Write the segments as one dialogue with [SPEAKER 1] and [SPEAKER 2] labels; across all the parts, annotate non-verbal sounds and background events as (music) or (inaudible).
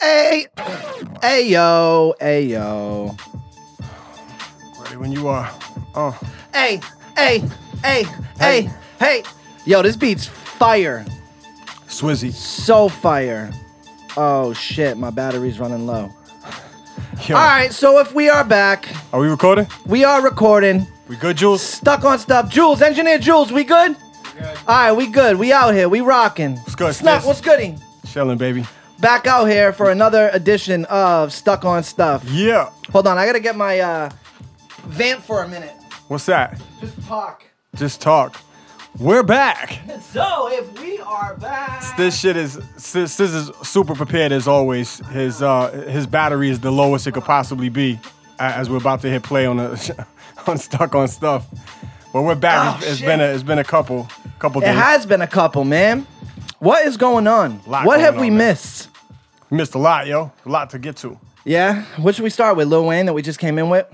[SPEAKER 1] Hey, hey yo, hey yo,
[SPEAKER 2] Ready when you are. Oh,
[SPEAKER 1] hey, hey, hey, hey, hey. Yo, this beat's fire,
[SPEAKER 2] Swizzy.
[SPEAKER 1] so fire. Oh shit, my battery's running low.
[SPEAKER 2] Yo,
[SPEAKER 1] All right, so if we are back,
[SPEAKER 2] Are we recording?
[SPEAKER 1] we are recording.
[SPEAKER 2] We good, Jules?
[SPEAKER 1] Stuck on stuff. Jules, engineer Jules, we good? All right, we good. We out here. We rocking. What's
[SPEAKER 2] good,
[SPEAKER 1] Snuck,
[SPEAKER 2] sis?
[SPEAKER 1] what's gooding?
[SPEAKER 2] Shelling, baby.
[SPEAKER 1] Back out here for another edition of Stuck on Stuff.
[SPEAKER 2] Yeah.
[SPEAKER 1] Hold on, I gotta get my uh, vamp for a minute.
[SPEAKER 2] What's that?
[SPEAKER 1] Just talk.
[SPEAKER 2] Just talk. We're back.
[SPEAKER 1] So if we are back,
[SPEAKER 2] This shit is sis, sis is super prepared as always. His uh his battery is the lowest it could possibly be, a- as we're about to hit play on a (laughs) on stuck on stuff. But we're back.
[SPEAKER 1] Oh,
[SPEAKER 2] It's- it's
[SPEAKER 1] shit.
[SPEAKER 2] been a it's been a couple couple
[SPEAKER 1] it
[SPEAKER 2] days.
[SPEAKER 1] has been a couple, man. What is going on?
[SPEAKER 2] Lot
[SPEAKER 1] What
[SPEAKER 2] going
[SPEAKER 1] have we
[SPEAKER 2] on, man.
[SPEAKER 1] missed?
[SPEAKER 2] We missed a lot, yo. A lot to get to.
[SPEAKER 1] Yeah, what should we start with? Lil Wayne that we just came in with.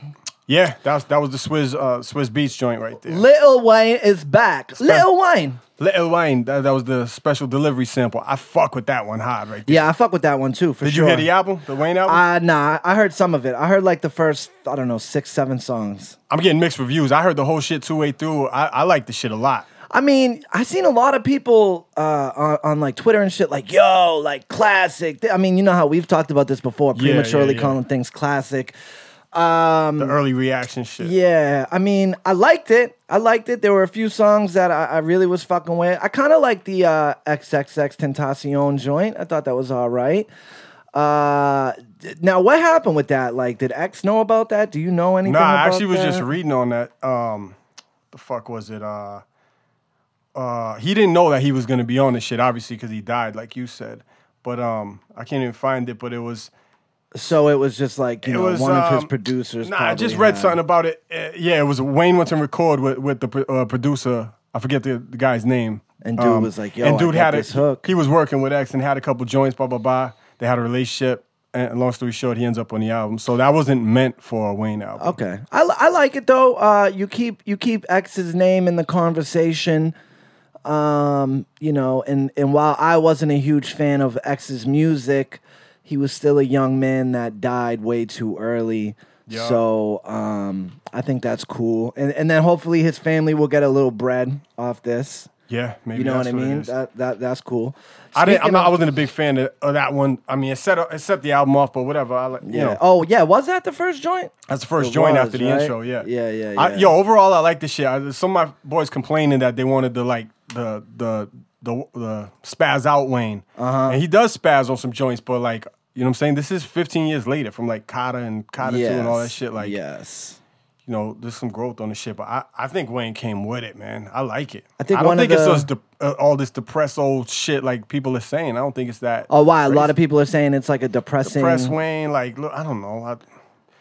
[SPEAKER 2] Yeah, that was that was the Swizz uh Swizz Beats joint right there.
[SPEAKER 1] Lil Wayne is back. Lil Wayne.
[SPEAKER 2] Little Wayne, that, that was the special delivery sample. I fuck with that one hard right there.
[SPEAKER 1] Yeah, I fuck with that one too. For
[SPEAKER 2] Did
[SPEAKER 1] sure.
[SPEAKER 2] you hear the album, the Wayne album? I,
[SPEAKER 1] Uh, nah, I heard some of it. I heard like the first, I don't know, six, seven songs.
[SPEAKER 2] am getting mixed reviews. I heard the whole shit two way through. I, I like the shit a lot.
[SPEAKER 1] I mean, I seen a lot of people uh, on, on like Twitter and shit, like yo, like classic. I mean, you know how we've talked about this before,
[SPEAKER 2] Yeah, yeah,
[SPEAKER 1] prematurely
[SPEAKER 2] yeah.
[SPEAKER 1] calling things classic.
[SPEAKER 2] The early reaction shit.
[SPEAKER 1] Um, Yeah, I mean, I liked it. I liked it. There were a few songs that I, I really was fucking with. I kind of liked the uh, XXX Tentacion joint. I thought that was all right. Uh, d- now, what happened with that? Like, did X know about that? Do you know anything?
[SPEAKER 2] Nah, I
[SPEAKER 1] about
[SPEAKER 2] actually was
[SPEAKER 1] that?
[SPEAKER 2] just reading on that. Um, the fuck was it? Uh, uh, he didn't know that he was gonna be on this shit, obviously, because he died, like you said. But um, I can't even find it. But it was
[SPEAKER 1] so it was just like you
[SPEAKER 2] It
[SPEAKER 1] know,
[SPEAKER 2] was,
[SPEAKER 1] one of his
[SPEAKER 2] um,
[SPEAKER 1] producers.
[SPEAKER 2] Nah, I just
[SPEAKER 1] probably
[SPEAKER 2] read
[SPEAKER 1] had-
[SPEAKER 2] something about it. Uh, yeah, it was Wayne went to record with, with the pro- uh, producer. I forget the, the guy's name.
[SPEAKER 1] And dude was like, "Yo, I got
[SPEAKER 2] um, had
[SPEAKER 1] this
[SPEAKER 2] a,
[SPEAKER 1] hook."
[SPEAKER 2] He was working with X and had a couple joints. Blah blah blah. They had a relationship. And long story short, he ends up on the album. So that wasn't meant for a Wayne album.
[SPEAKER 1] Okay, I, li- I like it though. Uh, you keep you keep X's name in the conversation. Um, you know, and and while I wasn't a huge fan of X's music, he was still a young man that died way too early.
[SPEAKER 2] Yeah.
[SPEAKER 1] So um, I think that's cool, and and then hopefully his family will get a little bread off this.
[SPEAKER 2] Yeah, maybe
[SPEAKER 1] You know
[SPEAKER 2] that's
[SPEAKER 1] what I
[SPEAKER 2] it
[SPEAKER 1] mean?
[SPEAKER 2] is.
[SPEAKER 1] That that that's cool.
[SPEAKER 2] I didn't. I'm
[SPEAKER 1] Speaking
[SPEAKER 2] not, I
[SPEAKER 1] of-
[SPEAKER 2] wasn't a big fan of, of that one. I mean, it set it set the album off, but whatever. I like, you
[SPEAKER 1] yeah.
[SPEAKER 2] know.
[SPEAKER 1] Oh yeah, was that the first joint?
[SPEAKER 2] That's the first
[SPEAKER 1] It
[SPEAKER 2] joint
[SPEAKER 1] was,
[SPEAKER 2] after the
[SPEAKER 1] right?
[SPEAKER 2] intro, yeah.
[SPEAKER 1] Yeah, yeah,
[SPEAKER 2] I,
[SPEAKER 1] yeah.
[SPEAKER 2] yo, overall, I like this shit. I, some of my boys complaining that they wanted the like the the the, the spaz out Wayne, uh-huh. and he does spaz on some joints, but like you know, what I'm saying this is 15 years later from like Kata and Kata two and all that
[SPEAKER 1] Yes,
[SPEAKER 2] shit. Like,
[SPEAKER 1] yes.
[SPEAKER 2] you know, there's some growth on the shit, but I, I think Wayne came with it, man. I like it. I
[SPEAKER 1] think
[SPEAKER 2] I don't
[SPEAKER 1] one of
[SPEAKER 2] think it's
[SPEAKER 1] the-
[SPEAKER 2] just de- uh, all this depressed old shit like people are saying. I don't think it's that.
[SPEAKER 1] Oh, why? A lot of people are saying it's like a depressing.
[SPEAKER 2] Press Wayne, like look, I don't know. I,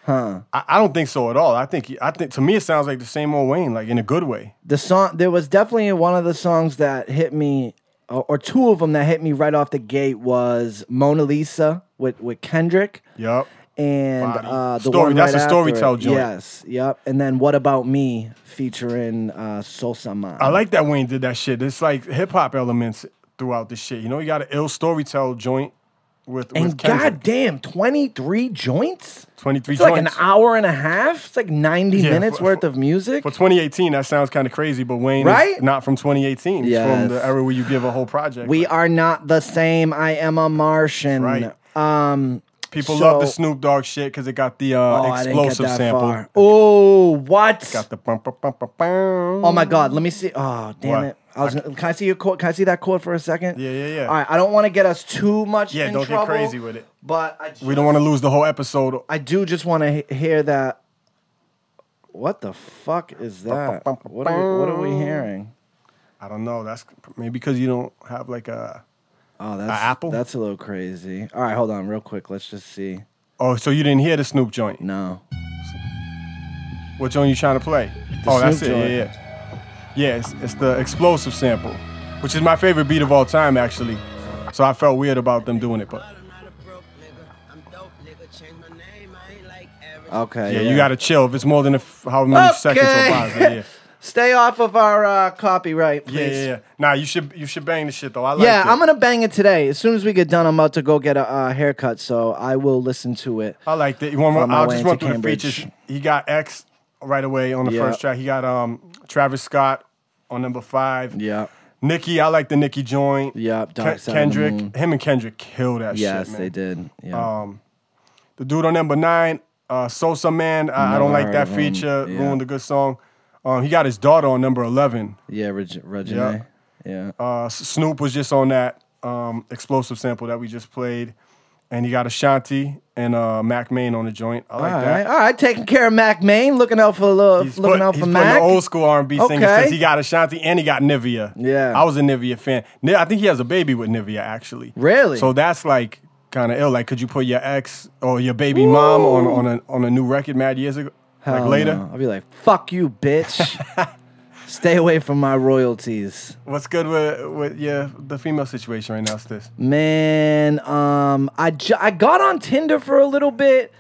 [SPEAKER 2] I, I don't think so at all. I think he- I think to me it sounds like the same old Wayne, like in a good way.
[SPEAKER 1] the song, there was definitely one of the songs that hit me, or, or two of them that hit me right off the gate was Mona Lisa with, with Kendrick.
[SPEAKER 2] Yep.
[SPEAKER 1] And
[SPEAKER 2] Body.
[SPEAKER 1] uh, the
[SPEAKER 2] Story-
[SPEAKER 1] one
[SPEAKER 2] that's
[SPEAKER 1] right
[SPEAKER 2] a
[SPEAKER 1] after it.
[SPEAKER 2] Storytel joint.
[SPEAKER 1] Yes, yep. And then "What About Me" featuring uh, Sosa Man.
[SPEAKER 2] I like that Wayne did that shit. It's like hip hop elements throughout this shit. You know, you got an ill storytell joint with
[SPEAKER 1] and
[SPEAKER 2] with Kendrick.
[SPEAKER 1] goddamn, twenty three joints.
[SPEAKER 2] 23
[SPEAKER 1] It's like an
[SPEAKER 2] joints.
[SPEAKER 1] hour and a half. It's like ninety
[SPEAKER 2] Yeah,
[SPEAKER 1] minutes
[SPEAKER 2] for-
[SPEAKER 1] worth
[SPEAKER 2] for-
[SPEAKER 1] of music.
[SPEAKER 2] For 2018, that sounds kind of crazy, but Wayne
[SPEAKER 1] Right?
[SPEAKER 2] is not from 2018. He's
[SPEAKER 1] Yes.
[SPEAKER 2] from the era where you give a whole project.
[SPEAKER 1] we are not the same. I am a Martian.
[SPEAKER 2] Right.
[SPEAKER 1] Um,
[SPEAKER 2] People love the
[SPEAKER 1] so-
[SPEAKER 2] Snoop Dogg shit because it got the uh,
[SPEAKER 1] Oh, I didn't get
[SPEAKER 2] explosive
[SPEAKER 1] that
[SPEAKER 2] sample.
[SPEAKER 1] far. Oh, what?
[SPEAKER 2] Got the bum, bum, bum, bum, bum.
[SPEAKER 1] oh my God! Let me see. Oh, damn
[SPEAKER 2] What?
[SPEAKER 1] it! I was. gonna- Can I see your quote? Can I see that quote for a second?
[SPEAKER 2] Yeah, yeah, yeah.
[SPEAKER 1] All right. I don't want to get us too much.
[SPEAKER 2] Yeah,
[SPEAKER 1] in
[SPEAKER 2] don't get
[SPEAKER 1] trouble,
[SPEAKER 2] crazy with it.
[SPEAKER 1] But I, just,
[SPEAKER 2] we don't want to lose the whole episode.
[SPEAKER 1] I do just want to h- hear that. What the fuck is that? What are we, what are we hearing?
[SPEAKER 2] I don't know. That's maybe because you don't have like a.
[SPEAKER 1] Oh, that's
[SPEAKER 2] apple?
[SPEAKER 1] That's a little crazy. All right, hold on, real quick. Let's just see.
[SPEAKER 2] Oh, so you didn't hear the Snoop joint?
[SPEAKER 1] No.
[SPEAKER 2] What joint you trying to play? oh, that's
[SPEAKER 1] Snoop
[SPEAKER 2] it.
[SPEAKER 1] joint.
[SPEAKER 2] Yeah, yeah. Yeah, it's, it's the explosive sample, which is my favorite beat of all time, actually. So I felt weird about them doing it, but
[SPEAKER 1] Okay.
[SPEAKER 2] yeah, you gotta chill. If it's more than a f- however many seconds or
[SPEAKER 1] Okay. (laughs)
[SPEAKER 2] bars, then yeah.
[SPEAKER 1] Stay off of our uh, copyright, please.
[SPEAKER 2] Yeah, yeah, yeah. Nah, you should you should bang the shit though. I like
[SPEAKER 1] Yeah,
[SPEAKER 2] it.
[SPEAKER 1] I'm gonna bang it today. As soon as we get done, I'm about to go get a uh, haircut, so I will listen to it.
[SPEAKER 2] I liked it. You want
[SPEAKER 1] On
[SPEAKER 2] more,
[SPEAKER 1] my
[SPEAKER 2] I'll
[SPEAKER 1] way
[SPEAKER 2] just
[SPEAKER 1] into
[SPEAKER 2] run through
[SPEAKER 1] Cambridge.
[SPEAKER 2] the features. He got X right away on the
[SPEAKER 1] Yeah.
[SPEAKER 2] first track. He got um Travis Scott on number five.
[SPEAKER 1] Yeah.
[SPEAKER 2] Nicki, I like the Nicki joint.
[SPEAKER 1] Yeah, Dark
[SPEAKER 2] Ke-
[SPEAKER 1] Side of the Moon.
[SPEAKER 2] Kendrick, him and Kendrick killed that
[SPEAKER 1] Yes,
[SPEAKER 2] shit, man. Oh.
[SPEAKER 1] they did. Yeah.
[SPEAKER 2] The dude on number nine, uh, Sosa Man. I, I don't like
[SPEAKER 1] heard
[SPEAKER 2] that
[SPEAKER 1] of him.
[SPEAKER 2] feature.
[SPEAKER 1] Yeah.
[SPEAKER 2] Ruined a good song. Um, he got his daughter on number eleven.
[SPEAKER 1] yeah, Reg- Regine. Yeah.
[SPEAKER 2] Uh, S- Snoop was just on that um, explosive sample that we just played, and he got Ashanti and uh, Mac Main on the joint. I like
[SPEAKER 1] all
[SPEAKER 2] that.
[SPEAKER 1] right, all right. Taking care of Mac Main, looking out for a little,
[SPEAKER 2] He's
[SPEAKER 1] looking
[SPEAKER 2] put-
[SPEAKER 1] out for
[SPEAKER 2] he's putting
[SPEAKER 1] Mac.
[SPEAKER 2] the old school R and B singers
[SPEAKER 1] Okay.
[SPEAKER 2] because he got Ashanti and he got Nivea.
[SPEAKER 1] Yeah.
[SPEAKER 2] I was a Nivea fan. Ni- I think he has a baby with Nivea actually.
[SPEAKER 1] Really?
[SPEAKER 2] So that's like kind of ill. Like, could you put your ex or your baby mom on on a on a new record mad years ago?
[SPEAKER 1] Hell
[SPEAKER 2] like later.
[SPEAKER 1] Oh, no. I'll be like, "Fuck you,
[SPEAKER 2] (laughs)
[SPEAKER 1] bitch! Stay away from my royalties."
[SPEAKER 2] What's good with with yeah the female situation right now? Is this?
[SPEAKER 1] Man, um, I ju- I got on Tinder for a little bit,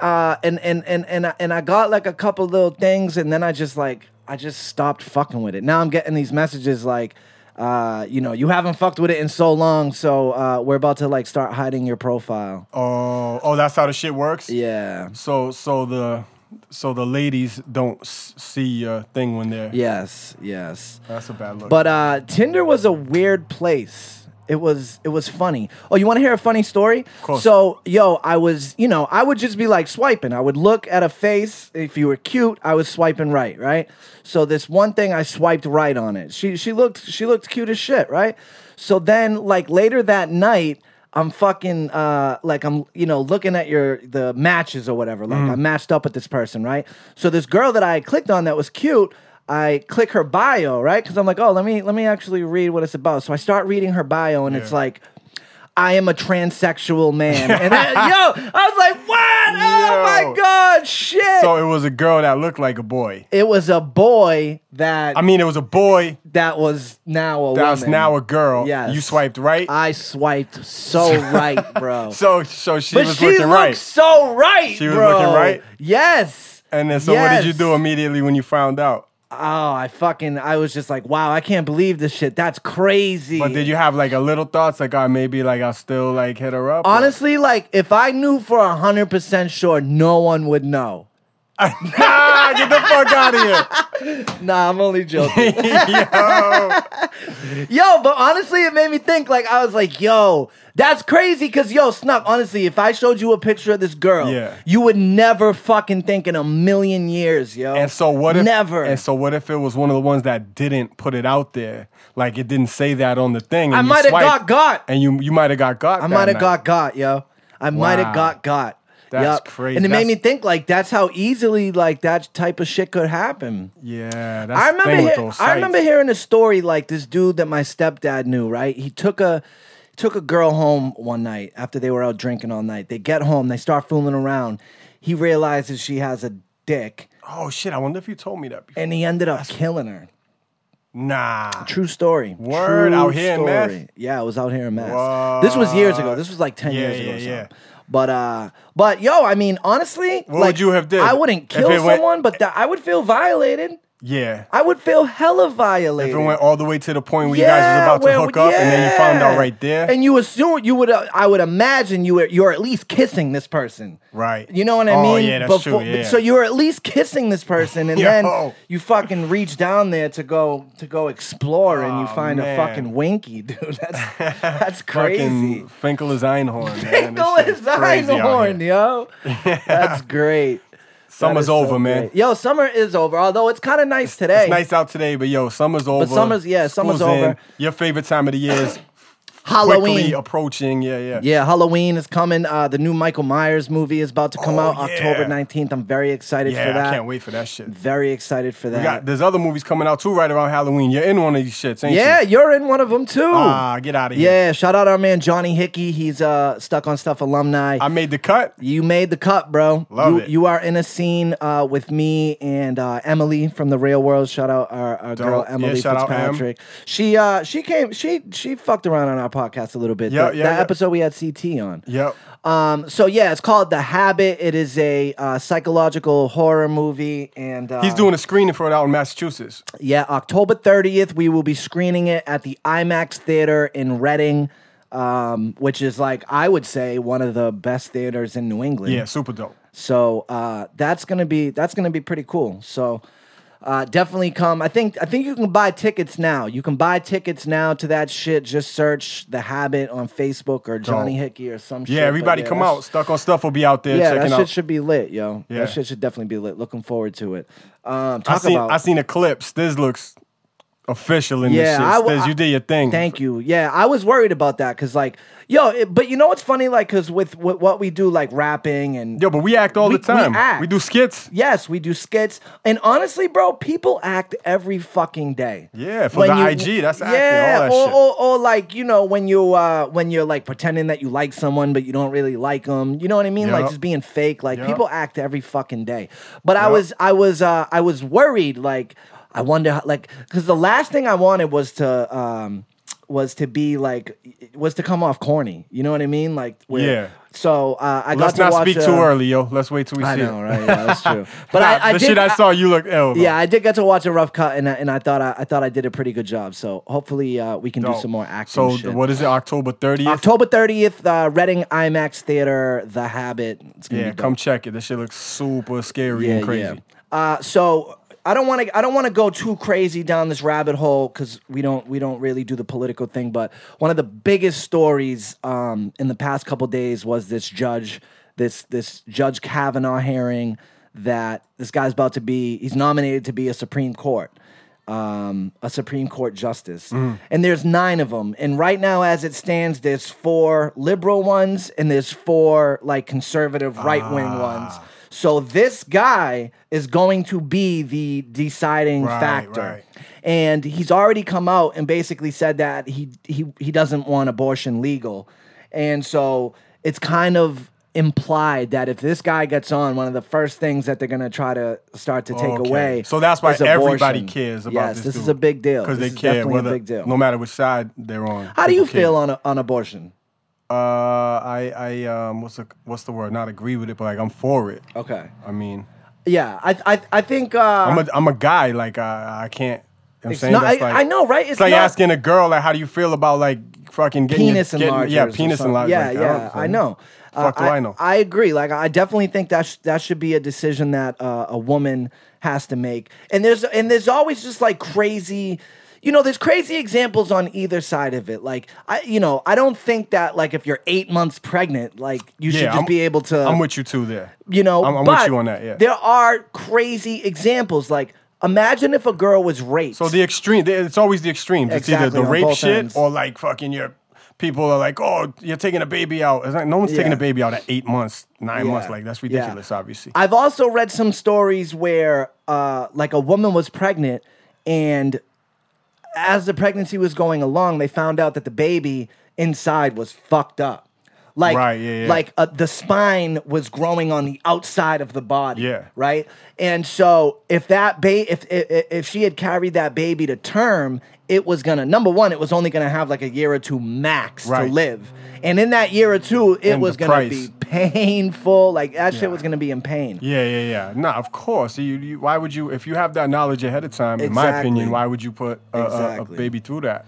[SPEAKER 1] uh, and and and and I, and I got like a couple little things, and then I just like I just stopped fucking with it. Now I'm getting these messages like, uh, you know, you haven't fucked with it in so long, so uh, we're about to like start hiding your profile.
[SPEAKER 2] Oh, oh, that's how the shit works.
[SPEAKER 1] Yeah.
[SPEAKER 2] So so the so the ladies don't s- see your thing when they're
[SPEAKER 1] Yes. Yes.
[SPEAKER 2] That's a bad look.
[SPEAKER 1] But uh, Tinder was a weird place. It was it was funny. Oh, you want to hear a funny story? Of
[SPEAKER 2] course.
[SPEAKER 1] So, yo, I was, you know, I would just be like swiping. I would look at a face. If you were cute, I was swiping right, right? So this one thing I swiped right on it. She she looked she looked cute as shit, right? So then like later that night, I'm fucking uh like I'm you know looking at your the matches or whatever.
[SPEAKER 2] Mm.
[SPEAKER 1] Like I matched up with this person, right? So this girl that I clicked on that was cute, I click her bio, right? Because I'm like, oh, let me let me actually read what it's about. So I start reading her bio, and it's
[SPEAKER 2] Yeah.
[SPEAKER 1] like, I am a transsexual man, and then,
[SPEAKER 2] (laughs)
[SPEAKER 1] yo, I was like, what? Oh
[SPEAKER 2] Yo.
[SPEAKER 1] my god, shit!
[SPEAKER 2] so it was a girl that looked like a boy.
[SPEAKER 1] it was a boy that
[SPEAKER 2] I mean, it was a boy
[SPEAKER 1] that was now a
[SPEAKER 2] That's
[SPEAKER 1] woman.
[SPEAKER 2] now a girl.
[SPEAKER 1] Yes.
[SPEAKER 2] You swiped right.
[SPEAKER 1] I swiped
[SPEAKER 2] (laughs)
[SPEAKER 1] so right, bro.
[SPEAKER 2] so so she
[SPEAKER 1] but
[SPEAKER 2] was
[SPEAKER 1] she
[SPEAKER 2] looking
[SPEAKER 1] looked
[SPEAKER 2] right.
[SPEAKER 1] so right.
[SPEAKER 2] She was
[SPEAKER 1] bro.
[SPEAKER 2] looking right?
[SPEAKER 1] Yes.
[SPEAKER 2] And then so what did you
[SPEAKER 1] Yes.
[SPEAKER 2] do immediately when you found out?
[SPEAKER 1] Oh, I fucking I was just like, wow, I can't believe this shit. That's crazy.
[SPEAKER 2] But did you have like a little thoughts like oh maybe like I'll still like hit her up? or-
[SPEAKER 1] Honestly, like if I knew for hundred percent sure, no one would know.
[SPEAKER 2] (laughs) ah, get the fuck out of here.
[SPEAKER 1] Nah, I'm only
[SPEAKER 2] (laughs)
[SPEAKER 1] joking. (laughs) yo. but honestly, it made me think. Like I was like, yo, that's crazy. Cause yo, Snuck. Honestly, if I showed you a picture of this girl,
[SPEAKER 2] Yeah.
[SPEAKER 1] you would never fucking think in a million years, yo.
[SPEAKER 2] And so what if
[SPEAKER 1] never?
[SPEAKER 2] And so what if it was one of the ones that didn't put it out there? Like it didn't say that on the thing. and
[SPEAKER 1] I
[SPEAKER 2] you
[SPEAKER 1] might have got
[SPEAKER 2] swiped,
[SPEAKER 1] got.
[SPEAKER 2] And you you might have got got.
[SPEAKER 1] I might have got got, yo. I might have
[SPEAKER 2] Wow.
[SPEAKER 1] got got.
[SPEAKER 2] That's
[SPEAKER 1] Yup.
[SPEAKER 2] crazy.
[SPEAKER 1] And it made
[SPEAKER 2] That's-
[SPEAKER 1] me think like that's how easily like that type of shit could happen.
[SPEAKER 2] Yeah, that's
[SPEAKER 1] I
[SPEAKER 2] the thing
[SPEAKER 1] remember
[SPEAKER 2] with
[SPEAKER 1] hear-
[SPEAKER 2] those
[SPEAKER 1] I
[SPEAKER 2] sites.
[SPEAKER 1] remember hearing a story like this dude that my stepdad knew, right? He took a took a girl home one night after they were out drinking all night. They get home, they start fooling around. He realizes she has a dick
[SPEAKER 2] Oh shit, I wonder if you told me that before.
[SPEAKER 1] and he ended up killing her.
[SPEAKER 2] Nah.
[SPEAKER 1] True story.
[SPEAKER 2] Word,
[SPEAKER 1] True
[SPEAKER 2] out here in Mass?
[SPEAKER 1] Yeah, it was out here in Mass. This was years ago.
[SPEAKER 2] What?
[SPEAKER 1] This was like ten
[SPEAKER 2] Yeah,
[SPEAKER 1] years ago.
[SPEAKER 2] yeah,
[SPEAKER 1] or
[SPEAKER 2] yeah.
[SPEAKER 1] something. But uh, but yo, I mean, honestly,
[SPEAKER 2] would
[SPEAKER 1] like,
[SPEAKER 2] you have did?
[SPEAKER 1] I wouldn't
[SPEAKER 2] If
[SPEAKER 1] kill
[SPEAKER 2] it went-
[SPEAKER 1] someone, but that I would feel violated.
[SPEAKER 2] Yeah.
[SPEAKER 1] I would feel hella violated.
[SPEAKER 2] If it went all the way to the point where you guys was about to
[SPEAKER 1] where-
[SPEAKER 2] hook up, and then you found out
[SPEAKER 1] yeah.
[SPEAKER 2] right there.
[SPEAKER 1] And you assume you would. Uh, I would imagine you were you're at least kissing this person.
[SPEAKER 2] Right.
[SPEAKER 1] You know what I
[SPEAKER 2] Oh,
[SPEAKER 1] mean?
[SPEAKER 2] yeah, that's
[SPEAKER 1] Befo-
[SPEAKER 2] true, yeah.
[SPEAKER 1] So you were at least kissing this person, and
[SPEAKER 2] (laughs) Yo.
[SPEAKER 1] then you fucking reach down there to go to go explore, and you
[SPEAKER 2] Oh,
[SPEAKER 1] find
[SPEAKER 2] man.
[SPEAKER 1] a fucking winky, dude. (laughs) That's that's crazy.
[SPEAKER 2] (laughs) Fucking Finkel is Einhorn. man. This
[SPEAKER 1] Finkel
[SPEAKER 2] shit
[SPEAKER 1] is
[SPEAKER 2] is crazy out
[SPEAKER 1] Einhorn,
[SPEAKER 2] here. (laughs)
[SPEAKER 1] yo. That's great.
[SPEAKER 2] Summer's
[SPEAKER 1] That is so
[SPEAKER 2] over, man.
[SPEAKER 1] great. Yo, summer is over. Although it's kind of nice today.
[SPEAKER 2] It's nice out today, but yo, summer's over.
[SPEAKER 1] summer's- yeah, summer's
[SPEAKER 2] School's in.
[SPEAKER 1] over.
[SPEAKER 2] Your favorite time of the year
[SPEAKER 1] (coughs)
[SPEAKER 2] is
[SPEAKER 1] Halloween.
[SPEAKER 2] quickly approaching. Yeah, yeah.
[SPEAKER 1] Yeah, Halloween is coming. Uh, the new Michael Myers movie is about to come
[SPEAKER 2] Oh,
[SPEAKER 1] out
[SPEAKER 2] yeah.
[SPEAKER 1] October 19th. I'm very excited
[SPEAKER 2] Yeah,
[SPEAKER 1] for that.
[SPEAKER 2] I can't wait for that shit.
[SPEAKER 1] Very excited for that.
[SPEAKER 2] We got, there's other movies coming out too right around Halloween. You're in one of these shits, ain't
[SPEAKER 1] yeah,
[SPEAKER 2] you?
[SPEAKER 1] you're in one of them too.
[SPEAKER 2] Ah, get out of here.
[SPEAKER 1] yeah, shout out our man Johnny Hickey. He's uh, Stuck on Stuff alumni.
[SPEAKER 2] I made the cut.
[SPEAKER 1] you made the cut, bro.
[SPEAKER 2] Love
[SPEAKER 1] you,
[SPEAKER 2] it.
[SPEAKER 1] you are in a scene uh, with me and uh, Emily from the Real World. Shout out our, our girl
[SPEAKER 2] Dope. Yeah,
[SPEAKER 1] Emily
[SPEAKER 2] shout out Em.
[SPEAKER 1] Fitzpatrick. She uh, she came she she fucked around on our podcast a little bit.
[SPEAKER 2] Yeah,
[SPEAKER 1] The-
[SPEAKER 2] yeah,
[SPEAKER 1] that
[SPEAKER 2] yeah.
[SPEAKER 1] episode we had CT on.
[SPEAKER 2] Yep.
[SPEAKER 1] Um, so yeah, it's called The Habit. It is a uh, psychological horror movie, and uh,
[SPEAKER 2] He's doing a screening for it out in Massachusetts.
[SPEAKER 1] yeah, October 30th, we will be screening it at the IMAX Theater in Reading, um, which is like, I would say, one of the best theaters in New England.
[SPEAKER 2] Yeah, super dope.
[SPEAKER 1] So uh, that's gonna be that's gonna be pretty cool. So uh, definitely come. I think I think you can buy tickets now. You can buy tickets now to that shit. Just search The Habit on Facebook or Johnny
[SPEAKER 2] Dope.
[SPEAKER 1] Hickey or some shit.
[SPEAKER 2] Yeah,
[SPEAKER 1] But
[SPEAKER 2] everybody come
[SPEAKER 1] that's-
[SPEAKER 2] out. Stuck on Stuff will be out there
[SPEAKER 1] Yeah, that
[SPEAKER 2] checking
[SPEAKER 1] shit
[SPEAKER 2] out.
[SPEAKER 1] should be lit, yo.
[SPEAKER 2] Yeah.
[SPEAKER 1] That shit should definitely be lit. Looking forward to it. Um, talk
[SPEAKER 2] I seen
[SPEAKER 1] about
[SPEAKER 2] I seen the clips. This looks official in
[SPEAKER 1] Yeah,
[SPEAKER 2] this shit.
[SPEAKER 1] I w-
[SPEAKER 2] Stiz,
[SPEAKER 1] I-
[SPEAKER 2] you did your thing.
[SPEAKER 1] Thank you. Yeah, I was worried about that because, like, yo, it, but you know what's funny? Like, because with, with what we do, like rapping and
[SPEAKER 2] Yo, but we act all
[SPEAKER 1] We-
[SPEAKER 2] the time.
[SPEAKER 1] we act.
[SPEAKER 2] do skits.
[SPEAKER 1] yes, we do skits. And honestly, bro, people act every fucking day.
[SPEAKER 2] Yeah, for the IG, that's acting, all that
[SPEAKER 1] or,
[SPEAKER 2] shit.
[SPEAKER 1] Or, or like you know when you uh when you're like pretending that you like someone but you don't really like them. You know what I mean? Like
[SPEAKER 2] Yup.
[SPEAKER 1] just being fake. Like
[SPEAKER 2] Yup.
[SPEAKER 1] people act every fucking day. But I
[SPEAKER 2] Yup.
[SPEAKER 1] was I was uh I was worried like I wonder how, like cuz the last thing I wanted was to um was to be like was to come off corny. You know what I mean? Like where,
[SPEAKER 2] Yeah.
[SPEAKER 1] So uh, I
[SPEAKER 2] Let's
[SPEAKER 1] got to
[SPEAKER 2] not
[SPEAKER 1] watch
[SPEAKER 2] speak
[SPEAKER 1] uh,
[SPEAKER 2] too early, yo. Let's wait till we
[SPEAKER 1] I
[SPEAKER 2] see
[SPEAKER 1] know,
[SPEAKER 2] it.
[SPEAKER 1] right? Yeah, that's
[SPEAKER 2] (laughs)
[SPEAKER 1] true. But
[SPEAKER 2] Nah,
[SPEAKER 1] I, I
[SPEAKER 2] the
[SPEAKER 1] did,
[SPEAKER 2] shit I, saw, you look ill. though.
[SPEAKER 1] yeah, I did get to watch a rough cut, and I, and I thought I, I thought I did a pretty good job. So hopefully uh, we can do
[SPEAKER 2] Dope.
[SPEAKER 1] some more acting.
[SPEAKER 2] So
[SPEAKER 1] shit.
[SPEAKER 2] what is it? October thirtieth.
[SPEAKER 1] October thirtieth, uh, Reading IMAX Theater, The Habit. It's gonna
[SPEAKER 2] yeah,
[SPEAKER 1] be dope.
[SPEAKER 2] come check it. This shit looks super scary and crazy.
[SPEAKER 1] Yeah. Uh, so I don't want to I don't want to go too crazy down this rabbit hole because we don't we don't really do the political thing. But one of the biggest stories um, in the past couple days was this judge this this Judge Kavanaugh hearing that this guy's about to be he's nominated to be a Supreme Court. Um, a Supreme Court justice,
[SPEAKER 2] Mm.
[SPEAKER 1] and there's nine of them. And right now, as it stands, there's four liberal ones, and there's four like conservative right wing
[SPEAKER 2] Ah.
[SPEAKER 1] ones. So this guy is going to be the deciding
[SPEAKER 2] Right,
[SPEAKER 1] factor.
[SPEAKER 2] right.
[SPEAKER 1] And he's already come out and basically said that he he he doesn't want abortion legal. And so it's kind of implied that if this guy gets on, one of the first things that they're going to try to start to take
[SPEAKER 2] Okay.
[SPEAKER 1] away.
[SPEAKER 2] So that's why
[SPEAKER 1] is abortion.
[SPEAKER 2] everybody cares about
[SPEAKER 1] yes,
[SPEAKER 2] this.
[SPEAKER 1] is a big deal.
[SPEAKER 2] because they
[SPEAKER 1] This is
[SPEAKER 2] care
[SPEAKER 1] definitely
[SPEAKER 2] whether,
[SPEAKER 1] a big deal.
[SPEAKER 2] no matter which side they're on.
[SPEAKER 1] How do you
[SPEAKER 2] people care.
[SPEAKER 1] feel on on abortion?
[SPEAKER 2] Uh, I I um, what's the what's the word? Not agree with it, but like I'm for it.
[SPEAKER 1] Okay.
[SPEAKER 2] I mean,
[SPEAKER 1] Yeah, I I I think uh,
[SPEAKER 2] I'm a I'm a guy. Like I I can't. You know what I'm
[SPEAKER 1] It's
[SPEAKER 2] saying
[SPEAKER 1] not-
[SPEAKER 2] That's
[SPEAKER 1] I-
[SPEAKER 2] like,
[SPEAKER 1] I know, right?
[SPEAKER 2] It's
[SPEAKER 1] It's
[SPEAKER 2] like
[SPEAKER 1] not-
[SPEAKER 2] asking a girl like, how do you feel about like fucking getting your-
[SPEAKER 1] penis
[SPEAKER 2] getting,
[SPEAKER 1] enlargers.
[SPEAKER 2] Yeah,
[SPEAKER 1] or
[SPEAKER 2] penis
[SPEAKER 1] something.
[SPEAKER 2] enlargers.
[SPEAKER 1] Yeah,
[SPEAKER 2] like,
[SPEAKER 1] yeah, I know.
[SPEAKER 2] Fuck
[SPEAKER 1] Uh,
[SPEAKER 2] do I know?
[SPEAKER 1] I agree. Like, I definitely think that sh- that should be a decision that uh, a woman has to make. And there's and there's always just like crazy. You know, there's crazy examples on either side of it. Like, I, you know, I don't think that like if you're eight months pregnant, like you should
[SPEAKER 2] Yeah,
[SPEAKER 1] just
[SPEAKER 2] I'm-
[SPEAKER 1] be able to
[SPEAKER 2] I'm with you too there.
[SPEAKER 1] you know,
[SPEAKER 2] I'm- I'm with
[SPEAKER 1] but
[SPEAKER 2] you on that, yeah.
[SPEAKER 1] There are crazy examples. Like, imagine if a girl was raped.
[SPEAKER 2] So the extreme, the- it's always the extremes. it's
[SPEAKER 1] Exactly,
[SPEAKER 2] either the
[SPEAKER 1] on
[SPEAKER 2] rape
[SPEAKER 1] both
[SPEAKER 2] shit
[SPEAKER 1] ends.
[SPEAKER 2] or like fucking your people are like, oh, you're taking a baby out. It's like, no one's taking
[SPEAKER 1] Yeah.
[SPEAKER 2] a baby out at eight months, nine
[SPEAKER 1] Yeah.
[SPEAKER 2] months. Like that's
[SPEAKER 1] Yeah.
[SPEAKER 2] ridiculous, obviously.
[SPEAKER 1] I've also read some stories where, uh, like, a woman was pregnant, and as the pregnancy was going along, they found out that the baby inside was fucked up. Like,
[SPEAKER 2] Right, yeah, yeah.
[SPEAKER 1] like uh, the spine was growing on the outside of the body.
[SPEAKER 2] Yeah.
[SPEAKER 1] Right. And so if that ba- if, if if she had carried that baby to term, it was gonna number one, it was only gonna have like a year or two max
[SPEAKER 2] Right.
[SPEAKER 1] to live. And in that year or two, it
[SPEAKER 2] And
[SPEAKER 1] was
[SPEAKER 2] the
[SPEAKER 1] gonna be
[SPEAKER 2] price.
[SPEAKER 1] painful. Like that shit
[SPEAKER 2] Yeah.
[SPEAKER 1] was gonna be in pain.
[SPEAKER 2] yeah, yeah, yeah. Nah, of course. You, you, why would you, if you have that knowledge ahead of time, in my
[SPEAKER 1] Exactly.
[SPEAKER 2] opinion, why would you put a, a- a,
[SPEAKER 1] Exactly. Um,
[SPEAKER 2] baby through that?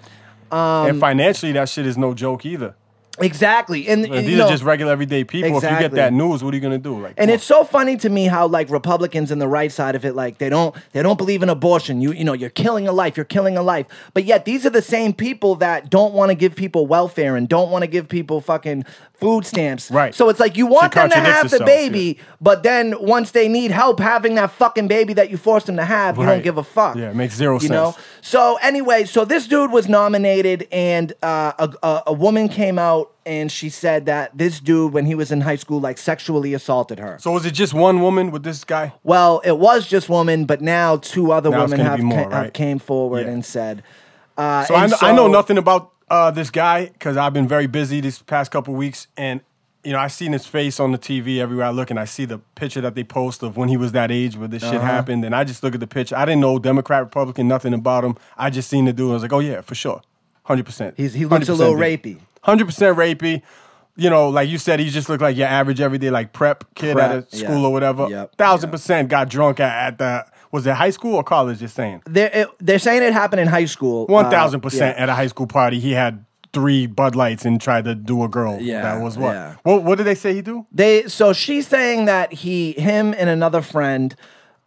[SPEAKER 2] and financially, that shit is no joke either.
[SPEAKER 1] Exactly. And,
[SPEAKER 2] And
[SPEAKER 1] you
[SPEAKER 2] these
[SPEAKER 1] know,
[SPEAKER 2] are just regular everyday people. If you get
[SPEAKER 1] Exactly.
[SPEAKER 2] that news, what are you gonna do? Like,
[SPEAKER 1] and
[SPEAKER 2] come
[SPEAKER 1] it's so funny to me how like Republicans and the right side of it, like they don't they don't believe in abortion. You you know you're killing a life, you're killing a life. But yet these are the same people that don't want to give people welfare and don't want to give people fucking food stamps.
[SPEAKER 2] Right.
[SPEAKER 1] So it's like you want them to
[SPEAKER 2] contradicts
[SPEAKER 1] have the
[SPEAKER 2] itself,
[SPEAKER 1] baby, but then once they need help having that fucking baby that you forced them to have, you don't
[SPEAKER 2] Right.
[SPEAKER 1] give a fuck.
[SPEAKER 2] Yeah, it makes zero
[SPEAKER 1] You know.
[SPEAKER 2] sense.
[SPEAKER 1] So anyway, so this dude was nominated, and uh, a, a a woman came out and she said that this dude, when he was in high school, like sexually assaulted her.
[SPEAKER 2] on. so was it just one woman with this guy?
[SPEAKER 1] Well, it was just woman, but now two other
[SPEAKER 2] Now it's
[SPEAKER 1] women
[SPEAKER 2] gonna
[SPEAKER 1] have,
[SPEAKER 2] be more,
[SPEAKER 1] ca- have
[SPEAKER 2] right?
[SPEAKER 1] came forward
[SPEAKER 2] Yeah.
[SPEAKER 1] and said. Uh,
[SPEAKER 2] So I,
[SPEAKER 1] and
[SPEAKER 2] know, I know nothing about uh, this guy because I've been very busy these past couple weeks, and you know I've seen his face on the TV everywhere I look, and I see the picture that they post of when he was that age where this shit
[SPEAKER 1] Uh-huh.
[SPEAKER 2] happened, and I just look at the picture. I didn't know Democrat, Republican, nothing about him. I just seen the dude. and I was like, oh yeah, for sure. hundred percent.
[SPEAKER 1] He's, he looks a little rapey.
[SPEAKER 2] Hundred percent rapey. You know, like you said, he just looked like your average everyday like prep kid
[SPEAKER 1] Prep,
[SPEAKER 2] at a school
[SPEAKER 1] yeah.
[SPEAKER 2] or whatever.
[SPEAKER 1] Yep,
[SPEAKER 2] Thousand
[SPEAKER 1] yep.
[SPEAKER 2] percent got drunk at, at the was it high school or college? Just saying.
[SPEAKER 1] They're it, they're saying it happened in high school.
[SPEAKER 2] One
[SPEAKER 1] Uh,
[SPEAKER 2] thousand percent
[SPEAKER 1] yeah.
[SPEAKER 2] at a high school party. He had three Bud Lights and tried to do a girl.
[SPEAKER 1] Yeah,
[SPEAKER 2] that was what.
[SPEAKER 1] yeah.
[SPEAKER 2] What, what did they say he do?
[SPEAKER 1] They so she's saying that he, him, and another friend,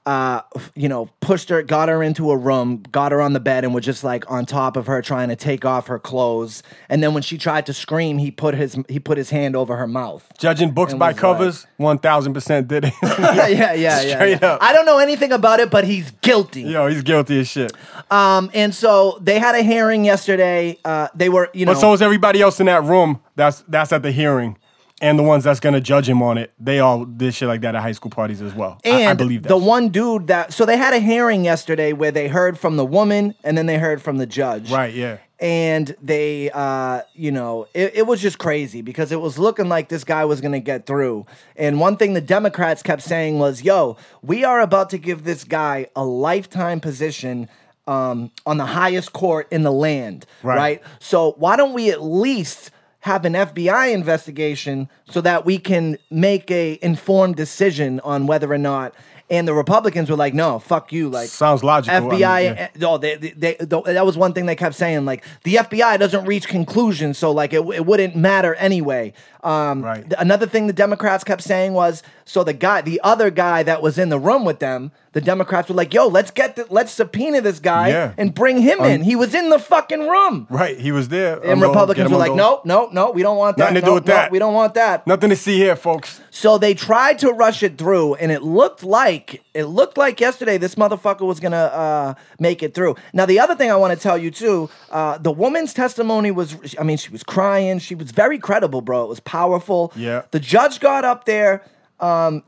[SPEAKER 1] uh, f- you know, pushed her, got her into a room, got her on the bed, and were just like on top of her, trying to take off her clothes. And then when she tried to scream, he put his he put his hand over her mouth.
[SPEAKER 2] Judging books by
[SPEAKER 1] was like-
[SPEAKER 2] covers, one thousand percent did it.
[SPEAKER 1] (laughs) (laughs) yeah, yeah, yeah. yeah.
[SPEAKER 2] Straight up.
[SPEAKER 1] I don't know anything about it, but he's guilty.
[SPEAKER 2] Yo, he's guilty as shit.
[SPEAKER 1] Um, and so they had a hearing yesterday. Uh, they were, you know,
[SPEAKER 2] But so is everybody else in that room. That's that's at the hearing, and the ones that's gonna judge him on it. They all did shit like that at high school parties as well. I-
[SPEAKER 1] and
[SPEAKER 2] I, believe that.
[SPEAKER 1] the one dude that. So they had a hearing yesterday where they heard from the woman and then they heard from the judge.
[SPEAKER 2] right? Yeah.
[SPEAKER 1] and they uh you know it, it was just crazy because it was looking like this guy was gonna get through and one thing the democrats kept saying was yo we are about to give this guy a lifetime position um on the highest court in the land
[SPEAKER 2] Right.
[SPEAKER 1] right so why don't we at least have an FBI investigation so that we can make a informed decision on whether or not and the Republicans were like, no, fuck you. Like
[SPEAKER 2] Sounds logical. I mean,
[SPEAKER 1] FBI
[SPEAKER 2] yeah.
[SPEAKER 1] no, they, they, they, th- that was one thing they kept saying. Like the FBI doesn't reach conclusions, so like it, it wouldn't matter anyway. Um,
[SPEAKER 2] Right.
[SPEAKER 1] th- another thing the Democrats kept saying was, so the guy, the other guy that was in the room with them, the Democrats were like, "Yo, let's get, the, let's subpoena this guy
[SPEAKER 2] Yeah.
[SPEAKER 1] and bring him in. He was in the fucking room."
[SPEAKER 2] Right. He was there.
[SPEAKER 1] And
[SPEAKER 2] Unload, get
[SPEAKER 1] Republicans
[SPEAKER 2] him
[SPEAKER 1] were like,
[SPEAKER 2] unload.
[SPEAKER 1] "No, no, no, we don't want that.
[SPEAKER 2] Nothing to do
[SPEAKER 1] No,
[SPEAKER 2] with
[SPEAKER 1] no,
[SPEAKER 2] that.
[SPEAKER 1] We don't want that."
[SPEAKER 2] Nothing to see here, folks.
[SPEAKER 1] So they tried to rush it through, and it looked like it looked like yesterday this motherfucker was gonna uh, make it through. Now the other thing I want to tell you too, uh, the woman's testimony was, I mean, she was crying. She was very credible, bro. It was powerful.
[SPEAKER 2] Yeah.
[SPEAKER 1] The judge got up there. Um,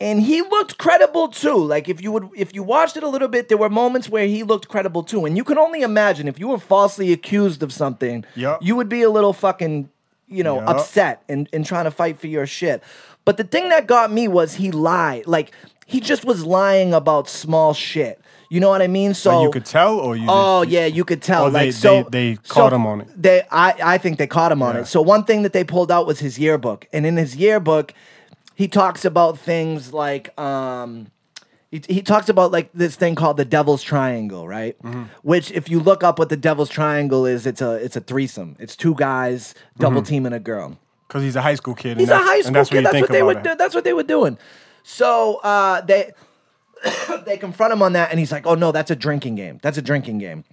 [SPEAKER 1] and he looked credible too. Like if you would, if you watched it a little bit, there were moments where he looked credible too. And you can only imagine if you were falsely accused of something,
[SPEAKER 2] Yup.
[SPEAKER 1] you would be a little fucking, you know,
[SPEAKER 2] Yup.
[SPEAKER 1] upset upset and, and trying to fight for your shit. But the thing that got me was he lied. Like he just was lying about small shit. You know what I mean? So
[SPEAKER 2] But you could tell, or you.
[SPEAKER 1] Oh
[SPEAKER 2] just,
[SPEAKER 1] yeah, you could tell.
[SPEAKER 2] Or they-
[SPEAKER 1] like so,
[SPEAKER 2] they- they
[SPEAKER 1] so
[SPEAKER 2] caught him on it.
[SPEAKER 1] They, I, I think they caught him on
[SPEAKER 2] Yeah.
[SPEAKER 1] it. So one thing that they pulled out was his yearbook, and in his yearbook, he talks about things like, um, he, he talks about like this thing called the Devil's Triangle, right?
[SPEAKER 2] Mm-hmm.
[SPEAKER 1] Which, if you look up what the Devil's Triangle is, it's a it's a threesome. It's two guys double
[SPEAKER 2] Mm-hmm.
[SPEAKER 1] teaming a girl.
[SPEAKER 2] Because he's a high school kid. and
[SPEAKER 1] He's a
[SPEAKER 2] that's-
[SPEAKER 1] high
[SPEAKER 2] and
[SPEAKER 1] school
[SPEAKER 2] that's
[SPEAKER 1] kid.
[SPEAKER 2] What you
[SPEAKER 1] That's
[SPEAKER 2] think
[SPEAKER 1] what they
[SPEAKER 2] about
[SPEAKER 1] were.
[SPEAKER 2] it.
[SPEAKER 1] do- That's what they were doing. So uh, they (coughs) they confront him on that, and he's like, "Oh no, that's a drinking game. That's a drinking game."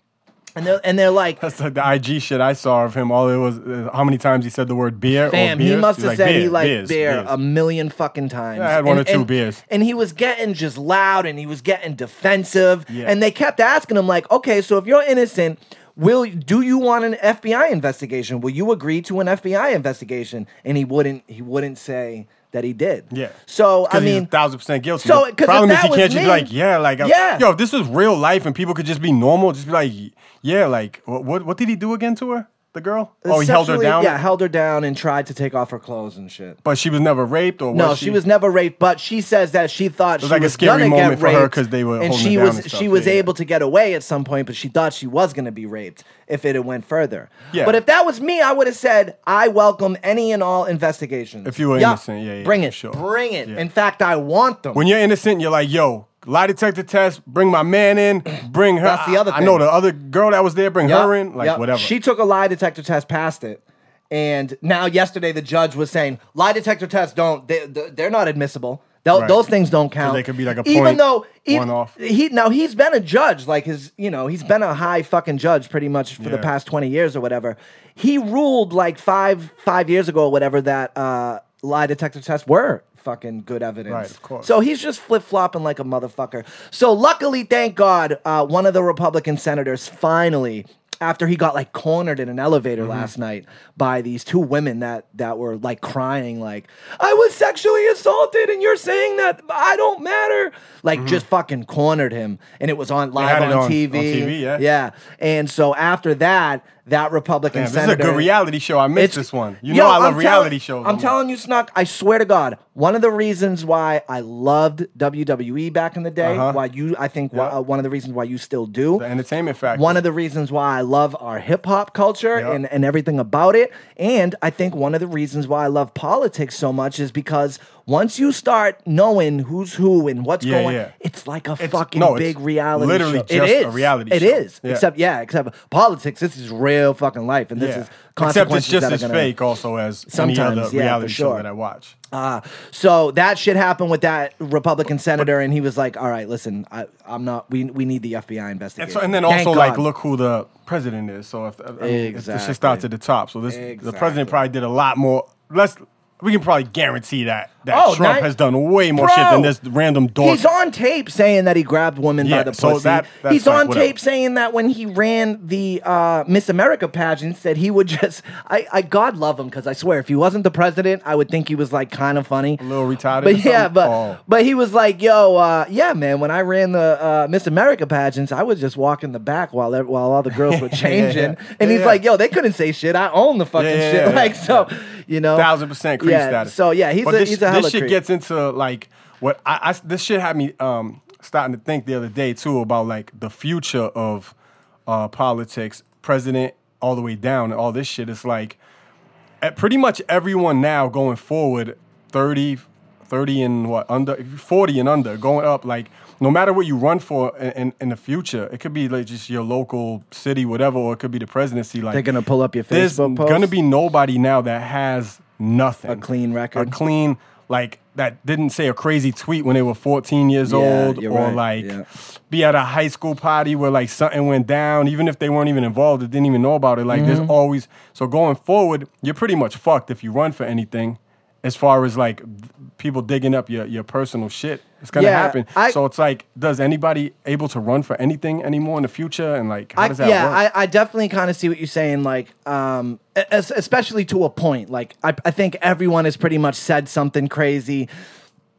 [SPEAKER 1] And they're, and they're like,
[SPEAKER 2] That's like the IG shit I saw of him. All it was, uh, how many times he said the word beer
[SPEAKER 1] "Bam!"
[SPEAKER 2] or beers.
[SPEAKER 1] He must
[SPEAKER 2] He's
[SPEAKER 1] have said he
[SPEAKER 2] "Beer,
[SPEAKER 1] liked
[SPEAKER 2] beers,
[SPEAKER 1] beer um,
[SPEAKER 2] beers."
[SPEAKER 1] a million fucking times.
[SPEAKER 2] I had one
[SPEAKER 1] And-
[SPEAKER 2] or two
[SPEAKER 1] and-
[SPEAKER 2] beers.
[SPEAKER 1] and he was getting just loud, and he was getting defensive,
[SPEAKER 2] Yeah.
[SPEAKER 1] and they kept asking him like, "Okay, so if you're innocent." Will do you want an FBI investigation? Will you agree to an FBI investigation? And he wouldn't. He wouldn't say that he did.
[SPEAKER 2] Yeah.
[SPEAKER 1] So I
[SPEAKER 2] 'Cause he's
[SPEAKER 1] mean,
[SPEAKER 2] a thousand percent guilty.
[SPEAKER 1] so- 'cause
[SPEAKER 2] the
[SPEAKER 1] if
[SPEAKER 2] problem is
[SPEAKER 1] that
[SPEAKER 2] he
[SPEAKER 1] was
[SPEAKER 2] can't just
[SPEAKER 1] me-
[SPEAKER 2] be like, yeah, like, uh,
[SPEAKER 1] Yeah.
[SPEAKER 2] yo, if this was real life and people could just be normal, just be like, yeah, like, what, what, what did he do again to her? The girl? Oh, he held her
[SPEAKER 1] sexually-
[SPEAKER 2] down.
[SPEAKER 1] Yeah, held her down and tried to take off her clothes and shit.
[SPEAKER 2] but she was never raped, or
[SPEAKER 1] No,
[SPEAKER 2] was
[SPEAKER 1] she, was never raped, but she says that she thought she was
[SPEAKER 2] was like a scary
[SPEAKER 1] gonna
[SPEAKER 2] moment
[SPEAKER 1] get
[SPEAKER 2] for her
[SPEAKER 1] raped,
[SPEAKER 2] 'cause they were
[SPEAKER 1] and
[SPEAKER 2] holding
[SPEAKER 1] she
[SPEAKER 2] her down
[SPEAKER 1] was
[SPEAKER 2] and
[SPEAKER 1] she
[SPEAKER 2] stuff.
[SPEAKER 1] was
[SPEAKER 2] Yeah, yeah.
[SPEAKER 1] able to get away at some point, but she thought she was gonna be raped if it had went further.
[SPEAKER 2] Yeah.
[SPEAKER 1] But if that was me, I would have said I welcome any and all investigations.
[SPEAKER 2] If you were innocent, yeah, yeah,
[SPEAKER 1] bring
[SPEAKER 2] for
[SPEAKER 1] it,
[SPEAKER 2] sure.
[SPEAKER 1] bring it.
[SPEAKER 2] Yeah.
[SPEAKER 1] In fact, I want them.
[SPEAKER 2] When you're innocent, you're like, yo, lie detector test, bring my man in, (clears throat) bring her.
[SPEAKER 1] That's the other
[SPEAKER 2] I-
[SPEAKER 1] thing.
[SPEAKER 2] I know the other girl that was there, bring her in, like,
[SPEAKER 1] Yep.
[SPEAKER 2] whatever.
[SPEAKER 1] She took a lie detector test, passed it. And now yesterday the judge was saying lie detector tests don't they they- they're not admissible. Tho-
[SPEAKER 2] Right.
[SPEAKER 1] Those things don't count.
[SPEAKER 2] they could be like a
[SPEAKER 1] even
[SPEAKER 2] point,
[SPEAKER 1] though even,
[SPEAKER 2] one off.
[SPEAKER 1] He now he's been a judge like his you know he's been a high fucking judge pretty much for the
[SPEAKER 2] Yeah.
[SPEAKER 1] past twenty years or whatever. He ruled like five five years ago or whatever that uh, lie detector tests were fucking good evidence.
[SPEAKER 2] Right, of course.
[SPEAKER 1] So he's just flip flopping like a motherfucker. So luckily, thank God, uh, one of the Republican senators finally, after he got like cornered in an elevator
[SPEAKER 2] Mm-hmm.
[SPEAKER 1] last night by these two women that that were like crying, like I was sexually assaulted, and you're saying that I don't matter, like just fucking cornered him, and it was on live
[SPEAKER 2] Mm-hmm. had
[SPEAKER 1] on,
[SPEAKER 2] it on-
[SPEAKER 1] TV.
[SPEAKER 2] on TV, yeah.
[SPEAKER 1] yeah. And so after that. that Republican
[SPEAKER 2] Damn, this is a
[SPEAKER 1] senator.
[SPEAKER 2] good reality show. I missed
[SPEAKER 1] It's-
[SPEAKER 2] this one. You
[SPEAKER 1] Yo,
[SPEAKER 2] know I love
[SPEAKER 1] I'm
[SPEAKER 2] reality
[SPEAKER 1] telling-
[SPEAKER 2] shows.
[SPEAKER 1] I'm telling you, Snuck, I swear to God, one of the reasons why I loved WWE back in the day,
[SPEAKER 2] Uh-huh.
[SPEAKER 1] why you, I think, why,
[SPEAKER 2] Yep.
[SPEAKER 1] uh, one of the reasons why you still do,
[SPEAKER 2] the entertainment factor.
[SPEAKER 1] one of the reasons why I love our hip hop culture
[SPEAKER 2] Yeah.
[SPEAKER 1] and, and everything about it. And I think one of the reasons why I love politics so much is because once you start knowing who's who and what's
[SPEAKER 2] Yeah,
[SPEAKER 1] going
[SPEAKER 2] yeah.
[SPEAKER 1] it's like a fucking
[SPEAKER 2] no, it's
[SPEAKER 1] big reality
[SPEAKER 2] literally
[SPEAKER 1] show.
[SPEAKER 2] just
[SPEAKER 1] it
[SPEAKER 2] a
[SPEAKER 1] is.
[SPEAKER 2] reality
[SPEAKER 1] It
[SPEAKER 2] show.
[SPEAKER 1] is.
[SPEAKER 2] Yeah.
[SPEAKER 1] Except, yeah, except politics, this is real fucking life. And this is
[SPEAKER 2] Yeah. Except it's
[SPEAKER 1] consequences
[SPEAKER 2] just
[SPEAKER 1] that are
[SPEAKER 2] as
[SPEAKER 1] gonna-
[SPEAKER 2] fake also as any
[SPEAKER 1] Sometimes,
[SPEAKER 2] other
[SPEAKER 1] yeah, for
[SPEAKER 2] reality show
[SPEAKER 1] sure.
[SPEAKER 2] that I watch.
[SPEAKER 1] Uh, so that shit happened with that Republican senator, and he was like, "All right, listen, I, I'm not. We we need the FBI investigation."
[SPEAKER 2] And, so, and then
[SPEAKER 1] Thank
[SPEAKER 2] also like
[SPEAKER 1] God.
[SPEAKER 2] look who the president is. So if, I mean, if the
[SPEAKER 1] Exactly.
[SPEAKER 2] shit starts at the top, so this the
[SPEAKER 1] Exactly.
[SPEAKER 2] president probably did a lot more. Let's we can probably guarantee that that
[SPEAKER 1] Oh,
[SPEAKER 2] Trump
[SPEAKER 1] ni-
[SPEAKER 2] has done way more shit
[SPEAKER 1] Bro!
[SPEAKER 2] than this random dork.
[SPEAKER 1] He's on tape saying that he grabbed women by
[SPEAKER 2] Yeah,
[SPEAKER 1] the
[SPEAKER 2] so
[SPEAKER 1] pussy.
[SPEAKER 2] that- that's
[SPEAKER 1] He's
[SPEAKER 2] like,
[SPEAKER 1] on
[SPEAKER 2] whatever.
[SPEAKER 1] tape saying that when he ran the uh, Miss America pageants, that he would (laughs) just. I, I God love him because I swear, if he wasn't the president, I would think he was like kind of funny, a
[SPEAKER 2] little retarded or
[SPEAKER 1] But yeah,
[SPEAKER 2] something?
[SPEAKER 1] but
[SPEAKER 2] Oh.
[SPEAKER 1] but he was like, "Yo, uh, yeah, man. When I ran the uh, Miss America pageants, I was just walking the back while ev- while all the
[SPEAKER 2] (laughs)
[SPEAKER 1] girls were changing." And he's
[SPEAKER 2] Yeah,
[SPEAKER 1] like, "Yo, they couldn't say shit. I own the fucking
[SPEAKER 2] Yeah, yeah,
[SPEAKER 1] shit."
[SPEAKER 2] yeah,
[SPEAKER 1] like
[SPEAKER 2] yeah.
[SPEAKER 1] so, you know,
[SPEAKER 2] thousand percent creep
[SPEAKER 1] yeah,
[SPEAKER 2] status.
[SPEAKER 1] So yeah, he's
[SPEAKER 2] but
[SPEAKER 1] a
[SPEAKER 2] this,
[SPEAKER 1] he's a hella
[SPEAKER 2] this shit
[SPEAKER 1] creep.
[SPEAKER 2] gets into like what I, I this shit had me um starting to think the other day too about like the future of uh politics, president all the way down, and all this shit. It's like at pretty much everyone now going forward 30 30 and what under 40 and under going up like no matter what you run for in, in, in the future it could be like just your local city whatever or it could be the presidency like
[SPEAKER 1] They're gonna pull up your
[SPEAKER 2] there's
[SPEAKER 1] Facebook post?
[SPEAKER 2] gonna be nobody now that has nothing a
[SPEAKER 1] clean record?
[SPEAKER 2] a clean like that didn't say a crazy tweet when they were 14 years
[SPEAKER 1] Yeah,
[SPEAKER 2] old
[SPEAKER 1] you're
[SPEAKER 2] or
[SPEAKER 1] right,
[SPEAKER 2] like
[SPEAKER 1] yeah.
[SPEAKER 2] be at a high school party where like something went down, even if they weren't even involved, they didn't even know about it. Like there's
[SPEAKER 1] Mm-hmm.
[SPEAKER 2] always so going forward, you're pretty much fucked if you run for anything. As far as like th- people digging up your, your personal shit, it's gonna
[SPEAKER 1] Yeah,
[SPEAKER 2] happen.
[SPEAKER 1] I-
[SPEAKER 2] so it's like, does anybody able to run for anything anymore in the future? And like, how
[SPEAKER 1] I,
[SPEAKER 2] does that
[SPEAKER 1] yeah,
[SPEAKER 2] work?
[SPEAKER 1] I, I definitely kind of see what you're saying. Like, um, es- especially to a point. Like, I, I think everyone has pretty much said something crazy,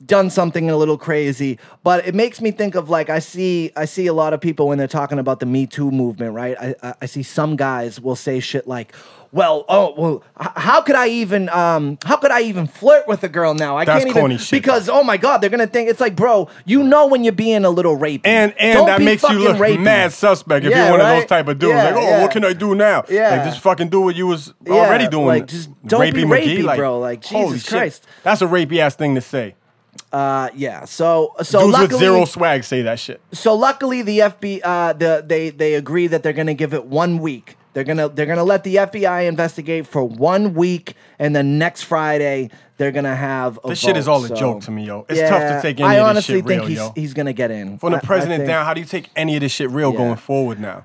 [SPEAKER 1] done something a little crazy. But it makes me think of like I see I see a lot of people when they're talking about the Me Too movement, right? I I, I see some guys will say shit like. Well, oh well. h- How could I even? Um, how could I even flirt with a girl now? I
[SPEAKER 2] That's
[SPEAKER 1] can't even
[SPEAKER 2] corny shit.
[SPEAKER 1] because oh my god, they're gonna think it's like, bro, you know when you're being a little rapey,
[SPEAKER 2] and and
[SPEAKER 1] Don't
[SPEAKER 2] that
[SPEAKER 1] be
[SPEAKER 2] makes you
[SPEAKER 1] fucking
[SPEAKER 2] look
[SPEAKER 1] rapey.
[SPEAKER 2] mad suspect if
[SPEAKER 1] Yeah,
[SPEAKER 2] you're one of
[SPEAKER 1] right?
[SPEAKER 2] those type of dudes.
[SPEAKER 1] Yeah,
[SPEAKER 2] like, oh,
[SPEAKER 1] yeah.
[SPEAKER 2] what can I do now?
[SPEAKER 1] Yeah.
[SPEAKER 2] like just fucking do what you was
[SPEAKER 1] Yeah,
[SPEAKER 2] already doing.
[SPEAKER 1] like, just don't be rapey, bro. Like,
[SPEAKER 2] holy
[SPEAKER 1] Jesus
[SPEAKER 2] shit.
[SPEAKER 1] Christ.
[SPEAKER 2] that's a rapey ass thing to say.
[SPEAKER 1] Uh, yeah. So so
[SPEAKER 2] Dudes
[SPEAKER 1] luckily,
[SPEAKER 2] with zero swag say that shit.
[SPEAKER 1] so luckily the FBI uh, the they they agree that they're gonna give it one week. They're gonna they're gonna let the FBI investigate for one week, and then next Friday they're gonna have. A
[SPEAKER 2] This shit is
[SPEAKER 1] vote,
[SPEAKER 2] all a
[SPEAKER 1] so-
[SPEAKER 2] joke to me, yo. It's tough to take any
[SPEAKER 1] I
[SPEAKER 2] of this
[SPEAKER 1] honestly
[SPEAKER 2] shit
[SPEAKER 1] think
[SPEAKER 2] real,
[SPEAKER 1] he's
[SPEAKER 2] yo.
[SPEAKER 1] he's gonna get in
[SPEAKER 2] From
[SPEAKER 1] I-
[SPEAKER 2] the
[SPEAKER 1] I
[SPEAKER 2] president
[SPEAKER 1] think-
[SPEAKER 2] down, how do you take any of this shit real
[SPEAKER 1] Yeah.
[SPEAKER 2] going forward now?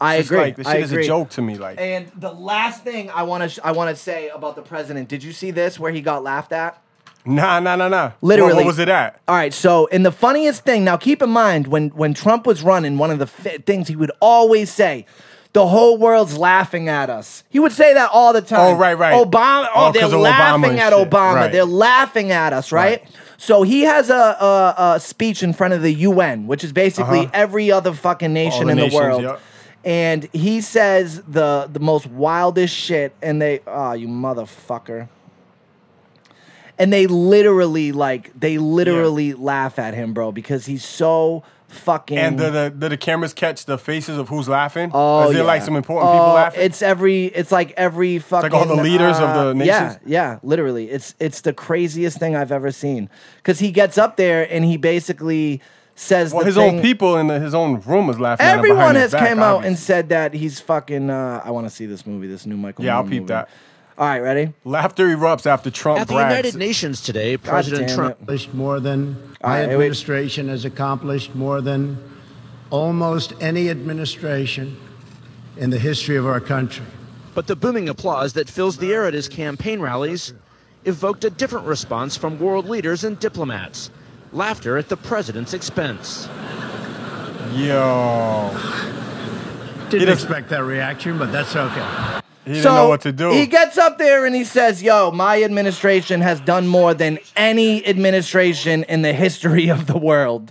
[SPEAKER 1] I
[SPEAKER 2] It's just
[SPEAKER 1] agree.
[SPEAKER 2] Like, this
[SPEAKER 1] I
[SPEAKER 2] shit is a
[SPEAKER 1] agree.
[SPEAKER 2] joke to me. Like,
[SPEAKER 1] And the last thing I want to sh- I want to say about the president. Did you see this where he got laughed at?
[SPEAKER 2] nah, nah, nah, nah.
[SPEAKER 1] Literally.
[SPEAKER 2] What, what was it at?
[SPEAKER 1] All right. So, and the funniest thing now, keep in mind when when Trump was running, one of the f- things he would always say. The whole world's laughing at us. He would say that all the time.
[SPEAKER 2] Oh, right, right.
[SPEAKER 1] Obama. Oh,
[SPEAKER 2] Oh,
[SPEAKER 1] they're
[SPEAKER 2] 'cause of Obama
[SPEAKER 1] laughing
[SPEAKER 2] and
[SPEAKER 1] at
[SPEAKER 2] shit.
[SPEAKER 1] Obama.
[SPEAKER 2] Right.
[SPEAKER 1] They're laughing at us, right?
[SPEAKER 2] Right.
[SPEAKER 1] So he has a, a, a speech in front of the UN, which is basically
[SPEAKER 2] Uh-huh.
[SPEAKER 1] every other fucking nation
[SPEAKER 2] the
[SPEAKER 1] in the
[SPEAKER 2] nations,
[SPEAKER 1] world.
[SPEAKER 2] yep.
[SPEAKER 1] And he says the the most wildest shit, and they, oh, you motherfucker and they literally like they literally laugh at him, bro, because he's so fucking.
[SPEAKER 2] And did the, did the cameras catch the faces of who's laughing?
[SPEAKER 1] Mm. oh,
[SPEAKER 2] is there
[SPEAKER 1] yeah.
[SPEAKER 2] like some important people
[SPEAKER 1] Oh,
[SPEAKER 2] laughing?
[SPEAKER 1] It's every. It's like every fucking.
[SPEAKER 2] all the leaders of the
[SPEAKER 1] Yeah,
[SPEAKER 2] nations?
[SPEAKER 1] yeah, literally. It's it's the craziest thing I've ever seen because he gets up there and he basically says
[SPEAKER 2] Well,
[SPEAKER 1] the
[SPEAKER 2] his
[SPEAKER 1] thing-
[SPEAKER 2] own people in the, his own room was laughing. at him behind
[SPEAKER 1] Everyone has
[SPEAKER 2] his back,
[SPEAKER 1] came out and
[SPEAKER 2] obviously.
[SPEAKER 1] said that he's fucking. Uh, I want to see this movie, this new Michael.
[SPEAKER 2] Yeah, I'll
[SPEAKER 1] Moore
[SPEAKER 2] peep
[SPEAKER 1] movie.
[SPEAKER 2] that.
[SPEAKER 1] All right, ready?
[SPEAKER 2] laughter erupts after Trump
[SPEAKER 3] At the
[SPEAKER 2] brags.
[SPEAKER 3] United Nations today, President
[SPEAKER 1] damn
[SPEAKER 3] Trump.
[SPEAKER 1] it.
[SPEAKER 4] accomplished more than
[SPEAKER 1] All right,
[SPEAKER 4] my
[SPEAKER 1] wait.
[SPEAKER 4] administration has accomplished more than almost any administration in the history of our country.
[SPEAKER 3] But the booming applause that fills the air at his campaign rallies evoked a different response from world leaders and diplomats. Laughter at the president's expense.
[SPEAKER 2] Yo,
[SPEAKER 4] Didn't
[SPEAKER 2] is-
[SPEAKER 4] expect that reaction, but that's okay.
[SPEAKER 2] he didn't know what to do.
[SPEAKER 1] He gets up there and he says, "Yo, my administration has done more than any administration in the history of the world."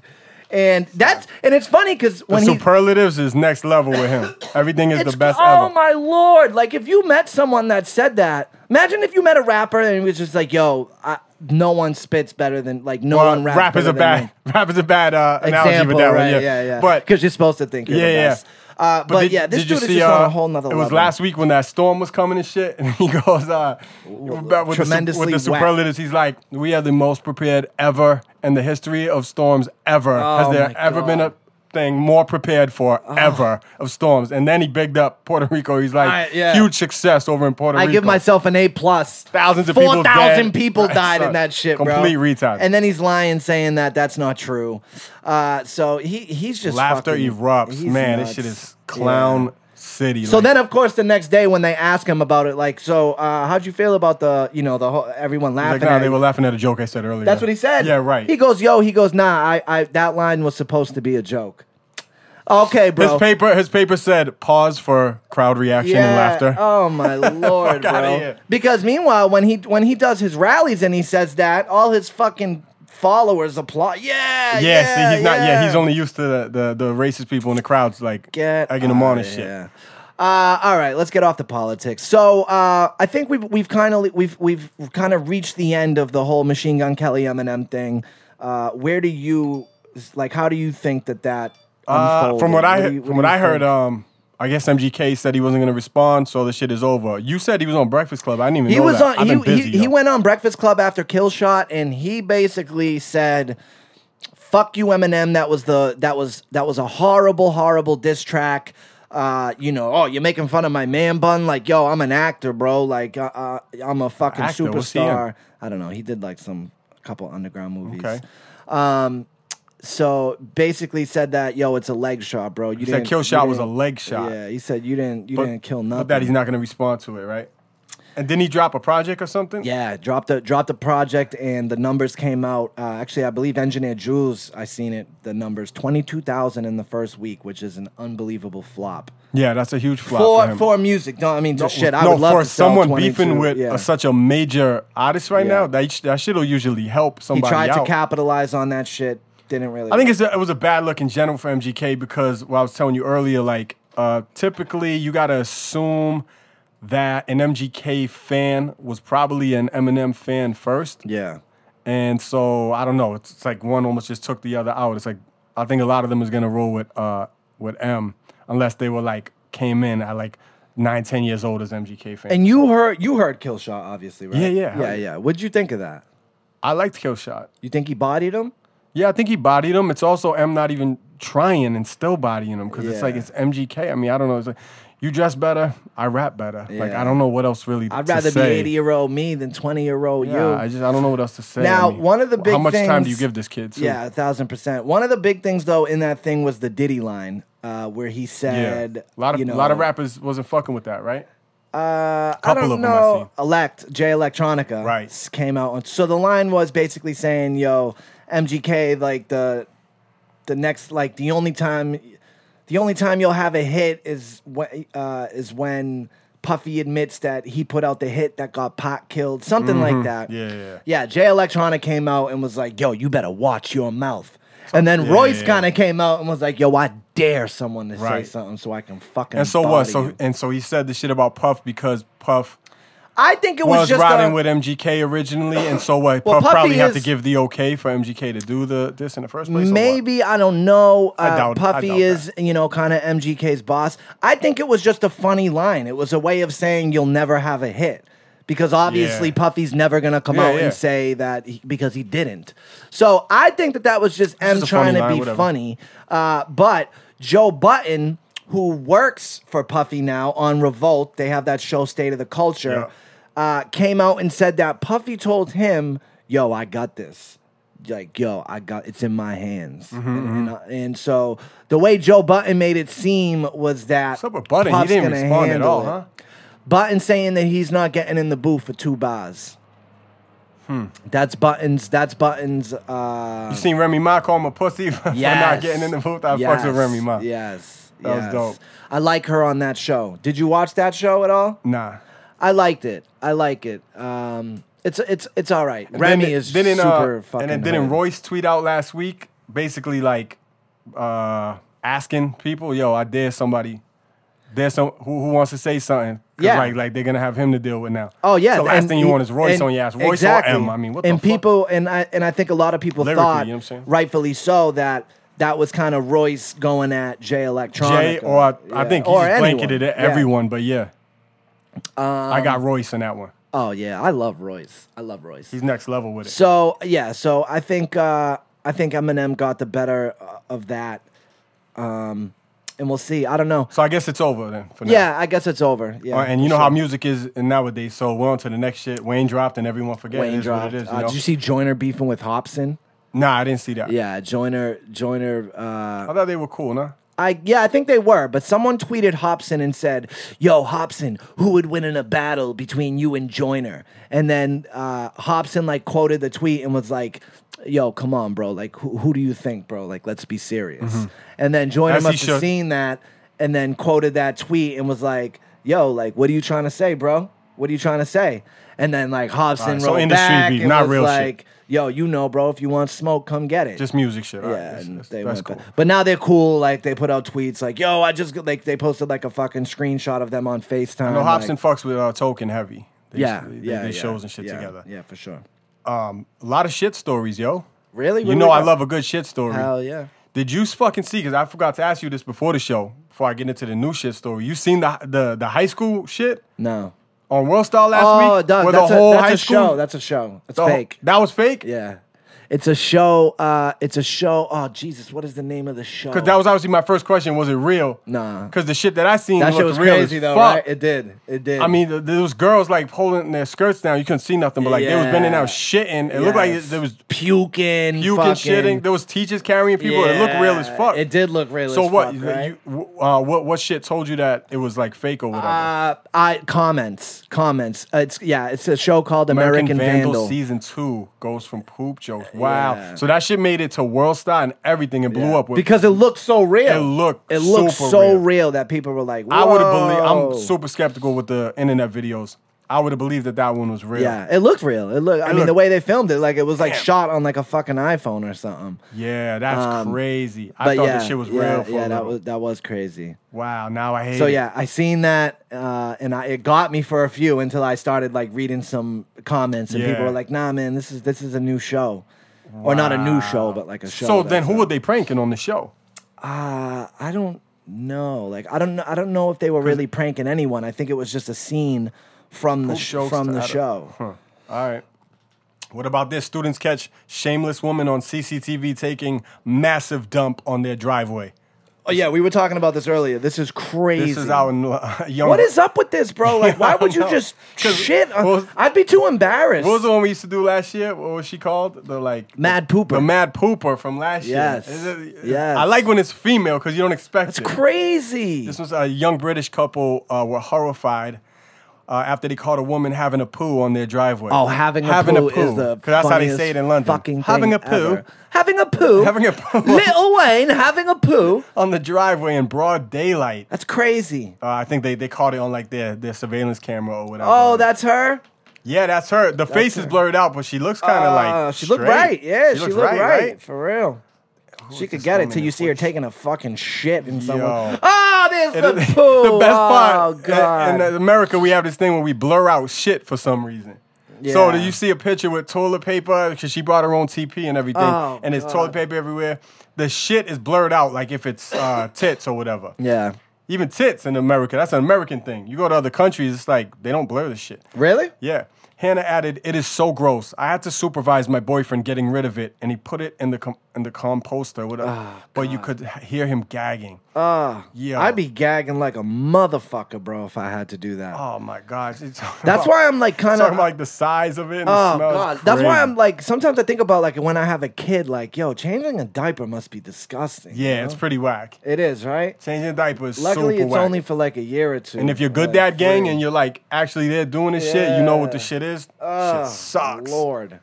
[SPEAKER 1] And that's and it's funny because
[SPEAKER 2] The
[SPEAKER 1] when he
[SPEAKER 2] superlatives is next level
[SPEAKER 1] (laughs)
[SPEAKER 2] with him. Everything is
[SPEAKER 1] it's,
[SPEAKER 2] the best
[SPEAKER 1] oh
[SPEAKER 2] ever.
[SPEAKER 1] my lord! Like if you met someone that said that, imagine if you met a rapper and he was just like, "Yo, I, no one spits better than like no
[SPEAKER 2] Well,
[SPEAKER 1] one raps."
[SPEAKER 2] rap is
[SPEAKER 1] better
[SPEAKER 2] a
[SPEAKER 1] than
[SPEAKER 2] (laughs) bad
[SPEAKER 1] me."
[SPEAKER 2] rap is a bad uh, analogy
[SPEAKER 1] example,
[SPEAKER 2] with that
[SPEAKER 1] right?
[SPEAKER 2] one.
[SPEAKER 1] yeah,
[SPEAKER 2] Yeah,
[SPEAKER 1] yeah,
[SPEAKER 2] But
[SPEAKER 1] because you're supposed to think you're
[SPEAKER 2] yeah,
[SPEAKER 1] the
[SPEAKER 2] yeah.
[SPEAKER 1] best. Uh, but,
[SPEAKER 2] did-
[SPEAKER 1] yeah, this
[SPEAKER 2] did you
[SPEAKER 1] dude is
[SPEAKER 2] see,
[SPEAKER 1] just on
[SPEAKER 2] uh,
[SPEAKER 1] a whole nother
[SPEAKER 2] It
[SPEAKER 1] level.
[SPEAKER 2] was last week when that storm was coming and shit, (laughs) and he goes, uh, about with, the, su-
[SPEAKER 1] Tremendously
[SPEAKER 2] with the
[SPEAKER 1] whack.
[SPEAKER 2] superlatives, he's like, "We are the most prepared ever in the history of storms ever.
[SPEAKER 1] Oh,
[SPEAKER 2] Has there
[SPEAKER 1] my
[SPEAKER 2] ever been a
[SPEAKER 1] God.
[SPEAKER 2] thing more prepared for ever of storms?" And then he bigged up Puerto Rico. He's like,
[SPEAKER 1] I- yeah.
[SPEAKER 2] "Huge success over in Puerto
[SPEAKER 1] I
[SPEAKER 2] Rico."
[SPEAKER 1] give myself an A plus.
[SPEAKER 2] Thousands of
[SPEAKER 1] Four
[SPEAKER 2] people
[SPEAKER 1] thousand
[SPEAKER 2] (laughs) dead.
[SPEAKER 1] people
[SPEAKER 2] Right,
[SPEAKER 1] died in
[SPEAKER 2] son.
[SPEAKER 1] that shit, bro.
[SPEAKER 2] Complete retard.
[SPEAKER 1] And then he's lying, saying that that's not true. Uh, so he he's just
[SPEAKER 2] laughter
[SPEAKER 1] fucking-
[SPEAKER 2] erupts.
[SPEAKER 1] he's
[SPEAKER 2] Man,
[SPEAKER 1] nuts.
[SPEAKER 2] this shit is
[SPEAKER 1] Yeah.
[SPEAKER 2] clown city.
[SPEAKER 1] So
[SPEAKER 2] like,
[SPEAKER 1] then, of course, the next day when they ask him about it, like, so uh, how'd you feel about the, you know, the whole everyone laughing?
[SPEAKER 2] Like, nah,
[SPEAKER 1] at
[SPEAKER 2] they
[SPEAKER 1] you?"
[SPEAKER 2] were laughing at a joke I said earlier.
[SPEAKER 1] That's what he said.
[SPEAKER 2] Yeah, right.
[SPEAKER 1] He goes, yo, he goes, nah, I, I, that line was supposed to be a joke. Okay, bro.
[SPEAKER 2] his paper, his paper said, "Pause for crowd reaction and laughter."
[SPEAKER 1] Oh my lord,
[SPEAKER 2] (laughs) Fuck outta
[SPEAKER 1] bro.
[SPEAKER 2] here.
[SPEAKER 1] Because meanwhile, when he when he does his rallies and he says that, all his fucking followers applaud. Yeah,
[SPEAKER 2] yeah,
[SPEAKER 1] yeah,
[SPEAKER 2] see, he's not.
[SPEAKER 1] Yeah.
[SPEAKER 2] Yeah, he's only used to the, the, the racist people in the crowds, like
[SPEAKER 1] get
[SPEAKER 2] egging him on
[SPEAKER 1] outta
[SPEAKER 2] and shit.
[SPEAKER 1] here. Uh, all right, let's get off the politics. So uh, I think we've we've kind of we've we've kind of reached the end of the whole Machine Gun Kelly Eminem thing. Uh, where do you like? How do you think that that
[SPEAKER 2] Uh,
[SPEAKER 1] unfolded?
[SPEAKER 2] from what I
[SPEAKER 1] do you-
[SPEAKER 2] from
[SPEAKER 1] do
[SPEAKER 2] what
[SPEAKER 1] you
[SPEAKER 2] I heard,
[SPEAKER 1] think?
[SPEAKER 2] um, I guess MGK said he wasn't gonna respond, so the shit is over. You said he was on Breakfast Club. I didn't even
[SPEAKER 1] he
[SPEAKER 2] know
[SPEAKER 1] was
[SPEAKER 2] that. I've
[SPEAKER 1] on.
[SPEAKER 2] been
[SPEAKER 1] He,
[SPEAKER 2] busy,
[SPEAKER 1] he, he
[SPEAKER 2] yo.
[SPEAKER 1] went on Breakfast Club after Kill Shot, and he basically said, "Fuck you, Eminem. That was the that was that was a horrible, horrible diss track." Uh, you know, oh, you're making fun of my man bun. Like, yo, I'm an actor, bro. Like, uh, uh, I'm a fucking
[SPEAKER 2] Actor? What's he in?
[SPEAKER 1] superstar. I don't know. He did like some couple underground movies.
[SPEAKER 2] Okay.
[SPEAKER 1] Um, so basically said that, yo, it's a leg shot, bro. You
[SPEAKER 2] He
[SPEAKER 1] didn't
[SPEAKER 2] said kill
[SPEAKER 1] you
[SPEAKER 2] shot was a
[SPEAKER 1] didn't-
[SPEAKER 2] leg shot.
[SPEAKER 1] Yeah, he said you didn't you didn't kill nothing.
[SPEAKER 2] But that he's not gonna respond to it, right? And didn't he drop a project or something?
[SPEAKER 1] Yeah, dropped a dropped a project, and the numbers came out. Uh, actually, I believe Engineer Jules, I seen it. The numbers twenty two thousand in the first week, which is an unbelievable flop
[SPEAKER 2] Yeah, that's a huge flop for
[SPEAKER 1] for
[SPEAKER 2] him.
[SPEAKER 1] for music. No, I mean, no, shit. I
[SPEAKER 2] no,
[SPEAKER 1] would love
[SPEAKER 2] for
[SPEAKER 1] to sell
[SPEAKER 2] someone
[SPEAKER 1] 22,
[SPEAKER 2] beefing with
[SPEAKER 1] yeah.
[SPEAKER 2] a- such a major artist right
[SPEAKER 1] Yeah.
[SPEAKER 2] now, that sh- that shit will usually help
[SPEAKER 1] He
[SPEAKER 2] somebody
[SPEAKER 1] tried to
[SPEAKER 2] out.
[SPEAKER 1] capitalize on that shit. Didn't really.
[SPEAKER 2] I think it's a, it was a bad look in general for MGK because what I was telling you earlier, like uh, typically you gotta assume that an MGK fan was probably an Eminem fan first,
[SPEAKER 1] yeah.
[SPEAKER 2] and so I don't know. It's, it's like one almost just took the other out. It's like I think a lot of them is gonna roll with uh, with M unless they were like came in at like nine, ten years old as MGK fans.
[SPEAKER 1] And you heard you heard Killshot, obviously, right?
[SPEAKER 2] Yeah, yeah,
[SPEAKER 1] yeah,
[SPEAKER 2] hell
[SPEAKER 1] yeah. What'd you think of that?
[SPEAKER 2] I liked Killshot.
[SPEAKER 1] You think he bodied him?
[SPEAKER 2] Yeah, I think he bodied him. It's also M not even trying and still bodying him because it's like
[SPEAKER 1] Yeah.
[SPEAKER 2] it's MGK. I mean, I don't know. It's like you dress better, I rap better. Like
[SPEAKER 1] Yeah.
[SPEAKER 2] I don't know what else really.
[SPEAKER 1] I'd
[SPEAKER 2] to
[SPEAKER 1] rather be
[SPEAKER 2] say.
[SPEAKER 1] eighty year old me than twenty year old you.
[SPEAKER 2] Yeah, I just I don't know what else to say. I
[SPEAKER 1] Now,
[SPEAKER 2] mean,
[SPEAKER 1] one of the big
[SPEAKER 2] how much time do you
[SPEAKER 1] things-
[SPEAKER 2] give this kid? too?
[SPEAKER 1] Yeah, a thousand percent. One of the big things though in that thing was the Diddy line, uh, where he
[SPEAKER 2] yeah.
[SPEAKER 1] said,
[SPEAKER 2] A lot of
[SPEAKER 1] you know,
[SPEAKER 2] a lot of rappers wasn't fucking with that, right?
[SPEAKER 1] Uh,
[SPEAKER 2] Couple
[SPEAKER 1] I don't
[SPEAKER 2] of 'em I
[SPEAKER 1] know.
[SPEAKER 2] seen.
[SPEAKER 1] Elect Jay Electronica,
[SPEAKER 2] Right.
[SPEAKER 1] s- came out. on- So the line was basically saying, "Yo, MGK, like the the next, like the only time, the only time you'll have a hit is when uh, is when." Puffy admits that he put out the hit that got pot killed, something like that.
[SPEAKER 2] Mm-hmm. Yeah, yeah, yeah.
[SPEAKER 1] Yeah, Jay Electronica came out and was like, yo, you better watch your mouth. And then Royce
[SPEAKER 2] yeah, yeah.
[SPEAKER 1] kind of came out and was like, yo, I dare someone to
[SPEAKER 2] Right.
[SPEAKER 1] say something so I can fucking.
[SPEAKER 2] And so what?
[SPEAKER 1] body
[SPEAKER 2] So
[SPEAKER 1] you."
[SPEAKER 2] and so he said the shit about Puff because Puff
[SPEAKER 1] I think it was,
[SPEAKER 2] was
[SPEAKER 1] just
[SPEAKER 2] riding
[SPEAKER 1] a-
[SPEAKER 2] with MGK originally, and so what?
[SPEAKER 1] Well,
[SPEAKER 2] Puff probably
[SPEAKER 1] Puffy
[SPEAKER 2] have to
[SPEAKER 1] is-
[SPEAKER 2] give the okay for MGK to do the this in the first place. or what?
[SPEAKER 1] Maybe I don't know. Uh,
[SPEAKER 2] doubt- I
[SPEAKER 1] Puffy
[SPEAKER 2] doubt
[SPEAKER 1] is, you know, kind of MGK's boss. I think it was just a funny line. It was a way of saying you'll never have a hit because obviously
[SPEAKER 2] Yeah.
[SPEAKER 1] Puffy's never gonna come
[SPEAKER 2] Yeah,
[SPEAKER 1] out
[SPEAKER 2] yeah.
[SPEAKER 1] and say that he, because he didn't. So I think that that was just M
[SPEAKER 2] just a
[SPEAKER 1] trying
[SPEAKER 2] funny
[SPEAKER 1] to
[SPEAKER 2] line,
[SPEAKER 1] be
[SPEAKER 2] whatever.
[SPEAKER 1] funny. Uh, but Joe Button, who works for Puffy now on Revolt, they have that show State of the Culture. Uh, came out and said that Puffy told him, "Yo, I got this." like, yo, I got it's in my hands.
[SPEAKER 2] Mm-hmm,
[SPEAKER 1] and, and, uh, and so the way Joe Button made it seem was that
[SPEAKER 2] What's up with Button?
[SPEAKER 1] Puff's
[SPEAKER 2] he didn't
[SPEAKER 1] gonna
[SPEAKER 2] respond at
[SPEAKER 1] handle
[SPEAKER 2] all,
[SPEAKER 1] it.
[SPEAKER 2] huh?
[SPEAKER 1] Button saying that he's not getting in the booth for two bars.
[SPEAKER 2] Hmm.
[SPEAKER 1] That's Button's. That's Button's. Uh,
[SPEAKER 2] You seen Remy Ma call him a pussy (laughs) for
[SPEAKER 1] yes.
[SPEAKER 2] not getting in the booth? I
[SPEAKER 1] yes.
[SPEAKER 2] fucks with Remy Ma.
[SPEAKER 1] Yes.
[SPEAKER 2] That was
[SPEAKER 1] yes.
[SPEAKER 2] dope.
[SPEAKER 1] I like her on that show. Did you watch that show at all?
[SPEAKER 2] Nah.
[SPEAKER 1] I liked it. I like it. Um, it's it's it's all right.
[SPEAKER 2] Then
[SPEAKER 1] Remy
[SPEAKER 2] it-
[SPEAKER 1] is
[SPEAKER 2] then in, uh,
[SPEAKER 1] super fucking.
[SPEAKER 2] And then didn't
[SPEAKER 1] hard.
[SPEAKER 2] Royce tweet out last week basically like uh, asking people, "Yo, I dare somebody." There's some who, who wants to say something. 'Cause,
[SPEAKER 1] Yeah.
[SPEAKER 2] like like they're gonna have him to deal with now.
[SPEAKER 1] Oh yeah.
[SPEAKER 2] So last thing you
[SPEAKER 1] he-
[SPEAKER 2] want is Royce
[SPEAKER 1] and-
[SPEAKER 2] on your ass. Royce
[SPEAKER 1] exactly.
[SPEAKER 2] or M. I mean, what the
[SPEAKER 1] and
[SPEAKER 2] fuck?
[SPEAKER 1] people and I and I think a lot of people
[SPEAKER 2] Lyrically,
[SPEAKER 1] thought,
[SPEAKER 2] you know what I'm saying?
[SPEAKER 1] rightfully so, that that was kind of Royce going at Jay
[SPEAKER 2] Jay
[SPEAKER 1] Electronic.
[SPEAKER 2] or I, I think he
[SPEAKER 1] or
[SPEAKER 2] just blanketed
[SPEAKER 1] anyone. Um,
[SPEAKER 2] it everyone, but yeah. I got Royce in that one.
[SPEAKER 1] Oh yeah, I love Royce. I love Royce.
[SPEAKER 2] He's next level with it.
[SPEAKER 1] So yeah, so I think uh, I think Eminem got the better uh, of that, um, and we'll see. I don't know.
[SPEAKER 2] So I guess it's over then for now.
[SPEAKER 1] Yeah, I guess it's over. Yeah,
[SPEAKER 2] Uh, and you
[SPEAKER 1] for
[SPEAKER 2] know
[SPEAKER 1] sure.
[SPEAKER 2] how music is nowadays. So we're on to the next shit. Wayne dropped and everyone forget.
[SPEAKER 1] Wayne
[SPEAKER 2] it is
[SPEAKER 1] dropped.
[SPEAKER 2] what it is. You
[SPEAKER 1] uh,
[SPEAKER 2] know?
[SPEAKER 1] did you see Joyner beefing with Hobson?
[SPEAKER 2] nah, I didn't see that.
[SPEAKER 1] Yeah, Joyner. Joyner. Uh,
[SPEAKER 2] I thought they were cool, nah.
[SPEAKER 1] I yeah, I think they were, but someone tweeted Hobson and said, "Yo, Hobson, who would win in a battle between you and Joyner?" And then uh, Hobson like quoted the tweet and was like, "Yo, come on, bro. Like, who, who do you think, bro? Like, let's be serious." And then Joyner
[SPEAKER 2] Mm-hmm. As he
[SPEAKER 1] must have
[SPEAKER 2] should.
[SPEAKER 1] seen that and then quoted that tweet and was like, "Yo, like, what are you trying to say, bro? What are you trying to say?" And then like Hobson
[SPEAKER 2] Alright, so
[SPEAKER 1] wrote
[SPEAKER 2] industry
[SPEAKER 1] back
[SPEAKER 2] beef,
[SPEAKER 1] and
[SPEAKER 2] not
[SPEAKER 1] was
[SPEAKER 2] real shit.
[SPEAKER 1] like, "Yo, you know, bro. If you want smoke, come get it."
[SPEAKER 2] Just music shit. All right,
[SPEAKER 1] Yeah,
[SPEAKER 2] that's-
[SPEAKER 1] and
[SPEAKER 2] that's-
[SPEAKER 1] they
[SPEAKER 2] that's
[SPEAKER 1] went
[SPEAKER 2] cool.
[SPEAKER 1] back. But now they're cool. Like they put out tweets like, "Yo, I just like they posted like a fucking screenshot of them on Facetime."
[SPEAKER 2] No, Hobson
[SPEAKER 1] like,
[SPEAKER 2] fucks with uh, Token heavy. They,
[SPEAKER 1] yeah,
[SPEAKER 2] they,
[SPEAKER 1] yeah,
[SPEAKER 2] they
[SPEAKER 1] yeah,
[SPEAKER 2] shows and shit
[SPEAKER 1] yeah,
[SPEAKER 2] together.
[SPEAKER 1] Yeah, for sure.
[SPEAKER 2] A lot of shit stories, yo.
[SPEAKER 1] Really? What
[SPEAKER 2] You
[SPEAKER 1] do
[SPEAKER 2] know
[SPEAKER 1] we
[SPEAKER 2] I
[SPEAKER 1] got?
[SPEAKER 2] love a good shit story.
[SPEAKER 1] (laughs) Hell yeah.
[SPEAKER 2] Did you fucking see? Because I forgot to ask you this before the show. Before I get into the new shit story, you seen the the, the high school shit
[SPEAKER 1] No.
[SPEAKER 2] on World Star last
[SPEAKER 1] oh,
[SPEAKER 2] week?
[SPEAKER 1] dog,
[SPEAKER 2] Where
[SPEAKER 1] that's,
[SPEAKER 2] the whole
[SPEAKER 1] a, that's
[SPEAKER 2] high
[SPEAKER 1] a
[SPEAKER 2] school
[SPEAKER 1] show. That's a show. That's
[SPEAKER 2] the whole-
[SPEAKER 1] fake.
[SPEAKER 2] that was fake.
[SPEAKER 1] yeah, it's a show. Uh, it's a show. Oh Jesus, what is the name of the show?
[SPEAKER 2] Because that was obviously my first question. Was it real?
[SPEAKER 1] Nah.
[SPEAKER 2] Because the shit that I seen
[SPEAKER 1] that
[SPEAKER 2] looked
[SPEAKER 1] shit was
[SPEAKER 2] real
[SPEAKER 1] crazy
[SPEAKER 2] as
[SPEAKER 1] though,
[SPEAKER 2] fuck.
[SPEAKER 1] right? It did. It did.
[SPEAKER 2] I mean, th- there was girls like holding their skirts down. You couldn't see nothing, but like they was bending
[SPEAKER 1] Yeah.
[SPEAKER 2] down, shitting. It looked like
[SPEAKER 1] Yes.
[SPEAKER 2] there was
[SPEAKER 1] puking,
[SPEAKER 2] puking,
[SPEAKER 1] fucking-
[SPEAKER 2] shitting. There was teachers carrying people. It looked real as
[SPEAKER 1] Yeah,
[SPEAKER 2] fuck.
[SPEAKER 1] It did look real
[SPEAKER 2] So
[SPEAKER 1] as
[SPEAKER 2] what?
[SPEAKER 1] fuck. right?
[SPEAKER 2] you, w- uh, what? What shit told you that it was like fake or whatever?
[SPEAKER 1] Uh, I comments, comments. Uh, it's yeah, it's a show called American, Vandal.
[SPEAKER 2] season two goes from poop jokes. Wow!
[SPEAKER 1] Yeah.
[SPEAKER 2] So that shit made it to World Star and everything, and blew
[SPEAKER 1] Yeah.
[SPEAKER 2] up. With,
[SPEAKER 1] because it looked so real.
[SPEAKER 2] It looked
[SPEAKER 1] it looked
[SPEAKER 2] super
[SPEAKER 1] so
[SPEAKER 2] real.
[SPEAKER 1] real. that people were like,
[SPEAKER 2] I would have believed.
[SPEAKER 1] "Whoa."
[SPEAKER 2] I'm super skeptical with the internet videos. I would have believed that that one was real.
[SPEAKER 1] Yeah, it looked real. It looked. I
[SPEAKER 2] It
[SPEAKER 1] mean, the
[SPEAKER 2] looked-
[SPEAKER 1] way they filmed it, like it was like
[SPEAKER 2] Damn.
[SPEAKER 1] shot on like a fucking iPhone or something.
[SPEAKER 2] Yeah, that's
[SPEAKER 1] Um,
[SPEAKER 2] crazy. I
[SPEAKER 1] But
[SPEAKER 2] thought
[SPEAKER 1] yeah,
[SPEAKER 2] the shit was
[SPEAKER 1] yeah,
[SPEAKER 2] real. For
[SPEAKER 1] yeah,
[SPEAKER 2] a
[SPEAKER 1] that
[SPEAKER 2] little.
[SPEAKER 1] was that was crazy.
[SPEAKER 2] wow. Now I hate.
[SPEAKER 1] So
[SPEAKER 2] it.
[SPEAKER 1] yeah, I seen that, uh, and I it got me for a few until I started like reading some comments, and people
[SPEAKER 2] Yeah.
[SPEAKER 1] were like, "Nah, man, this is this is a new show, or not a new show, but like a show."
[SPEAKER 2] So then,
[SPEAKER 1] that's
[SPEAKER 2] who
[SPEAKER 1] out."
[SPEAKER 2] were they pranking on the show?
[SPEAKER 1] Uh, I don't know. Like I don't know. I don't know if they were really pranking anyone. I think it was just a scene from the
[SPEAKER 2] Poop
[SPEAKER 1] sh-
[SPEAKER 2] jokes
[SPEAKER 1] from
[SPEAKER 2] to
[SPEAKER 1] the
[SPEAKER 2] Adam.
[SPEAKER 1] show.
[SPEAKER 2] All right. What about this? Students catch shameless woman on CCTV taking massive dump on their driveway.
[SPEAKER 1] Oh yeah, we were talking about this earlier. This is crazy.
[SPEAKER 2] This is out in uh, (laughs) Young.
[SPEAKER 1] what is up with this, bro?
[SPEAKER 2] (laughs)
[SPEAKER 1] Like, why
[SPEAKER 2] I
[SPEAKER 1] would you
[SPEAKER 2] know.
[SPEAKER 1] just
[SPEAKER 2] 'Cause
[SPEAKER 1] shit? On,
[SPEAKER 2] what was-
[SPEAKER 1] I'd be too embarrassed.
[SPEAKER 2] What was the one we used to do last year? What was she called? The like
[SPEAKER 1] Mad
[SPEAKER 2] the-
[SPEAKER 1] Pooper.
[SPEAKER 2] The Mad Pooper from last
[SPEAKER 1] Yes.
[SPEAKER 2] year. Is it-
[SPEAKER 1] Yes.
[SPEAKER 2] I like when it's female because you don't expect
[SPEAKER 1] That's
[SPEAKER 2] it.
[SPEAKER 1] crazy.
[SPEAKER 2] This was a young British couple uh, were horrified uh, after they caught a woman having a poo on their driveway.
[SPEAKER 1] Oh, having a poo, is the
[SPEAKER 2] 'Cause that's how they
[SPEAKER 1] funniest
[SPEAKER 2] say it in London.
[SPEAKER 1] Fucking
[SPEAKER 2] having
[SPEAKER 1] thing
[SPEAKER 2] a poo
[SPEAKER 1] ever. having a poo,
[SPEAKER 2] Having a poo.
[SPEAKER 1] Little Wayne having a poo.
[SPEAKER 2] on the driveway in broad daylight.
[SPEAKER 1] That's crazy.
[SPEAKER 2] Uh, I think they, they caught it on like their, their surveillance camera or whatever.
[SPEAKER 1] Oh, that's her.
[SPEAKER 2] yeah, that's her. The face is blurred out, but she looks kind of
[SPEAKER 1] Uh,
[SPEAKER 2] like
[SPEAKER 1] she looked
[SPEAKER 2] straight.
[SPEAKER 1] right. Yeah, she,
[SPEAKER 2] looks
[SPEAKER 1] looked right, for real. she
[SPEAKER 2] is
[SPEAKER 1] could
[SPEAKER 2] this
[SPEAKER 1] get it
[SPEAKER 2] woman
[SPEAKER 1] till you
[SPEAKER 2] that
[SPEAKER 1] see her
[SPEAKER 2] works?
[SPEAKER 1] taking a fucking shit in someone.
[SPEAKER 2] Yo.
[SPEAKER 1] Oh, there's
[SPEAKER 2] And
[SPEAKER 1] the poo.
[SPEAKER 2] (laughs) the best part,
[SPEAKER 1] Oh god.
[SPEAKER 2] In, in America, we have this thing where we blur out shit for some reason. So
[SPEAKER 1] Yeah.
[SPEAKER 2] do you see a picture with toilet paper because she brought her own TP and everything,
[SPEAKER 1] Oh,
[SPEAKER 2] and there's
[SPEAKER 1] God.
[SPEAKER 2] toilet paper everywhere. The shit is blurred out, like if
[SPEAKER 1] (laughs)
[SPEAKER 2] it's uh, tits or whatever.
[SPEAKER 1] yeah.
[SPEAKER 2] Even tits in America, that's an American thing. You go to other countries, it's like they don't blur the shit.
[SPEAKER 1] Really?
[SPEAKER 2] Yeah. Hannah added, "It is so gross. I had to supervise my boyfriend getting rid of it, and he put it in the com- in the composter. Whatever.
[SPEAKER 1] Ah,
[SPEAKER 2] but you could h- hear him gagging. yeah.
[SPEAKER 1] I'd Ah, be gagging like a motherfucker, bro, if I had to do that.
[SPEAKER 2] Oh my gosh. It's talking
[SPEAKER 1] That's
[SPEAKER 2] about-
[SPEAKER 1] why I'm like kind of
[SPEAKER 2] talking about like the size of it. And the
[SPEAKER 1] Oh
[SPEAKER 2] smell. It's
[SPEAKER 1] god, that's why
[SPEAKER 2] crazy.
[SPEAKER 1] I'm like. Sometimes I think about like when I have a kid, like yo, changing a diaper must be disgusting. you
[SPEAKER 2] Yeah,
[SPEAKER 1] know?
[SPEAKER 2] it's pretty whack.
[SPEAKER 1] it is right.
[SPEAKER 2] Changing diapers.
[SPEAKER 1] Luckily,
[SPEAKER 2] super
[SPEAKER 1] it's
[SPEAKER 2] whack.
[SPEAKER 1] only for like a year or two.
[SPEAKER 2] And if you're good
[SPEAKER 1] like,
[SPEAKER 2] that gang
[SPEAKER 1] free.
[SPEAKER 2] and you're like actually there doing this shit, you know what the
[SPEAKER 1] Yeah.
[SPEAKER 2] shit is.
[SPEAKER 1] Oh,
[SPEAKER 2] shit sucks.
[SPEAKER 1] Lord,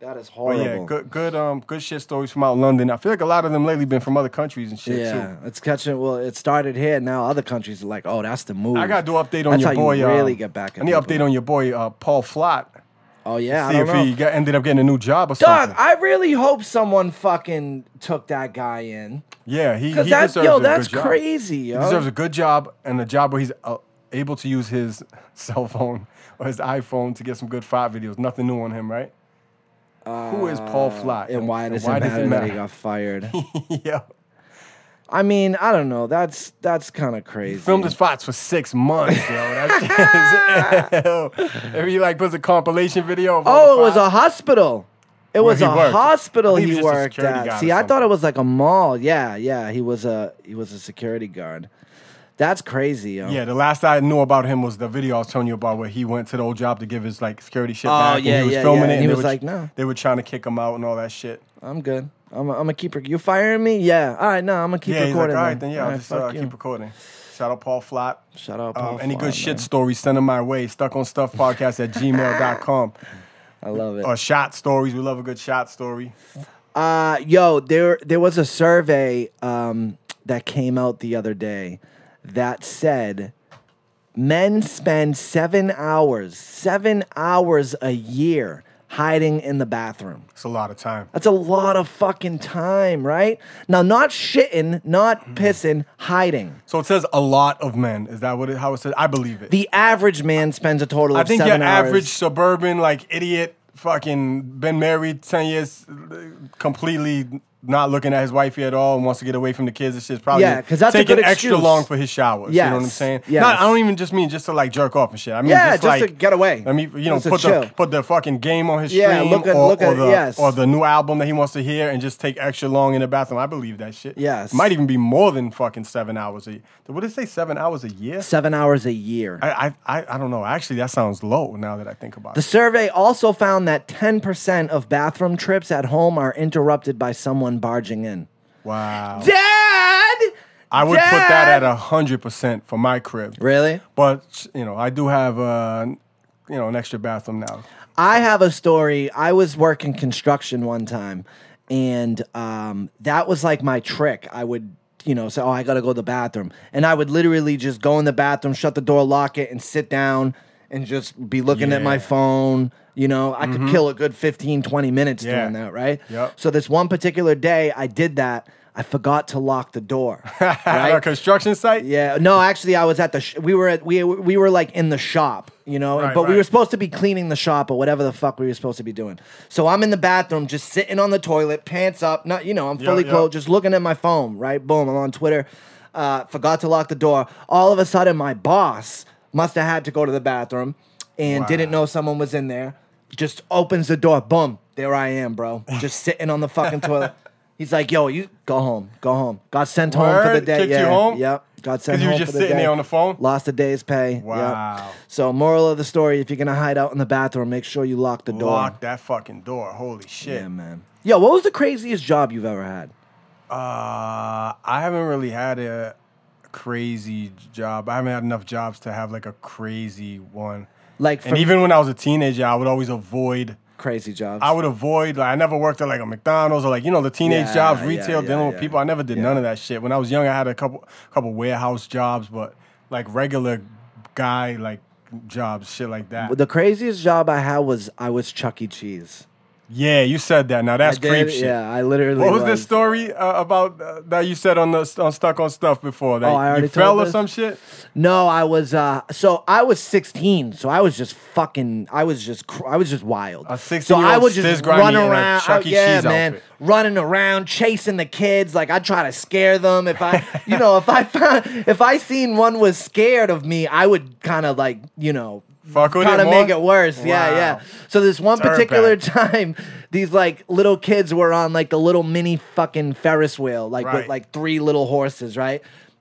[SPEAKER 1] that is
[SPEAKER 2] But
[SPEAKER 1] horrible.
[SPEAKER 2] yeah, good, good, um, good shit stories from out London. I feel like a lot of them lately been from other countries and shit
[SPEAKER 1] Yeah,
[SPEAKER 2] too.
[SPEAKER 1] it's catching. Well, it started here. Now other countries are like, "Oh, that's the move."
[SPEAKER 2] I gotta do update on
[SPEAKER 1] That's
[SPEAKER 2] your
[SPEAKER 1] how
[SPEAKER 2] boy.
[SPEAKER 1] You
[SPEAKER 2] uh,
[SPEAKER 1] really get back.
[SPEAKER 2] I need
[SPEAKER 1] people.
[SPEAKER 2] update on your boy uh, Paul Flott.
[SPEAKER 1] Oh yeah,
[SPEAKER 2] See
[SPEAKER 1] I don't
[SPEAKER 2] if
[SPEAKER 1] know.
[SPEAKER 2] he got, ended up getting a new job or
[SPEAKER 1] Dog,
[SPEAKER 2] something.
[SPEAKER 1] I really hope someone fucking took that guy in.
[SPEAKER 2] yeah, he, he
[SPEAKER 1] Because
[SPEAKER 2] deserves
[SPEAKER 1] that's yo,
[SPEAKER 2] a
[SPEAKER 1] that's
[SPEAKER 2] good job.
[SPEAKER 1] crazy, yo.
[SPEAKER 2] He deserves a good job and a job where he's uh, able to use his (laughs) cell phone or his iPhone to get some good fight videos. Nothing new on him, right? Who is Paul Fly?
[SPEAKER 1] Uh, and why does it matter that he got fired?
[SPEAKER 2] (laughs) yeah.
[SPEAKER 1] I mean, I don't know. That's that's kind of crazy.
[SPEAKER 2] Filmed his fights for six months, yo. That shit is (laughs) ill. If he like puts a compilation video of all
[SPEAKER 1] oh,
[SPEAKER 2] the
[SPEAKER 1] it was a
[SPEAKER 2] fights-
[SPEAKER 1] hospital. It was
[SPEAKER 2] he
[SPEAKER 1] a
[SPEAKER 2] worked.
[SPEAKER 1] hospital
[SPEAKER 2] He was
[SPEAKER 1] he,
[SPEAKER 2] just a
[SPEAKER 1] worked
[SPEAKER 2] security
[SPEAKER 1] at.
[SPEAKER 2] guy or
[SPEAKER 1] See, I thought
[SPEAKER 2] something.
[SPEAKER 1] it was like a mall. Yeah, yeah. He was a he was a security guard. That's crazy, yo.
[SPEAKER 2] Yeah, the last I knew about him was the video I was telling you about where he went to the old job to give his like security shit
[SPEAKER 1] Oh,
[SPEAKER 2] back
[SPEAKER 1] yeah,
[SPEAKER 2] and he was
[SPEAKER 1] yeah,
[SPEAKER 2] filming
[SPEAKER 1] yeah.
[SPEAKER 2] it
[SPEAKER 1] And he
[SPEAKER 2] they
[SPEAKER 1] was
[SPEAKER 2] were-
[SPEAKER 1] like, "No."
[SPEAKER 2] They were trying to kick him out and all that shit.
[SPEAKER 1] I'm good. I'm a, I'm a keeper. You firing me? Yeah. All right. No, I'm gonna keep
[SPEAKER 2] yeah, he's like, all
[SPEAKER 1] recording.
[SPEAKER 2] right, then yeah,
[SPEAKER 1] All
[SPEAKER 2] I'll
[SPEAKER 1] right,
[SPEAKER 2] just uh,
[SPEAKER 1] fuck you.
[SPEAKER 2] keep recording. Shout out Paul Flop.
[SPEAKER 1] Shout out
[SPEAKER 2] Um,
[SPEAKER 1] Paul
[SPEAKER 2] any
[SPEAKER 1] Fly,
[SPEAKER 2] good shit
[SPEAKER 1] man.
[SPEAKER 2] stories, send them my way. Stuck on stuff podcast at
[SPEAKER 1] (laughs)
[SPEAKER 2] gmail.com.
[SPEAKER 1] I love it.
[SPEAKER 2] Or Uh, shot stories. We love a good shot story.
[SPEAKER 1] Uh, yo, there there was a survey um, that came out the other day that said men spend seven hours, seven hours a year hiding in the bathroom.
[SPEAKER 2] It's a lot of time.
[SPEAKER 1] That's a lot of fucking time, right? Now, not shitting,
[SPEAKER 2] Mm-hmm.
[SPEAKER 1] not pissing, hiding.
[SPEAKER 2] So it says a lot of men. Is that what it, how it says? I believe it.
[SPEAKER 1] The average man spends a total
[SPEAKER 2] I
[SPEAKER 1] of
[SPEAKER 2] think your
[SPEAKER 1] seven hours.
[SPEAKER 2] average suburban like idiot fucking been married 10 years completely not looking at his wifey at all and wants to get away from the kids and shit's probably
[SPEAKER 1] Yeah, 'cause that's a
[SPEAKER 2] taking
[SPEAKER 1] good
[SPEAKER 2] extra
[SPEAKER 1] excuse.
[SPEAKER 2] long for his showers. You know what I'm
[SPEAKER 1] Yes,
[SPEAKER 2] saying?
[SPEAKER 1] yes.
[SPEAKER 2] Not, I don't even just mean just to like jerk off and shit. I mean
[SPEAKER 1] Yeah,
[SPEAKER 2] just,
[SPEAKER 1] just
[SPEAKER 2] like,
[SPEAKER 1] to get away.
[SPEAKER 2] I mean, you know,
[SPEAKER 1] Just to
[SPEAKER 2] put
[SPEAKER 1] chill.
[SPEAKER 2] the put the fucking game on his
[SPEAKER 1] Yeah,
[SPEAKER 2] stream
[SPEAKER 1] look at-
[SPEAKER 2] or,
[SPEAKER 1] look
[SPEAKER 2] or
[SPEAKER 1] at-
[SPEAKER 2] the
[SPEAKER 1] yes.
[SPEAKER 2] or the new album that he wants to hear and just take extra long in the bathroom. I believe that shit.
[SPEAKER 1] Yes.
[SPEAKER 2] Might even be more than fucking seven hours a What did it say? Seven hours a year?
[SPEAKER 1] seven hours a year.
[SPEAKER 2] I, I I- I don't know. Actually, that sounds low now that I think about
[SPEAKER 1] The
[SPEAKER 2] it.
[SPEAKER 1] survey also found that 10% of bathroom trips at home are interrupted by someone barging in.
[SPEAKER 2] Wow.
[SPEAKER 1] Dad!
[SPEAKER 2] I would put that
[SPEAKER 1] Dad!
[SPEAKER 2] at a hundred percent for my crib.
[SPEAKER 1] Really?
[SPEAKER 2] But you know, I do have uh you know an extra bathroom now. (laughs)
[SPEAKER 1] I have a story. I was working construction one time, and um, that was like my trick. I would, you know, say, "Oh, I gotta go to the bathroom," and I would literally just go in the bathroom, shut the door, lock it, and sit down and just be looking at my
[SPEAKER 2] Yeah. Mm-hmm.
[SPEAKER 1] phone. You know, I could kill a good 15, 20 minutes
[SPEAKER 2] Yeah.
[SPEAKER 1] doing that, right?
[SPEAKER 2] Yep.
[SPEAKER 1] So this one particular day, I did that. I forgot to lock the
[SPEAKER 2] (laughs)
[SPEAKER 1] door.
[SPEAKER 2] At a construction site.
[SPEAKER 1] Yeah, no, actually, I was at the. Sh- we were at we we were like in the shop, you know,
[SPEAKER 2] Right,
[SPEAKER 1] but we
[SPEAKER 2] right.
[SPEAKER 1] were supposed to be cleaning the shop or whatever the fuck we were supposed to be doing. So I'm in the bathroom, just sitting on the toilet, pants up, not you know, I'm
[SPEAKER 2] Yeah,
[SPEAKER 1] fully
[SPEAKER 2] yeah.
[SPEAKER 1] clothed, just looking at my phone. Right, boom, I'm on Twitter. Uh, forgot to lock the door. All of a sudden, my boss must have had to go to the bathroom and
[SPEAKER 2] Wow.
[SPEAKER 1] didn't know someone was in there. Just opens the door, boom, there I am, bro, just sitting on the fucking
[SPEAKER 2] (laughs)
[SPEAKER 1] toilet. He's like, "Yo, you go home, go home." Got sent home for the
[SPEAKER 2] Word?
[SPEAKER 1] day.
[SPEAKER 2] Kicked you
[SPEAKER 1] yeah,
[SPEAKER 2] home?
[SPEAKER 1] yep. Got sent
[SPEAKER 2] 'Cause you were
[SPEAKER 1] home
[SPEAKER 2] just
[SPEAKER 1] for the
[SPEAKER 2] sitting
[SPEAKER 1] day.
[SPEAKER 2] there on the phone?
[SPEAKER 1] Lost a day's pay. Yep.
[SPEAKER 2] Wow.
[SPEAKER 1] So, moral of the story: if you're gonna hide out in the bathroom, make sure you lock the door.
[SPEAKER 2] Lock that fucking door. Holy shit.
[SPEAKER 1] Yeah, man. Yo, what was the craziest job you've ever had?
[SPEAKER 2] Uh, I haven't really had a crazy job. I haven't had enough jobs to have like a crazy one.
[SPEAKER 1] Like
[SPEAKER 2] and
[SPEAKER 1] for-
[SPEAKER 2] even when I was a teenager, I would always avoid
[SPEAKER 1] Crazy jobs.
[SPEAKER 2] I would avoid like I never worked at like a McDonald's or like you know the teenage
[SPEAKER 1] Yeah,
[SPEAKER 2] jobs,
[SPEAKER 1] yeah,
[SPEAKER 2] retail,
[SPEAKER 1] yeah,
[SPEAKER 2] dealing
[SPEAKER 1] yeah.
[SPEAKER 2] with people. I never did
[SPEAKER 1] Yeah.
[SPEAKER 2] none of that shit. When I was young, I had a couple couple warehouse jobs, but like regular guy like jobs, shit like that.
[SPEAKER 1] the craziest job I had was I was Chuck E. Cheese.
[SPEAKER 2] yeah, you said that. Now
[SPEAKER 1] I
[SPEAKER 2] that's
[SPEAKER 1] did-
[SPEAKER 2] creep shit.
[SPEAKER 1] Yeah, I literally.
[SPEAKER 2] What was
[SPEAKER 1] was
[SPEAKER 2] the story uh, about uh, that you said on the on stuck on stuff before? That
[SPEAKER 1] Oh, I already
[SPEAKER 2] you fell
[SPEAKER 1] told
[SPEAKER 2] or
[SPEAKER 1] this?
[SPEAKER 2] some shit.
[SPEAKER 1] No, I was uh so I was 16, so I was just fucking I was just cr- I was just wild. so
[SPEAKER 2] A
[SPEAKER 1] I
[SPEAKER 2] 16-year-old
[SPEAKER 1] would just
[SPEAKER 2] Stiz
[SPEAKER 1] run
[SPEAKER 2] Grimy in a
[SPEAKER 1] around oh,
[SPEAKER 2] Chuck E.
[SPEAKER 1] yeah,
[SPEAKER 2] Cheese
[SPEAKER 1] man,
[SPEAKER 2] outfit.
[SPEAKER 1] running around chasing the kids like I'd try to scare them if I you know, if I found if I seen one was scared of me, I would kind of like, you know,
[SPEAKER 2] Fuck with
[SPEAKER 1] kind
[SPEAKER 2] it
[SPEAKER 1] of
[SPEAKER 2] more?
[SPEAKER 1] make it worse. Yeah,
[SPEAKER 2] Wow.
[SPEAKER 1] yeah. So this one
[SPEAKER 2] Dirtbag.
[SPEAKER 1] particular time these like little kids were on like the little mini fucking Ferris wheel like with
[SPEAKER 2] Right.
[SPEAKER 1] like three little horses, right?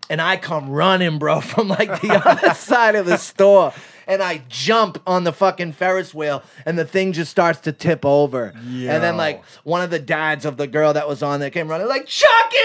[SPEAKER 1] And I come running, bro, (laughs) from like the
[SPEAKER 2] (laughs)
[SPEAKER 1] other side of the store. And I jump on the fucking Ferris wheel and the thing just starts to tip over. And then
[SPEAKER 2] Yo.
[SPEAKER 1] like one of the dads of the girl that was on there came running like Chucky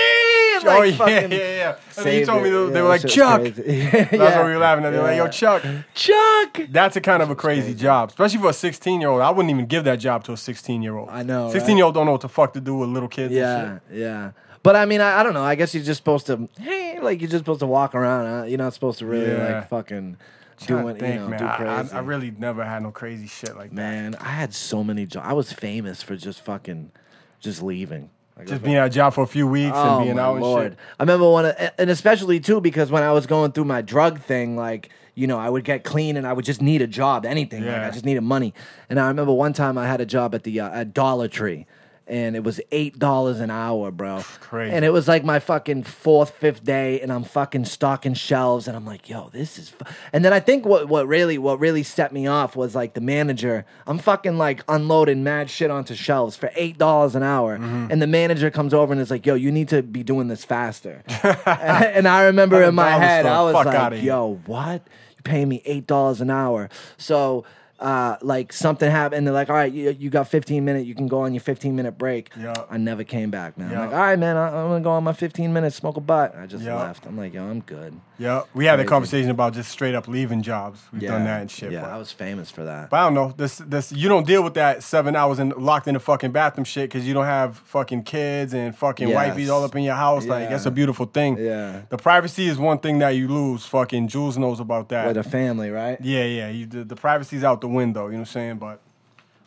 [SPEAKER 1] and, like,
[SPEAKER 2] oh yeah, yeah,
[SPEAKER 1] fucking
[SPEAKER 2] yeah. And then you
[SPEAKER 1] saved
[SPEAKER 2] told me
[SPEAKER 1] it.
[SPEAKER 2] they,
[SPEAKER 1] Yeah,
[SPEAKER 2] they were like
[SPEAKER 1] shit was
[SPEAKER 2] Chuck.
[SPEAKER 1] crazy. (laughs)
[SPEAKER 2] That's
[SPEAKER 1] Yeah.
[SPEAKER 2] why we were laughing at. They were like, "Yo, Chuck,
[SPEAKER 1] Chuck.
[SPEAKER 2] That's a kind of a crazy, job, especially for a 16 year old. I wouldn't even give that job to a 16 year old.
[SPEAKER 1] I know,
[SPEAKER 2] 16 year old don't know what the fuck to do with little kids. And
[SPEAKER 1] Yeah,
[SPEAKER 2] shit.
[SPEAKER 1] yeah. But I mean, I, I don't know. I guess you're just supposed to, hey, like you're just supposed to walk around. Huh? You're not supposed to really
[SPEAKER 2] Yeah.
[SPEAKER 1] like fucking
[SPEAKER 2] Trying to
[SPEAKER 1] doing, you
[SPEAKER 2] think,
[SPEAKER 1] know,
[SPEAKER 2] man.
[SPEAKER 1] do
[SPEAKER 2] I-
[SPEAKER 1] crazy.
[SPEAKER 2] I, I really never had no crazy shit like that.
[SPEAKER 1] man, I had so many jobs. I was famous for just fucking, just leaving. Like,
[SPEAKER 2] Just being out of job for a few weeks
[SPEAKER 1] Oh
[SPEAKER 2] and being
[SPEAKER 1] my
[SPEAKER 2] out and
[SPEAKER 1] lord!
[SPEAKER 2] shit.
[SPEAKER 1] I remember one, of- and especially too because when I was going through my drug thing, like you know, I would get clean and I would just need a job, anything. Like
[SPEAKER 2] Yeah.
[SPEAKER 1] I just needed money. And I remember one time I had a job at the uh, at Dollar Tree, and it was eight dollars an hour, bro.
[SPEAKER 2] Crazy.
[SPEAKER 1] And it was like my fucking fourth, fifth day, and I'm fucking stocking shelves, and I'm like, yo, this is. Fu-. And then I think what what really what really set me off was like the manager. I'm fucking like unloading mad shit onto shelves for eight dollars an hour,
[SPEAKER 2] Mm-hmm.
[SPEAKER 1] and the manager comes over and is like, yo, you need to be doing this
[SPEAKER 2] (laughs)
[SPEAKER 1] faster. and I remember in my
[SPEAKER 2] Dollar
[SPEAKER 1] head,
[SPEAKER 2] store,
[SPEAKER 1] I was
[SPEAKER 2] fuck
[SPEAKER 1] like,
[SPEAKER 2] outta here.
[SPEAKER 1] yo, yo, what? You're paying me eight dollars an hour. So uh, like something happened, and they're like, all right, you, you got 15 minutes, you can go on your 15 minute break.
[SPEAKER 2] Yeah.
[SPEAKER 1] I never came back, man.
[SPEAKER 2] Yeah.
[SPEAKER 1] I'm like, all right, man, I, am gonna go on my 15 minutes, smoke a butt. I just
[SPEAKER 2] Yeah.
[SPEAKER 1] left. I'm like, yo, I'm good.
[SPEAKER 2] Yeah, we had a
[SPEAKER 1] Crazy.
[SPEAKER 2] conversation about just straight up leaving jobs. We've done that and shit.
[SPEAKER 1] Yeah,
[SPEAKER 2] but-
[SPEAKER 1] I was famous for that.
[SPEAKER 2] But I don't know. This, this, you don't deal with that seven hours in locked in the fucking bathroom shit because you don't have fucking kids and fucking
[SPEAKER 1] Yes.
[SPEAKER 2] wifeys all up in your house. Like
[SPEAKER 1] Yeah.
[SPEAKER 2] that's a beautiful thing.
[SPEAKER 1] Yeah.
[SPEAKER 2] The privacy is one thing that you lose. Fucking Jules knows about that.
[SPEAKER 1] With a family, right?
[SPEAKER 2] yeah, yeah. You, the, the privacy's out the window. You know what I'm saying? But all you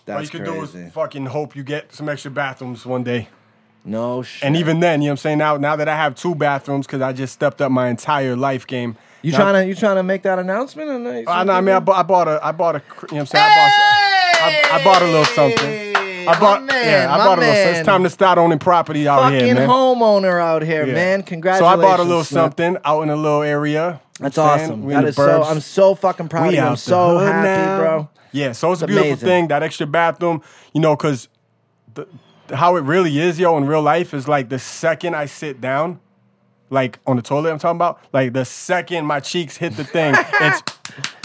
[SPEAKER 1] That's
[SPEAKER 2] can do
[SPEAKER 1] crazy.
[SPEAKER 2] is fucking hope you get some extra bathrooms one day.
[SPEAKER 1] no shit.
[SPEAKER 2] And even then, you know what I'm saying? Now, now that I have two bathrooms because I just stepped up my entire life game.
[SPEAKER 1] you
[SPEAKER 2] now,
[SPEAKER 1] trying to you trying to make that announcement? Or no?
[SPEAKER 2] I, know, I mean, I bought, I bought a, I bought a, cr- you know what I'm saying? I bought, I, I bought a little something. I bought, yeah, I bought a little. It's time to start owning property out
[SPEAKER 1] fucking
[SPEAKER 2] here, man.
[SPEAKER 1] homeowner out here,
[SPEAKER 2] Yeah.
[SPEAKER 1] man.
[SPEAKER 2] So
[SPEAKER 1] Congratulations.
[SPEAKER 2] I bought a little
[SPEAKER 1] man.
[SPEAKER 2] something out in a little area. You
[SPEAKER 1] That's
[SPEAKER 2] know what I'm saying?
[SPEAKER 1] awesome.
[SPEAKER 2] We in
[SPEAKER 1] That
[SPEAKER 2] the
[SPEAKER 1] is so.
[SPEAKER 2] burbs.
[SPEAKER 1] I'm so fucking proud
[SPEAKER 2] We
[SPEAKER 1] of you.
[SPEAKER 2] out
[SPEAKER 1] I'm
[SPEAKER 2] the
[SPEAKER 1] so
[SPEAKER 2] hood
[SPEAKER 1] happy,
[SPEAKER 2] now.
[SPEAKER 1] bro.
[SPEAKER 2] Yeah, so it's, a
[SPEAKER 1] It's
[SPEAKER 2] beautiful
[SPEAKER 1] amazing.
[SPEAKER 2] thing that extra bathroom. You know, because the, how it really is, yo, in real life is like the second I sit down, like on the toilet, I'm talking about, like the second my cheeks hit
[SPEAKER 1] (laughs)
[SPEAKER 2] the thing, it's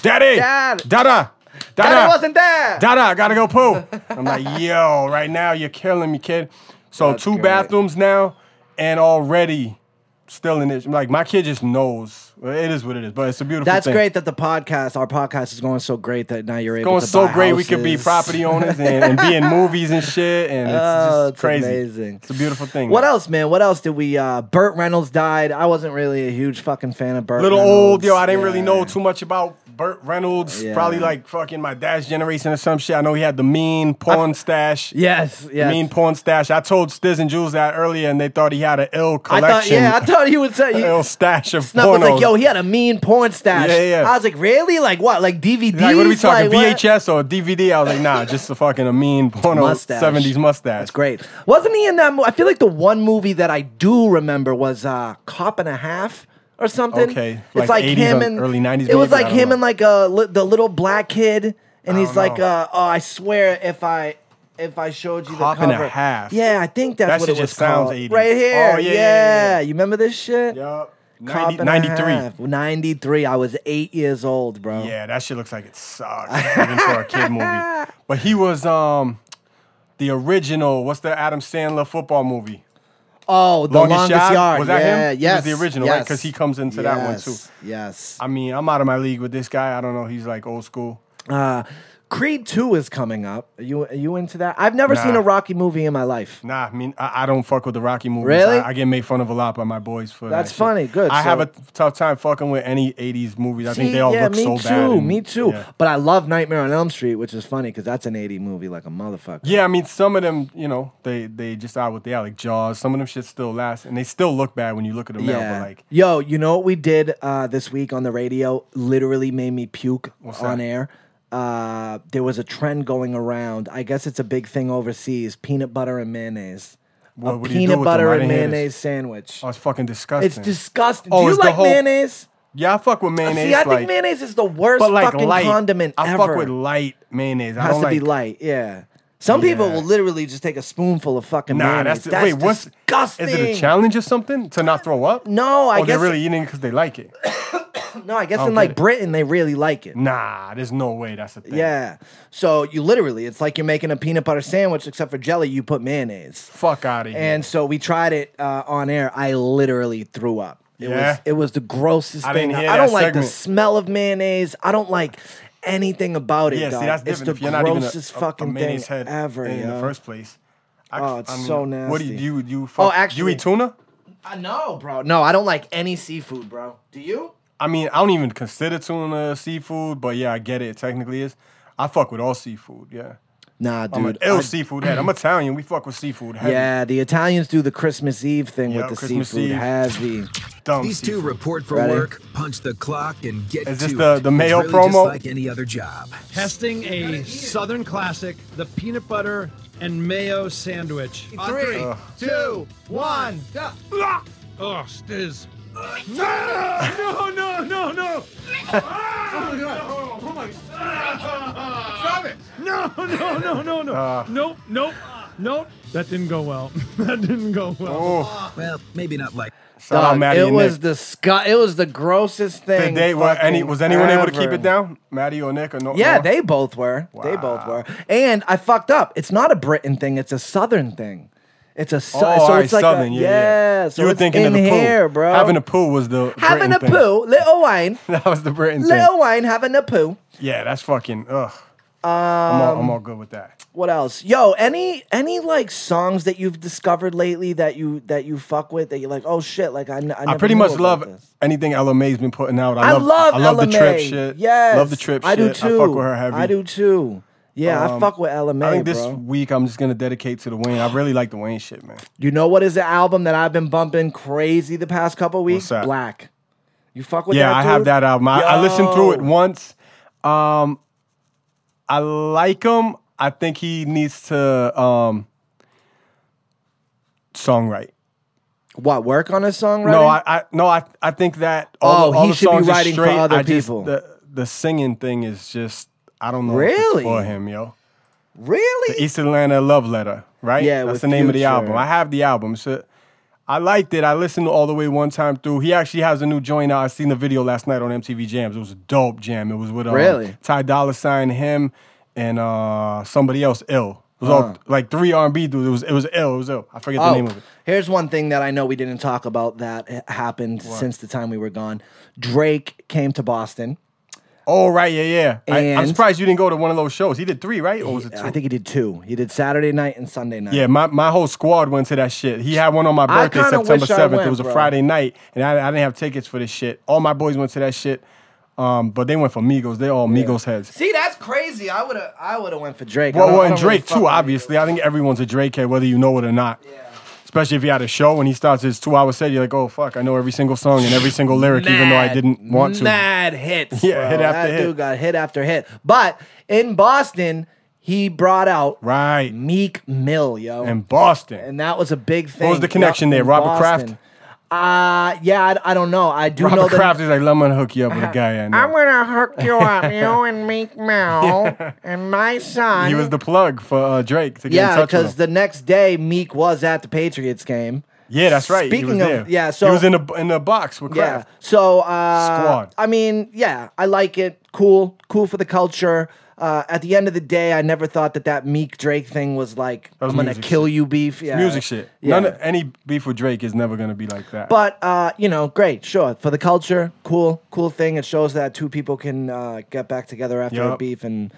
[SPEAKER 2] daddy,
[SPEAKER 1] Dad.
[SPEAKER 2] dada,
[SPEAKER 1] Daddy wasn't there.
[SPEAKER 2] Dada, I gotta go poo. I'm like, yo, right now you're killing me, kid. So
[SPEAKER 1] That's
[SPEAKER 2] two
[SPEAKER 1] great.
[SPEAKER 2] bathrooms now, and already still in it. Like my kid just knows. It is what it is, but it's a beautiful.
[SPEAKER 1] That's
[SPEAKER 2] thing.
[SPEAKER 1] great that the podcast, our podcast, is going so great that now you're able
[SPEAKER 2] Going
[SPEAKER 1] to
[SPEAKER 2] so
[SPEAKER 1] buy
[SPEAKER 2] great, we could be
[SPEAKER 1] houses. (laughs)
[SPEAKER 2] property owners and, and be in movies and shit, and it's
[SPEAKER 1] Oh,
[SPEAKER 2] just
[SPEAKER 1] it's
[SPEAKER 2] crazy.
[SPEAKER 1] amazing.
[SPEAKER 2] It's a beautiful thing.
[SPEAKER 1] What
[SPEAKER 2] man.
[SPEAKER 1] else, man? What else did we? uh Burt Reynolds died. I wasn't really a huge fucking fan of Burt.
[SPEAKER 2] Little
[SPEAKER 1] Reynolds.
[SPEAKER 2] old, yo. I didn't really
[SPEAKER 1] Yeah.
[SPEAKER 2] know too much about Burt Reynolds.
[SPEAKER 1] Yeah.
[SPEAKER 2] Probably like fucking my dad's generation or some shit. I know he had the mean porn stash.
[SPEAKER 1] Yes, yes.
[SPEAKER 2] mean porn stash. I told Stiz and Jules that earlier, and they thought he had an ill
[SPEAKER 1] I
[SPEAKER 2] collection.
[SPEAKER 1] thought, yeah, I thought he would say.
[SPEAKER 2] (laughs)
[SPEAKER 1] He,
[SPEAKER 2] ill stash of
[SPEAKER 1] Snub was
[SPEAKER 2] pornos.
[SPEAKER 1] like, yo, he had a mean porn stash.
[SPEAKER 2] Yeah, yeah.
[SPEAKER 1] I was like, really? Like what? Like DVDs?
[SPEAKER 2] like, what are we talking?
[SPEAKER 1] Like, what?
[SPEAKER 2] VHS or DVD? I was like, nah, just a fucking a mean porno
[SPEAKER 1] Mustache.
[SPEAKER 2] '70s mustache.
[SPEAKER 1] That's great. Wasn't he in that movie? I feel like the one movie that I do remember was uh, Cop and a Half or something.
[SPEAKER 2] Okay,
[SPEAKER 1] it's
[SPEAKER 2] like
[SPEAKER 1] like
[SPEAKER 2] 80s
[SPEAKER 1] him
[SPEAKER 2] or
[SPEAKER 1] and
[SPEAKER 2] early 90s
[SPEAKER 1] It was
[SPEAKER 2] maybe, I
[SPEAKER 1] like
[SPEAKER 2] don't
[SPEAKER 1] him
[SPEAKER 2] know.
[SPEAKER 1] and like a li- the little black kid, and
[SPEAKER 2] I
[SPEAKER 1] he's
[SPEAKER 2] don't
[SPEAKER 1] like,
[SPEAKER 2] know.
[SPEAKER 1] uh, "Oh, I swear if I." If I showed you
[SPEAKER 2] Cop
[SPEAKER 1] the
[SPEAKER 2] and a
[SPEAKER 1] cover,
[SPEAKER 2] Half.
[SPEAKER 1] yeah, I think that's
[SPEAKER 2] That
[SPEAKER 1] what
[SPEAKER 2] shit
[SPEAKER 1] it was
[SPEAKER 2] just sounds
[SPEAKER 1] called.
[SPEAKER 2] 80s.
[SPEAKER 1] Right here,
[SPEAKER 2] Oh, yeah, yeah,
[SPEAKER 1] yeah,
[SPEAKER 2] yeah, yeah.
[SPEAKER 1] You remember this shit?
[SPEAKER 2] Yup.
[SPEAKER 1] Cop
[SPEAKER 2] 90,
[SPEAKER 1] and a
[SPEAKER 2] 93.
[SPEAKER 1] Half. 93. I was eight years old, bro.
[SPEAKER 2] Yeah, that shit looks like
[SPEAKER 1] (laughs)
[SPEAKER 2] it sucks. Even for a kid movie. But he was um the original. What's the Adam Sandler football movie?
[SPEAKER 1] Oh, the
[SPEAKER 2] Longest
[SPEAKER 1] longest,
[SPEAKER 2] Yard?
[SPEAKER 1] yard.
[SPEAKER 2] Was that him?
[SPEAKER 1] yeah,
[SPEAKER 2] He was
[SPEAKER 1] Yes,
[SPEAKER 2] the original, right?
[SPEAKER 1] yes.
[SPEAKER 2] 'Cause he comes into that one,
[SPEAKER 1] Yes,
[SPEAKER 2] too.
[SPEAKER 1] Yes.
[SPEAKER 2] I mean, I'm out of my league with this guy. I don't know. He's like old school.
[SPEAKER 1] Uh, Creed Two is coming up. Are you are you into that? I've never
[SPEAKER 2] Nah.
[SPEAKER 1] seen a Rocky movie in my life.
[SPEAKER 2] Nah, I mean, I, I don't fuck with the Rocky movies.
[SPEAKER 1] Really?
[SPEAKER 2] I, I get made fun of a lot by my boys for
[SPEAKER 1] That's
[SPEAKER 2] that shit.
[SPEAKER 1] funny, good,
[SPEAKER 2] I
[SPEAKER 1] so-
[SPEAKER 2] have a t- tough time fucking with any '80s movies. I
[SPEAKER 1] See,
[SPEAKER 2] think they all
[SPEAKER 1] yeah,
[SPEAKER 2] look
[SPEAKER 1] me
[SPEAKER 2] so
[SPEAKER 1] too,
[SPEAKER 2] bad. and-
[SPEAKER 1] me too.
[SPEAKER 2] Yeah.
[SPEAKER 1] But I love Nightmare on Elm Street, which is funny because that's an '80 movie, like a motherfucker.
[SPEAKER 2] Yeah, I mean, some of them, you know, they they just out with the like Jaws. Some of them shit still last, and they still look bad when you look at them now. But like,
[SPEAKER 1] Yo, you know what we did uh, this week on the radio? Literally made me puke on
[SPEAKER 2] that?
[SPEAKER 1] air. Uh, there was a trend going around. I guess it's a big thing overseas: peanut butter and mayonnaise.
[SPEAKER 2] What-
[SPEAKER 1] a
[SPEAKER 2] what do you do
[SPEAKER 1] peanut
[SPEAKER 2] with them?
[SPEAKER 1] butter
[SPEAKER 2] I
[SPEAKER 1] and
[SPEAKER 2] didn't hear this.
[SPEAKER 1] mayonnaise sandwich.
[SPEAKER 2] oh, it's fucking disgusting.
[SPEAKER 1] It's disgusting. do
[SPEAKER 2] Oh,
[SPEAKER 1] you
[SPEAKER 2] it's the
[SPEAKER 1] like
[SPEAKER 2] whole-
[SPEAKER 1] mayonnaise?
[SPEAKER 2] Yeah, I fuck with mayonnaise.
[SPEAKER 1] See, I
[SPEAKER 2] like,
[SPEAKER 1] think mayonnaise is the worst
[SPEAKER 2] but like
[SPEAKER 1] fucking
[SPEAKER 2] light
[SPEAKER 1] condiment
[SPEAKER 2] I
[SPEAKER 1] ever.
[SPEAKER 2] fuck with light mayonnaise. I
[SPEAKER 1] has
[SPEAKER 2] don't
[SPEAKER 1] to
[SPEAKER 2] like
[SPEAKER 1] be light, yeah. Some people
[SPEAKER 2] Yeah.
[SPEAKER 1] will literally just take a spoonful of fucking
[SPEAKER 2] Nah,
[SPEAKER 1] mayonnaise.
[SPEAKER 2] that's, the, wait. What's
[SPEAKER 1] disgusting.
[SPEAKER 2] Is it a challenge or something to not throw up?
[SPEAKER 1] No, I
[SPEAKER 2] oh, they're
[SPEAKER 1] guess-
[SPEAKER 2] really Oh, eating because they like it.
[SPEAKER 1] No, I guess
[SPEAKER 2] don't
[SPEAKER 1] in like
[SPEAKER 2] get it.
[SPEAKER 1] Britain they really like
[SPEAKER 2] Mm,
[SPEAKER 1] it.
[SPEAKER 2] Nah, there's no way that's a thing.
[SPEAKER 1] Yeah. So you literally, it's like you're making a peanut butter sandwich, except for jelly, you put mayonnaise.
[SPEAKER 2] fuck out of here.
[SPEAKER 1] And so we tried it uh, on air. I literally threw up. It
[SPEAKER 2] Yeah?
[SPEAKER 1] was it was the grossest
[SPEAKER 2] I
[SPEAKER 1] thing.
[SPEAKER 2] didn't hear
[SPEAKER 1] I don't
[SPEAKER 2] that
[SPEAKER 1] like the
[SPEAKER 2] segment.
[SPEAKER 1] smell of mayonnaise. I don't like anything about it.
[SPEAKER 2] yeah,
[SPEAKER 1] dog.
[SPEAKER 2] see, that's
[SPEAKER 1] it's
[SPEAKER 2] different.
[SPEAKER 1] the
[SPEAKER 2] if you're not even a,
[SPEAKER 1] grossest
[SPEAKER 2] a- a
[SPEAKER 1] fucking thing
[SPEAKER 2] mayonnaise head
[SPEAKER 1] ever.
[SPEAKER 2] in
[SPEAKER 1] yo.
[SPEAKER 2] the first place. I,
[SPEAKER 1] Oh, it's so
[SPEAKER 2] What do you
[SPEAKER 1] nasty. Oh,
[SPEAKER 2] do? You, you fuck, you
[SPEAKER 1] actually-
[SPEAKER 2] eat tuna?
[SPEAKER 1] I know, bro. No, I don't like any seafood, bro. Do you?
[SPEAKER 2] I mean, I don't even consider tuna seafood, but yeah, I get it. It technically is. I fuck with all seafood. Yeah.
[SPEAKER 1] Nah,
[SPEAKER 2] I'm
[SPEAKER 1] dude.
[SPEAKER 2] an ill
[SPEAKER 1] I-
[SPEAKER 2] seafood head. I'm Italian. We fuck with seafood heavy.
[SPEAKER 1] yeah, the Italians do the Christmas Eve thing
[SPEAKER 2] Yeah,
[SPEAKER 1] with the
[SPEAKER 2] Christmas
[SPEAKER 1] seafood.
[SPEAKER 2] Eve.
[SPEAKER 1] Heavy.
[SPEAKER 2] Dumb
[SPEAKER 5] These two
[SPEAKER 2] seafood.
[SPEAKER 5] report for
[SPEAKER 1] Ready?
[SPEAKER 5] work, punch the clock, and get
[SPEAKER 2] Is this
[SPEAKER 5] to
[SPEAKER 2] the-
[SPEAKER 5] it.
[SPEAKER 2] the mayo
[SPEAKER 5] it's really
[SPEAKER 2] promo?
[SPEAKER 5] Just like any other job.
[SPEAKER 6] Testing a Southern classic, the peanut butter and mayo sandwich. Ah,
[SPEAKER 5] Three.
[SPEAKER 6] Two, one, go. Oh, Stiz. Oh, No, no, no, (laughs) no. Stop it. No, no, no, no, no. Nope, nope, nope. That didn't go well. (laughs) That didn't go well.
[SPEAKER 2] Oh,
[SPEAKER 5] Well, maybe not like.
[SPEAKER 2] shout out
[SPEAKER 1] Dog,
[SPEAKER 2] Maddie
[SPEAKER 1] it
[SPEAKER 2] and
[SPEAKER 1] was
[SPEAKER 2] Nick.
[SPEAKER 1] disgu- It was the grossest thing.
[SPEAKER 2] Did they, were any,
[SPEAKER 1] fucking
[SPEAKER 2] was anyone able to keep
[SPEAKER 1] ever.
[SPEAKER 2] it down? Maddie or Nick or no?
[SPEAKER 1] Yeah,
[SPEAKER 2] no?
[SPEAKER 1] they both were. They both
[SPEAKER 2] Oh. Wow.
[SPEAKER 1] were. And I fucked up. It's not a Britain thing. It's a Southern thing. It's a su-
[SPEAKER 2] Oh, all
[SPEAKER 1] so
[SPEAKER 2] right,
[SPEAKER 1] it's like
[SPEAKER 2] Southern.
[SPEAKER 1] a,
[SPEAKER 2] yeah, yeah.
[SPEAKER 1] So
[SPEAKER 2] you were
[SPEAKER 1] it's
[SPEAKER 2] thinking
[SPEAKER 1] in
[SPEAKER 2] of the poo.
[SPEAKER 1] here, bro.
[SPEAKER 2] Having a poo was the
[SPEAKER 1] having
[SPEAKER 2] Britain
[SPEAKER 1] a
[SPEAKER 2] thing.
[SPEAKER 1] poo, little wine,
[SPEAKER 2] (laughs) That was the Britain
[SPEAKER 1] little
[SPEAKER 2] thing.
[SPEAKER 1] wine, having a poo.
[SPEAKER 2] Yeah, that's fucking ugh. I'm, all,
[SPEAKER 1] Um,
[SPEAKER 2] I'm all good with that.
[SPEAKER 1] What else? Yo, any any like songs that you've discovered lately that you that you fuck with that you're like, oh shit, like I, n- I,
[SPEAKER 2] I
[SPEAKER 1] never
[SPEAKER 2] pretty
[SPEAKER 1] knew
[SPEAKER 2] much
[SPEAKER 1] about
[SPEAKER 2] love
[SPEAKER 1] this.
[SPEAKER 2] anything Ella May's been putting out. I
[SPEAKER 1] I
[SPEAKER 2] love,
[SPEAKER 1] love
[SPEAKER 2] I love the
[SPEAKER 1] LMA.
[SPEAKER 2] trip shit.
[SPEAKER 1] Yes,
[SPEAKER 2] love the trip.
[SPEAKER 1] I do
[SPEAKER 2] shit.
[SPEAKER 1] too.
[SPEAKER 2] I fuck with her heavy.
[SPEAKER 1] I do too. Yeah, I
[SPEAKER 2] Um,
[SPEAKER 1] fuck with LMA,
[SPEAKER 2] I think this
[SPEAKER 1] bro.
[SPEAKER 2] week I'm just gonna dedicate to the Wayne. I really like the Wayne shit, man.
[SPEAKER 1] You know what is the album that I've been bumping crazy the past couple weeks?
[SPEAKER 2] What's that?
[SPEAKER 1] Black. You fuck with
[SPEAKER 2] yeah,
[SPEAKER 1] that?
[SPEAKER 2] I have
[SPEAKER 1] dude?
[SPEAKER 2] that uh, album. I, I listened through it
[SPEAKER 1] Yo.
[SPEAKER 2] once. Um, I like him. I think he needs to um, songwrite.
[SPEAKER 1] What work on a songwriter?
[SPEAKER 2] No, I, I no, I I think that all,
[SPEAKER 1] Oh,
[SPEAKER 2] the- all
[SPEAKER 1] he
[SPEAKER 2] the
[SPEAKER 1] should be
[SPEAKER 2] songs
[SPEAKER 1] writing
[SPEAKER 2] are
[SPEAKER 1] for
[SPEAKER 2] straight.
[SPEAKER 1] other
[SPEAKER 2] I just,
[SPEAKER 1] people.
[SPEAKER 2] The the singing thing is just I don't know. If
[SPEAKER 1] Really?
[SPEAKER 2] it's for him, yo.
[SPEAKER 1] really.
[SPEAKER 2] East Atlanta Love Letter, right?
[SPEAKER 1] Yeah,
[SPEAKER 2] that's
[SPEAKER 1] with
[SPEAKER 2] the name of the
[SPEAKER 1] Future.
[SPEAKER 2] album. I have the album. So I liked it. I listened all the way one time through. He actually has a new joint out. I seen the video last night on MTV Jams. It was a dope jam. It was with um,
[SPEAKER 1] Really?
[SPEAKER 2] Ty Dolla Sign, him, and uh, somebody else. Ill. It was all like three R and B dudes. It was it was ill. It was ill. I forget the name of it.
[SPEAKER 1] Oh, Here's one thing that I know we didn't talk about that ha- happened since the time we were gone. Drake came to Boston.
[SPEAKER 2] Oh right, yeah, yeah. I, am
[SPEAKER 1] And-
[SPEAKER 2] surprised you didn't go to one of those shows. He did three, right? Or was it two?
[SPEAKER 1] I think he did two. He did Saturday night and Sunday night.
[SPEAKER 2] yeah, my, my whole squad went to that shit. He had one on my
[SPEAKER 1] I
[SPEAKER 2] birthday,
[SPEAKER 1] kinda
[SPEAKER 2] September
[SPEAKER 1] wish I
[SPEAKER 2] 7th. it
[SPEAKER 1] went,
[SPEAKER 2] was a
[SPEAKER 1] bro.
[SPEAKER 2] Friday night, and I, I didn't have tickets for this shit. All my boys went to that shit, um, but they went for Migos. They're all Migos heads.
[SPEAKER 1] See, that's crazy. I would have. I would have went for Drake. I
[SPEAKER 2] Well,
[SPEAKER 1] don't-
[SPEAKER 2] well
[SPEAKER 1] I
[SPEAKER 2] and
[SPEAKER 1] don't really
[SPEAKER 2] Drake,
[SPEAKER 1] fuck
[SPEAKER 2] too,
[SPEAKER 1] with
[SPEAKER 2] obviously. I think everyone's a Drake head, whether you know it or not. Especially if he had a show and he starts his two hour set, you're like, oh, fuck, I know every single song and every single lyric, even though I
[SPEAKER 1] mad-
[SPEAKER 2] didn't want to.
[SPEAKER 1] Mad hits.
[SPEAKER 2] (laughs) Yeah,
[SPEAKER 1] bro.
[SPEAKER 2] hit after
[SPEAKER 1] that
[SPEAKER 2] hit.
[SPEAKER 1] dude got hit after hit. But in Boston, he brought out
[SPEAKER 2] Right.
[SPEAKER 1] Meek Mill, yo,
[SPEAKER 2] And Boston.
[SPEAKER 1] and that was a big thing.
[SPEAKER 2] was the connection
[SPEAKER 1] yo,
[SPEAKER 2] there?
[SPEAKER 1] in
[SPEAKER 2] Robert Kraft?
[SPEAKER 1] Boston. Uh yeah, I, I don't know. I do know
[SPEAKER 2] Robert
[SPEAKER 1] that
[SPEAKER 2] Kraft is like, let me hook you up with a guy I know.
[SPEAKER 7] I'm gonna hook you up, you and Meek Mill and my son.
[SPEAKER 2] he was the plug for uh, Drake to get in
[SPEAKER 1] Yeah,
[SPEAKER 2] touch with him.
[SPEAKER 1] because the next day Meek was at the Patriots game.
[SPEAKER 2] Yeah, that's right. he was
[SPEAKER 1] Speaking of-
[SPEAKER 2] there.
[SPEAKER 1] yeah,
[SPEAKER 2] he
[SPEAKER 1] so-
[SPEAKER 2] was in a in a box with
[SPEAKER 1] Yeah.
[SPEAKER 2] Kraft.
[SPEAKER 1] So uh
[SPEAKER 2] Squad.
[SPEAKER 1] I mean, yeah, I like it. Cool, cool for the culture. Uh, at the end of the day, I never thought that that Meek Drake thing was like
[SPEAKER 2] was
[SPEAKER 1] I'm gonna
[SPEAKER 2] music
[SPEAKER 1] kill
[SPEAKER 2] shit.
[SPEAKER 1] you beef. Yeah,
[SPEAKER 2] Music shit.
[SPEAKER 1] Yeah.
[SPEAKER 2] None of, any beef with Drake is never gonna be like that.
[SPEAKER 1] but uh, you know, great, sure for the culture, cool, cool thing. It shows that two people can uh, get back together after a
[SPEAKER 2] Yup.
[SPEAKER 1] beef and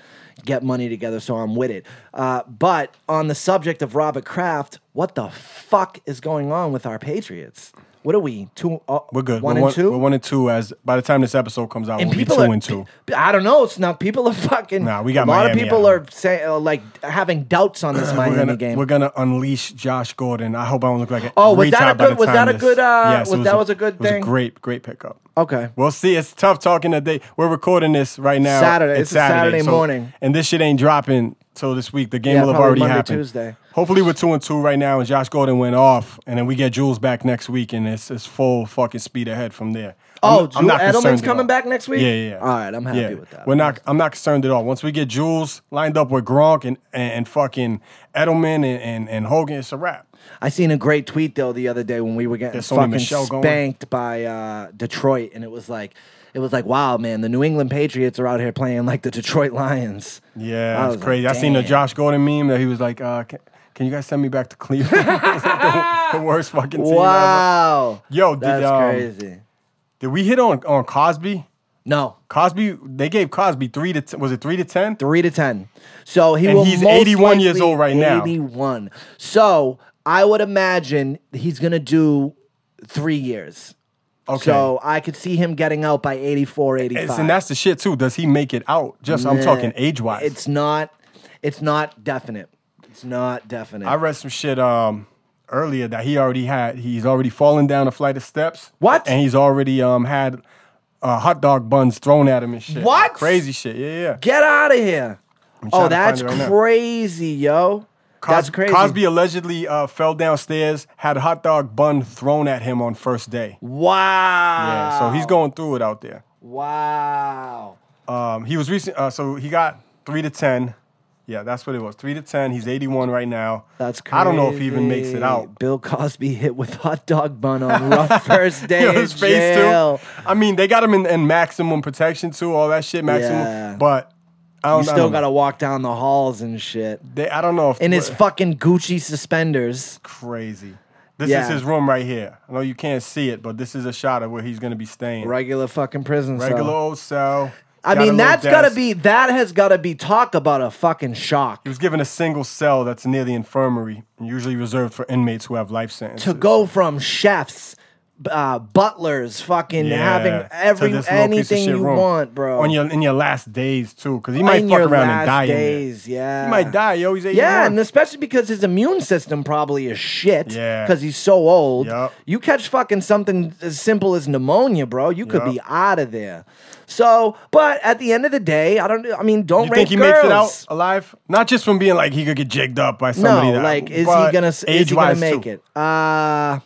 [SPEAKER 1] get money together. So I'm with it. Uh, but on the subject of Robert Kraft, what the fuck is going on with our Patriots? What are we two? Uh,
[SPEAKER 2] we're good.
[SPEAKER 1] One
[SPEAKER 2] we're
[SPEAKER 1] and
[SPEAKER 2] one,
[SPEAKER 1] two.
[SPEAKER 2] We're one and two. As by the time this episode comes out,
[SPEAKER 1] and
[SPEAKER 2] we'll be two
[SPEAKER 1] people are, (laughs)
[SPEAKER 2] and two.
[SPEAKER 1] pe- I don't know. It's not people are fucking.
[SPEAKER 2] Nah, we got
[SPEAKER 1] a lot
[SPEAKER 2] Miami
[SPEAKER 1] of people
[SPEAKER 2] out.
[SPEAKER 1] are saying uh, like having doubts on this Miami
[SPEAKER 2] We're gonna,
[SPEAKER 1] game.
[SPEAKER 2] we're gonna unleash Josh Gordon. I hope I don't look like a
[SPEAKER 1] Oh, was that a
[SPEAKER 2] retard by the
[SPEAKER 1] good- was
[SPEAKER 2] time
[SPEAKER 1] that a
[SPEAKER 2] this-
[SPEAKER 1] good, uh,
[SPEAKER 2] yes, it
[SPEAKER 1] was- that was a good
[SPEAKER 2] it was
[SPEAKER 1] thing?
[SPEAKER 2] great, great pickup.
[SPEAKER 1] Okay.
[SPEAKER 2] We'll see. It's tough talking today. We're recording this right now.
[SPEAKER 1] Saturday. It's a Saturday
[SPEAKER 2] so-
[SPEAKER 1] morning.
[SPEAKER 2] And this shit ain't dropping till this week. The game
[SPEAKER 1] Yeah,
[SPEAKER 2] will have
[SPEAKER 1] probably
[SPEAKER 2] already
[SPEAKER 1] Monday,
[SPEAKER 2] happened.
[SPEAKER 1] Tuesday.
[SPEAKER 2] Hopefully we're two and two right now, and Josh Gordon went off, and then we get Jules back next week, and it's it's full fucking speed ahead from there.
[SPEAKER 1] Oh,
[SPEAKER 2] I'm-
[SPEAKER 1] Ju-
[SPEAKER 2] I'm not concerned
[SPEAKER 1] Edelman's
[SPEAKER 2] at
[SPEAKER 1] coming
[SPEAKER 2] all.
[SPEAKER 1] back next week?
[SPEAKER 2] Yeah, yeah. yeah.
[SPEAKER 1] All right, I'm happy with that.
[SPEAKER 2] We're not. I'm not concerned at all. Once we get Jules lined up with Gronk and and, and fucking Edelman and, and and Hogan, it's a wrap.
[SPEAKER 1] I seen a great tweet though the other day when we were getting
[SPEAKER 2] There's Sony
[SPEAKER 1] fucking
[SPEAKER 2] Michelle going.
[SPEAKER 1] spanked by uh, Detroit, and it was like, it was like, wow, man, the New England Patriots are out here playing like the Detroit Lions. I
[SPEAKER 2] Yeah,
[SPEAKER 1] was
[SPEAKER 2] it's crazy.
[SPEAKER 1] like,
[SPEAKER 2] I seen the
[SPEAKER 1] damn.
[SPEAKER 2] Josh Gordon meme that he was like, uh, can, "Can you guys send me back to Cleveland?" (laughs)
[SPEAKER 1] (laughs)
[SPEAKER 2] the worst fucking team ever.
[SPEAKER 1] Wow,
[SPEAKER 2] Yo, did,
[SPEAKER 1] that's
[SPEAKER 2] um,
[SPEAKER 1] crazy.
[SPEAKER 2] Did we hit on on Cosby?
[SPEAKER 1] No,
[SPEAKER 2] Cosby, they gave Cosby three to t- was it three to ten?
[SPEAKER 1] three to ten. So he
[SPEAKER 2] And
[SPEAKER 1] will
[SPEAKER 2] he's
[SPEAKER 1] most
[SPEAKER 2] 81
[SPEAKER 1] likely-
[SPEAKER 2] years old right now.
[SPEAKER 1] 81. So I would imagine he's gonna do three years.
[SPEAKER 2] Okay.
[SPEAKER 1] So I could see him getting out by 84, 85.
[SPEAKER 2] It's- and that's the shit too. Does he make it out? Just I'm
[SPEAKER 1] Nah.
[SPEAKER 2] talking age wise.
[SPEAKER 1] It's not. It's not definite. It's not definite.
[SPEAKER 2] I read some shit um earlier that he already had. He's already fallen down a flight of steps.
[SPEAKER 1] What?
[SPEAKER 2] And he's already um had uh, hot dog buns thrown at him and shit.
[SPEAKER 1] What?
[SPEAKER 2] Crazy shit. Yeah, yeah.
[SPEAKER 1] Get out of here.
[SPEAKER 2] trying
[SPEAKER 1] Oh,
[SPEAKER 2] to
[SPEAKER 1] that's
[SPEAKER 2] find it right now.
[SPEAKER 1] crazy, yo. that's
[SPEAKER 2] Cos-
[SPEAKER 1] crazy.
[SPEAKER 2] Cosby allegedly uh, fell downstairs, had a hot dog bun thrown at him on first day.
[SPEAKER 1] Wow.
[SPEAKER 2] Yeah, so he's going through it out there.
[SPEAKER 1] Wow.
[SPEAKER 2] Um, he was recent. Uh, so he got three to ten. Yeah, that's what it was. Three to ten. He's 81 right now.
[SPEAKER 1] That's crazy.
[SPEAKER 2] I don't know if he even makes it out. (laughs)
[SPEAKER 1] Bill Cosby hit with hot dog bun on rough first day
[SPEAKER 2] You know,
[SPEAKER 1] in jail.
[SPEAKER 2] too. I mean, they got him in, in maximum protection too, all that shit, maximum.
[SPEAKER 1] Yeah.
[SPEAKER 2] But I don't,
[SPEAKER 1] You
[SPEAKER 2] I
[SPEAKER 1] still
[SPEAKER 2] don't
[SPEAKER 1] gotta
[SPEAKER 2] know.
[SPEAKER 1] walk down the halls and shit.
[SPEAKER 2] They, I don't know if
[SPEAKER 1] In his
[SPEAKER 2] we're-
[SPEAKER 1] fucking Gucci suspenders.
[SPEAKER 2] crazy. This
[SPEAKER 1] Yeah.
[SPEAKER 2] is his room right here. I know you can't see it, but this is a shot of where he's gonna be staying.
[SPEAKER 1] Regular fuking prison cell.
[SPEAKER 2] regular old cell.
[SPEAKER 1] I
[SPEAKER 2] got a
[SPEAKER 1] mean,
[SPEAKER 2] little
[SPEAKER 1] that's gotta
[SPEAKER 2] desk.
[SPEAKER 1] be that has gotta be talk about a fucking shock.
[SPEAKER 2] He was given a single cell that's near the infirmary, and usually reserved for inmates who have life sentences.
[SPEAKER 1] to go from chefs, b- uh, butlers, fucking
[SPEAKER 2] Yeah,
[SPEAKER 1] having
[SPEAKER 2] to
[SPEAKER 1] every
[SPEAKER 2] this little piece of
[SPEAKER 1] anything
[SPEAKER 2] shit
[SPEAKER 1] you
[SPEAKER 2] room.
[SPEAKER 1] want, bro.
[SPEAKER 2] On your in your last days too, because he might
[SPEAKER 1] In
[SPEAKER 2] fuck
[SPEAKER 1] your
[SPEAKER 2] around
[SPEAKER 1] last
[SPEAKER 2] and die.
[SPEAKER 1] days,
[SPEAKER 2] in there.
[SPEAKER 1] yeah.
[SPEAKER 2] he might die. Yo, he's 81.
[SPEAKER 1] yeah, and especially because his immune system probably is shit.
[SPEAKER 2] Yeah.
[SPEAKER 1] because he's so old.
[SPEAKER 2] Yup.
[SPEAKER 1] You catch fucking something as simple as pneumonia, bro. You could be
[SPEAKER 2] Yup.
[SPEAKER 1] out of there. So, but at the end of the day, I don't. I mean, don't
[SPEAKER 2] You
[SPEAKER 1] rape
[SPEAKER 2] think he
[SPEAKER 1] girls.
[SPEAKER 2] makes it out alive? Not just from being like he could get jigged up by somebody.
[SPEAKER 1] No,
[SPEAKER 2] that,
[SPEAKER 1] like, is he gonna? Is he gonna make it? Uh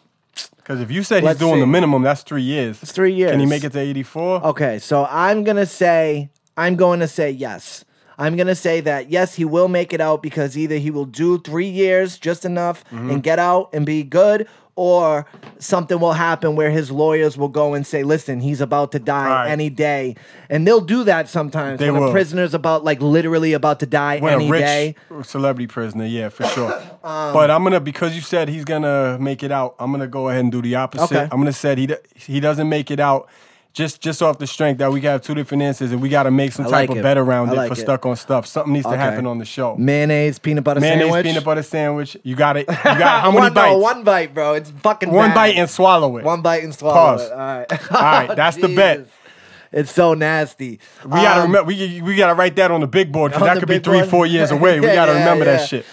[SPEAKER 2] Because if you said
[SPEAKER 1] Let's
[SPEAKER 2] he's doing the
[SPEAKER 1] see.
[SPEAKER 2] minimum, that's three years. It's
[SPEAKER 1] three
[SPEAKER 2] Can he
[SPEAKER 1] years.
[SPEAKER 2] make it to eighty-four?
[SPEAKER 1] Okay, so I'm gonna say I'm going to say yes. I'm gonna say that yes, he will make it out because either he will do three years just enough
[SPEAKER 2] Mm-hmm.
[SPEAKER 1] and get out and be good, or something will happen where his lawyers will go and say, "Listen, he's about to die
[SPEAKER 2] Right.
[SPEAKER 1] any day," and they'll do that sometimes
[SPEAKER 2] They
[SPEAKER 1] when a
[SPEAKER 2] will.
[SPEAKER 1] prisoner's about like literally about to die
[SPEAKER 2] When
[SPEAKER 1] any
[SPEAKER 2] a rich
[SPEAKER 1] day.
[SPEAKER 2] celebrity prisoner, yeah, for sure. but I'm gonna because you said he's gonna make it out. I'm gonna go ahead and do the opposite.
[SPEAKER 1] Okay.
[SPEAKER 2] I'm gonna say he do- he doesn't make it out. Just, just off the strength that we have two different answers and we got to make some
[SPEAKER 1] I
[SPEAKER 2] type
[SPEAKER 1] like
[SPEAKER 2] of
[SPEAKER 1] it.
[SPEAKER 2] bet around
[SPEAKER 1] I
[SPEAKER 2] it
[SPEAKER 1] like
[SPEAKER 2] for
[SPEAKER 1] it.
[SPEAKER 2] stuck on stuff. Something needs to
[SPEAKER 1] Okay.
[SPEAKER 2] happen on the show.
[SPEAKER 1] Mayonnaise, peanut butter
[SPEAKER 2] Mayonnaise,
[SPEAKER 1] sandwich.
[SPEAKER 2] peanut butter sandwich. You got it. You
[SPEAKER 1] (laughs)
[SPEAKER 2] got how many
[SPEAKER 1] one,
[SPEAKER 2] bites?
[SPEAKER 1] No, one bite, bro. It's fucking
[SPEAKER 2] One
[SPEAKER 1] bad.
[SPEAKER 2] bite and swallow it.
[SPEAKER 1] one bite and swallow.
[SPEAKER 2] Pause.
[SPEAKER 1] It. All right,
[SPEAKER 2] All right,
[SPEAKER 1] (laughs)
[SPEAKER 2] that's the bet.
[SPEAKER 1] Jesus. It's so nasty.
[SPEAKER 2] We gotta
[SPEAKER 1] Um,
[SPEAKER 2] remember. We, we gotta write that on the big board because
[SPEAKER 1] on
[SPEAKER 2] that
[SPEAKER 1] the
[SPEAKER 2] could be
[SPEAKER 1] big
[SPEAKER 2] three,
[SPEAKER 1] board. (laughs)
[SPEAKER 2] four years away. We
[SPEAKER 1] Yeah,
[SPEAKER 2] gotta
[SPEAKER 1] yeah,
[SPEAKER 2] remember
[SPEAKER 1] yeah.
[SPEAKER 2] that shit.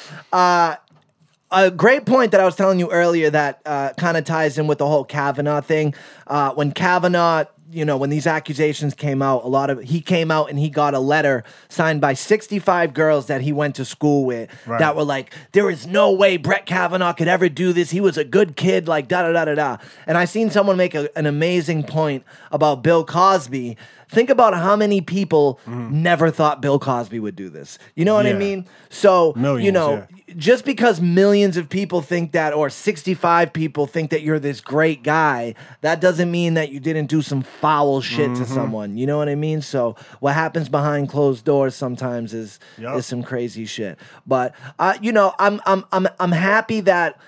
[SPEAKER 1] a great point that I was telling you earlier that uh, kind of ties in with the whole Kavanaugh thing. Uh, when Kavanaugh, you know, when these accusations came out, a lot of he came out and he got a letter signed by 65 girls that he went to school with
[SPEAKER 2] Right.
[SPEAKER 1] that were like, there is no way Brett Kavanaugh could ever do this. He was a good kid, like da da da da da. And I seen someone make a, an amazing point about Bill Cosby. Think about how many people never thought Bill Cosby would do this. You know what I
[SPEAKER 2] Mm-hmm. Yeah.
[SPEAKER 1] mean? So, you
[SPEAKER 2] Millions,
[SPEAKER 1] know,
[SPEAKER 2] yeah.
[SPEAKER 1] just because millions of people think that or 65 people think that you're this great guy that doesn't mean that you didn't do some foul shit to someone you know what i mean so what happens behind closed doors sometimes is
[SPEAKER 2] Yup.
[SPEAKER 1] is some crazy shit but uh, you know i'm i'm i'm, I'm happy that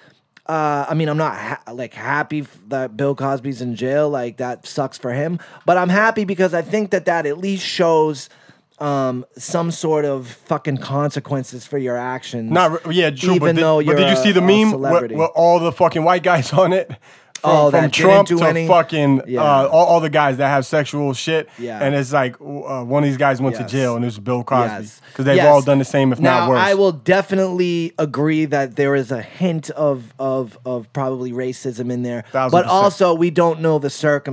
[SPEAKER 1] uh, I mean, I'm not ha- like happy f- that Bill Cosby's in jail. Like that sucks for him, but I'm happy because I think that that at least shows um, some sort of fucking consequences for your actions.
[SPEAKER 2] Not re- yeah, true.
[SPEAKER 1] Even
[SPEAKER 2] but, did,
[SPEAKER 1] though you're
[SPEAKER 2] but did you
[SPEAKER 1] a-
[SPEAKER 2] see the
[SPEAKER 1] a
[SPEAKER 2] meme with,
[SPEAKER 1] celebrity.
[SPEAKER 2] with all the fucking white guys (laughs) on it? From,
[SPEAKER 1] Oh,
[SPEAKER 2] from
[SPEAKER 1] that didn't
[SPEAKER 2] Trump
[SPEAKER 1] do
[SPEAKER 2] to
[SPEAKER 1] any-
[SPEAKER 2] fucking
[SPEAKER 1] Yeah.
[SPEAKER 2] uh, all, all the guys that have sexual shit.
[SPEAKER 1] Yeah.
[SPEAKER 2] And it's like uh, one of these guys went
[SPEAKER 1] Yes.
[SPEAKER 2] to jail and it was Bill Cosby. Because
[SPEAKER 1] Yes.
[SPEAKER 2] they've
[SPEAKER 1] Yes.
[SPEAKER 2] all done the same, if
[SPEAKER 1] now,
[SPEAKER 2] not worse.
[SPEAKER 1] I will definitely agree that there is a hint of of of probably racism in there,
[SPEAKER 2] Thousand
[SPEAKER 1] but
[SPEAKER 2] percent.
[SPEAKER 1] also we don't know the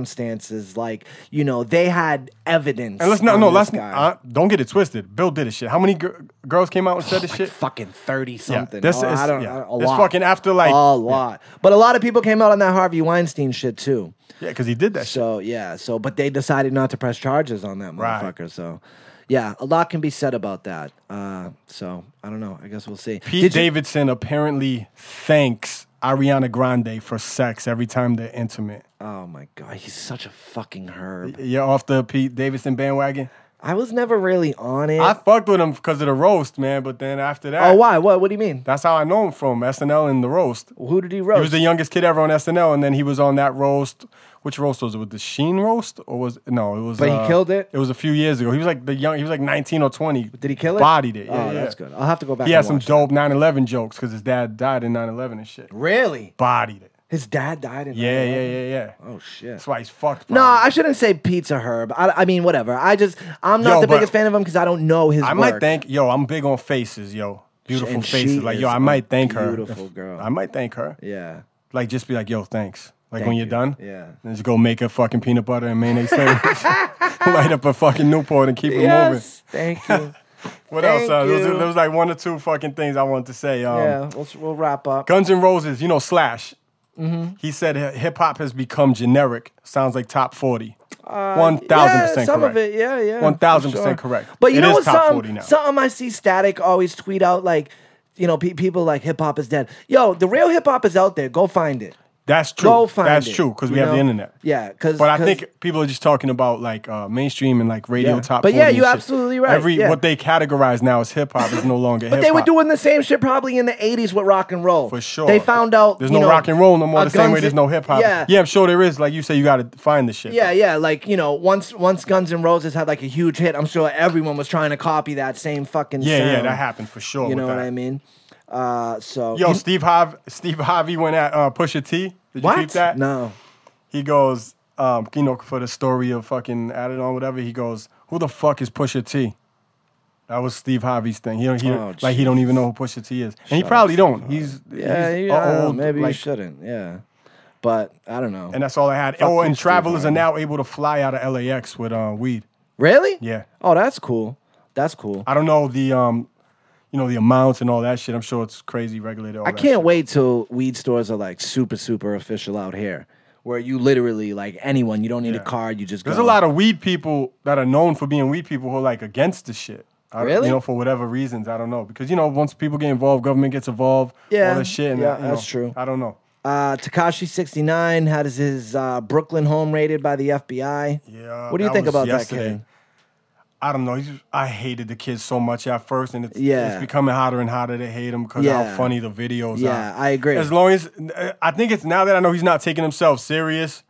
[SPEAKER 1] circumstances. Like you know, they had evidence.
[SPEAKER 2] and let's not,
[SPEAKER 1] on
[SPEAKER 2] no,
[SPEAKER 1] this
[SPEAKER 2] let's
[SPEAKER 1] guy.
[SPEAKER 2] uh, don't get it twisted. Bill did his shit. How many gir- girls came out and
[SPEAKER 1] Oh,
[SPEAKER 2] said this shit?
[SPEAKER 1] fucking thirty
[SPEAKER 2] Yeah,
[SPEAKER 1] something.
[SPEAKER 2] this
[SPEAKER 1] Oh, I
[SPEAKER 2] is-
[SPEAKER 1] don't
[SPEAKER 2] yeah.
[SPEAKER 1] know. A
[SPEAKER 2] It's
[SPEAKER 1] lot.
[SPEAKER 2] fucking after, like-
[SPEAKER 1] a lot. But a lot of people came out on that Harvey Weinstein shit too.
[SPEAKER 2] Yeah, because he did that shit.
[SPEAKER 1] So yeah, so but they decided not to press charges on that
[SPEAKER 2] Right.
[SPEAKER 1] motherfucker. So yeah, a lot can be said about that. Uh, so I don't know. I guess we'll see.
[SPEAKER 2] Pete
[SPEAKER 1] Did you-
[SPEAKER 2] Davidson apparently thanks Ariana Grande for sex every time they're intimate.
[SPEAKER 1] oh my god, he's such a fucking herb.
[SPEAKER 2] You're off the Pete Davidson bandwagon.
[SPEAKER 1] I was never really on it.
[SPEAKER 2] I fucked with him because of the roast, man. But then after that,
[SPEAKER 1] oh why? What? What do you mean?
[SPEAKER 2] That's how I know him from SNL and the roast.
[SPEAKER 1] Who did he
[SPEAKER 2] He
[SPEAKER 1] roast?
[SPEAKER 2] was the youngest kid ever on SNL, and then he was on that roast. Which roast was it? With the Sheen roast, or was no? It was.
[SPEAKER 1] But he
[SPEAKER 2] uh,
[SPEAKER 1] killed it?
[SPEAKER 2] It was a few years ago. He was like the young. He was like nineteen or twenty.
[SPEAKER 1] did he kill it?
[SPEAKER 2] Bodied it. Yeah,
[SPEAKER 1] oh,
[SPEAKER 2] yeah.
[SPEAKER 1] that's good. I'll have to go back.
[SPEAKER 2] He
[SPEAKER 1] and
[SPEAKER 2] had some
[SPEAKER 1] watch it.
[SPEAKER 2] dope 9/11 jokes because his dad died in 9/11 and shit.
[SPEAKER 1] Really?
[SPEAKER 2] Bodied it.
[SPEAKER 1] His dad died in
[SPEAKER 2] Yeah,
[SPEAKER 1] 9/11?
[SPEAKER 2] yeah, yeah, yeah.
[SPEAKER 1] Oh shit.
[SPEAKER 2] That's why he's fucked.
[SPEAKER 1] No,
[SPEAKER 2] probably.
[SPEAKER 1] I shouldn't say pizza herb. I, I mean whatever. I just I'm not
[SPEAKER 2] Yo,
[SPEAKER 1] the
[SPEAKER 2] but-
[SPEAKER 1] biggest fan of him because I don't know his
[SPEAKER 2] I
[SPEAKER 1] work.
[SPEAKER 2] might thank yo. I'm big on faces, yo. Beautiful
[SPEAKER 1] And she
[SPEAKER 2] faces, like yo.
[SPEAKER 1] is
[SPEAKER 2] I
[SPEAKER 1] a
[SPEAKER 2] might thank her.
[SPEAKER 1] beautiful
[SPEAKER 2] If-
[SPEAKER 1] girl.
[SPEAKER 2] I might thank her.
[SPEAKER 1] Yeah.
[SPEAKER 2] Like just be like, yo, thanks. Like
[SPEAKER 1] Thank
[SPEAKER 2] when you're
[SPEAKER 1] you.
[SPEAKER 2] done,
[SPEAKER 1] Yeah.
[SPEAKER 2] Then just go make a fucking peanut butter and
[SPEAKER 1] (laughs)
[SPEAKER 2] mayonnaise sandwich. Light up a fucking Newport and keep it moving.
[SPEAKER 1] Yes.
[SPEAKER 2] (laughs)
[SPEAKER 1] Thank
[SPEAKER 2] Um,
[SPEAKER 1] you.
[SPEAKER 2] What
[SPEAKER 1] Thank
[SPEAKER 2] else? Uh, there, was,
[SPEAKER 1] you.
[SPEAKER 2] there was like one or two fucking things I wanted to say. Um,
[SPEAKER 1] yeah. We'll, we'll wrap up.
[SPEAKER 2] Guns N' Roses, you know Slash.
[SPEAKER 1] Mm-hmm.
[SPEAKER 2] He said hip hop has become generic. Sounds like top forty. One thousand
[SPEAKER 1] Uh, yeah,
[SPEAKER 2] percent
[SPEAKER 1] some
[SPEAKER 2] correct.
[SPEAKER 1] of it, yeah, yeah,
[SPEAKER 2] One thousand
[SPEAKER 1] for
[SPEAKER 2] percent
[SPEAKER 1] sure.
[SPEAKER 2] correct.
[SPEAKER 1] But you
[SPEAKER 2] It
[SPEAKER 1] know what?
[SPEAKER 2] is Top forty
[SPEAKER 1] Something,
[SPEAKER 2] now.
[SPEAKER 1] something I see Static always tweet out like, you know, pe- people like hip hop is dead. Yo, the real hip hop is out there. Go find it.
[SPEAKER 2] That's true.
[SPEAKER 1] Go find
[SPEAKER 2] That's
[SPEAKER 1] it,
[SPEAKER 2] true because we
[SPEAKER 1] you
[SPEAKER 2] have the
[SPEAKER 1] know?
[SPEAKER 2] internet.
[SPEAKER 1] Yeah, 'cause-
[SPEAKER 2] but I
[SPEAKER 1] 'cause-
[SPEAKER 2] think people are just talking about like uh, mainstream and like radio
[SPEAKER 1] Yeah.
[SPEAKER 2] top.
[SPEAKER 1] But yeah,
[SPEAKER 2] 40 and
[SPEAKER 1] you're
[SPEAKER 2] shit.
[SPEAKER 1] absolutely right,
[SPEAKER 2] Every
[SPEAKER 1] yeah.
[SPEAKER 2] what they categorize now as hip hop is no longer.
[SPEAKER 1] But they were doing the same shit probably in the '80s with rock and roll.
[SPEAKER 2] for sure.
[SPEAKER 1] They found out
[SPEAKER 2] there's
[SPEAKER 1] you
[SPEAKER 2] no
[SPEAKER 1] know,
[SPEAKER 2] rock and roll no more.
[SPEAKER 1] a
[SPEAKER 2] The same way
[SPEAKER 1] Guns
[SPEAKER 2] there's
[SPEAKER 1] N-
[SPEAKER 2] no hip hop.
[SPEAKER 1] Yeah,
[SPEAKER 2] I'm sure there is. Like you say, you got to find the shit.
[SPEAKER 1] Yeah, yeah, like you know, once once Guns N' Roses had like a huge hit, I'm sure everyone was trying to copy that same fucking.
[SPEAKER 2] yeah, yeah.
[SPEAKER 1] sound.
[SPEAKER 2] That happened for sure.
[SPEAKER 1] You
[SPEAKER 2] with
[SPEAKER 1] know what
[SPEAKER 2] that.
[SPEAKER 1] I mean? Uh, so
[SPEAKER 2] Yo, Steve Harvey, Steve Harvey went at uh, Pusha T. Did
[SPEAKER 1] what?
[SPEAKER 2] you keep that?
[SPEAKER 1] No,
[SPEAKER 2] He goes, um, you know, for the story of fucking added on whatever. He goes, "Who the fuck is Pusha T?" That was Steve Harvey's thing. He don't, he,
[SPEAKER 1] Oh,
[SPEAKER 2] like he don't even know who Pusha T is, and he probably don't. He's
[SPEAKER 1] yeah,
[SPEAKER 2] he's
[SPEAKER 1] you- I don't know,
[SPEAKER 2] old,
[SPEAKER 1] maybe you
[SPEAKER 2] like-
[SPEAKER 1] shouldn't. Yeah, but I don't know.
[SPEAKER 2] And that's all I had. Oh,
[SPEAKER 1] you,
[SPEAKER 2] and
[SPEAKER 1] Steve
[SPEAKER 2] travelers are
[SPEAKER 1] Harvey.
[SPEAKER 2] now able to fly out of LAX with uh, weed.
[SPEAKER 1] really?
[SPEAKER 2] Yeah.
[SPEAKER 1] Oh, that's cool. That's cool.
[SPEAKER 2] I don't know the um, you know the amounts and all that shit. I'm sure it's crazy regulated. All
[SPEAKER 1] I
[SPEAKER 2] that
[SPEAKER 1] can't
[SPEAKER 2] shit.
[SPEAKER 1] wait till weed stores are like super, super official out here, where you literally like anyone. You don't need a card. You just
[SPEAKER 2] There's
[SPEAKER 1] go.
[SPEAKER 2] a lot of weed people that are known for being weed people who are like against the shit. I,
[SPEAKER 1] Really?
[SPEAKER 2] You know, for whatever reasons, I don't know. Because you know, once people get involved, government gets involved.
[SPEAKER 1] Yeah,
[SPEAKER 2] all that shit. And
[SPEAKER 1] yeah,
[SPEAKER 2] you know,
[SPEAKER 1] that's true.
[SPEAKER 2] I don't know.
[SPEAKER 1] Uh, Takashi sixty nine had his, his uh, Brooklyn home raided by the FBI.
[SPEAKER 2] Yeah,
[SPEAKER 1] What do you
[SPEAKER 2] that
[SPEAKER 1] think
[SPEAKER 2] was
[SPEAKER 1] about
[SPEAKER 2] yesterday.
[SPEAKER 1] that kid?
[SPEAKER 2] I don't know. He's, I hated the kids so much at first, and it's,
[SPEAKER 1] Yeah.
[SPEAKER 2] it's becoming hotter and hotter to hate him because
[SPEAKER 1] Yeah.
[SPEAKER 2] how funny the videos are.
[SPEAKER 1] Yeah, I agree.
[SPEAKER 2] As long as I think it's now that I know he's not taking himself serious,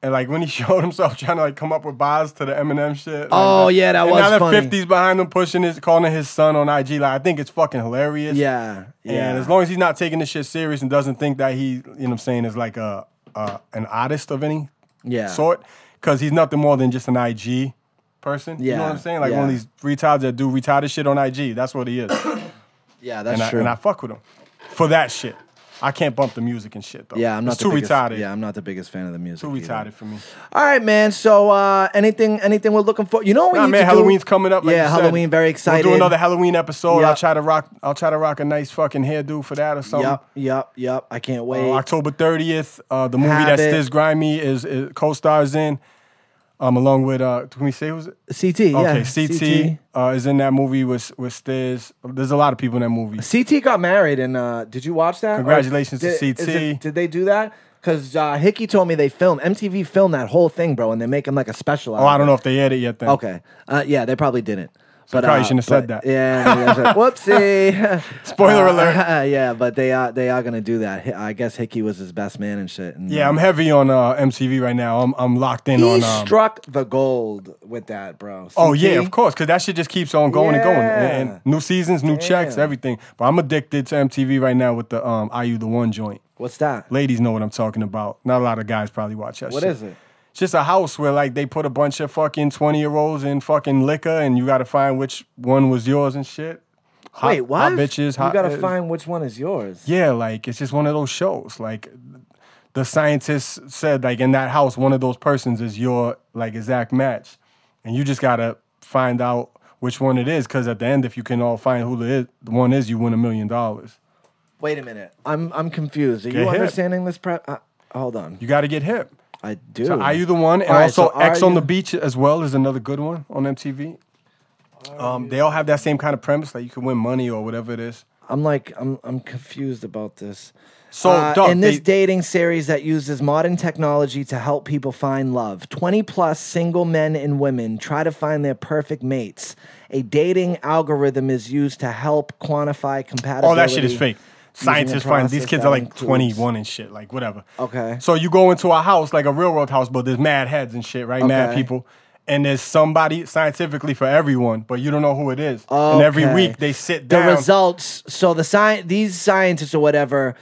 [SPEAKER 2] and like when he (laughs) showed himself trying to like come up with bars to the Eminem shit. like
[SPEAKER 1] Oh, yeah, that
[SPEAKER 2] and
[SPEAKER 1] was
[SPEAKER 2] now that
[SPEAKER 1] funny.
[SPEAKER 2] 50s behind him pushing his calling his son on IG. Like I think it's fucking hilarious.
[SPEAKER 1] Yeah, yeah.
[SPEAKER 2] And as long as he's not taking this shit serious and doesn't think that he, you know what I'm saying, is like a, a an artist of any
[SPEAKER 1] Yeah.
[SPEAKER 2] sort, because he's nothing more than just an IG person. You know
[SPEAKER 1] Yeah,
[SPEAKER 2] what I'm saying? Like one of
[SPEAKER 1] yeah.
[SPEAKER 2] these retards that do retarded shit on IG. That's what he is.
[SPEAKER 1] yeah, that's
[SPEAKER 2] and, I,
[SPEAKER 1] true.
[SPEAKER 2] and I fuck with him for that shit. I can't bump the music and shit, though.
[SPEAKER 1] yeah, I'm not
[SPEAKER 2] It's
[SPEAKER 1] the
[SPEAKER 2] too
[SPEAKER 1] biggest,
[SPEAKER 2] retarded.
[SPEAKER 1] Yeah, I'm not the biggest fan of the music.
[SPEAKER 2] Too
[SPEAKER 1] either.
[SPEAKER 2] retarded for me.
[SPEAKER 1] All right, man. So uh, anything, anything we're looking for. You know what we
[SPEAKER 2] Nah,
[SPEAKER 1] need
[SPEAKER 2] man,
[SPEAKER 1] to do?
[SPEAKER 2] Halloween's coming up. Like
[SPEAKER 1] yeah,
[SPEAKER 2] you said.
[SPEAKER 1] Halloween. Very excited.
[SPEAKER 2] We'll do another Halloween episode.
[SPEAKER 1] Yeah.
[SPEAKER 2] I'll try to rock. I'll try to rock a nice fucking hairdo for that or something.
[SPEAKER 1] Yep, yep, yep. I can't wait.
[SPEAKER 2] Uh, October 30th, uh, the movie that's
[SPEAKER 1] Habit.
[SPEAKER 2] this grimy is, is co-stars in, um, along with uh, can we say who's it?
[SPEAKER 1] CT.
[SPEAKER 2] Okay,
[SPEAKER 1] yeah.
[SPEAKER 2] CT, Uh, is in that movie with with Stiz. There's a lot of people in that movie.
[SPEAKER 1] CT got married, and uh, did you watch that? Or
[SPEAKER 2] Congratulations to
[SPEAKER 1] did- is
[SPEAKER 2] CT.
[SPEAKER 1] it- did they do that? Because uh, Hickey told me they filmed MTV filmed that whole thing, bro, and they're making like a special.
[SPEAKER 2] Oh, I don't know if they aired it yet. Then
[SPEAKER 1] (laughs) Okay, uh, yeah, they probably didn't. But
[SPEAKER 2] probably
[SPEAKER 1] uh,
[SPEAKER 2] shouldn't have said
[SPEAKER 1] but-
[SPEAKER 2] that.
[SPEAKER 1] Yeah. yeah, so-
[SPEAKER 2] (laughs)
[SPEAKER 1] whoopsie.
[SPEAKER 2] Spoiler
[SPEAKER 1] Uh,
[SPEAKER 2] alert.
[SPEAKER 1] (laughs) yeah, but they are they are gonna do that. Hi- I guess Hickey was his best man and shit. and,
[SPEAKER 2] Yeah,
[SPEAKER 1] uh,
[SPEAKER 2] I'm heavy on uh, MTV right now. I'm I'm locked in
[SPEAKER 1] he
[SPEAKER 2] on. Um,
[SPEAKER 1] struck the gold with that, bro.
[SPEAKER 2] oh
[SPEAKER 1] CT?
[SPEAKER 2] yeah, of course, because that shit just keeps on going and going. And,
[SPEAKER 1] Yeah.
[SPEAKER 2] and new seasons, new checks,
[SPEAKER 1] Damn.
[SPEAKER 2] everything. But I'm addicted to MTV right now with the um, IU the One joint.
[SPEAKER 1] What's that?
[SPEAKER 2] Ladies know what I'm talking about. Not a lot of guys probably watch that.
[SPEAKER 1] What
[SPEAKER 2] shit.
[SPEAKER 1] is it?
[SPEAKER 2] It's just a house where like they put a bunch of fucking twenty year olds in fucking liquor, and you got to find which one was yours and shit. Hot,
[SPEAKER 1] Wait, what?
[SPEAKER 2] Hot bitches. Hot,
[SPEAKER 1] you gotta
[SPEAKER 2] uh,
[SPEAKER 1] find which one is yours.
[SPEAKER 2] Yeah, like it's just one of those shows. Like the scientists said, like in that house, one of those persons is your like exact match, and you just gotta find out which one it is. Because at the end, if you can all find who the the one is, you win a million dollars.
[SPEAKER 1] Wait a minute. I'm I'm confused. Are
[SPEAKER 2] Get
[SPEAKER 1] you
[SPEAKER 2] hit.
[SPEAKER 1] understanding this? Pre- uh, hold on.
[SPEAKER 2] You got to get hip.
[SPEAKER 1] I do.
[SPEAKER 2] So Are you the one? And
[SPEAKER 1] All right,
[SPEAKER 2] also,
[SPEAKER 1] so
[SPEAKER 2] X
[SPEAKER 1] Are
[SPEAKER 2] on the
[SPEAKER 1] You-
[SPEAKER 2] Beach as well is another good one on MTV. Um, they all have that same kind of premise, like you can win money or whatever it is.
[SPEAKER 1] I'm like I'm I'm confused about this.
[SPEAKER 2] So,
[SPEAKER 1] Uh,
[SPEAKER 2] Doug,
[SPEAKER 1] in this
[SPEAKER 2] they-
[SPEAKER 1] dating series that uses modern technology to help people find love, 20 plus single men and women try to find their perfect mates. A dating algorithm is used to help quantify compatibility.
[SPEAKER 2] All that shit is fake.
[SPEAKER 1] using a
[SPEAKER 2] Scientists find these
[SPEAKER 1] process
[SPEAKER 2] kids
[SPEAKER 1] that
[SPEAKER 2] are like
[SPEAKER 1] includes-
[SPEAKER 2] 21 and shit, like whatever.
[SPEAKER 1] Okay.
[SPEAKER 2] So you go into a house, like a real world house, but there's mad heads and shit, right? Mad
[SPEAKER 1] Okay.
[SPEAKER 2] people. And there's somebody scientifically for everyone, but you don't know who it is. And every
[SPEAKER 1] Okay.
[SPEAKER 2] week they sit
[SPEAKER 1] The
[SPEAKER 2] down.
[SPEAKER 1] results. So the sci- these scientists or whatever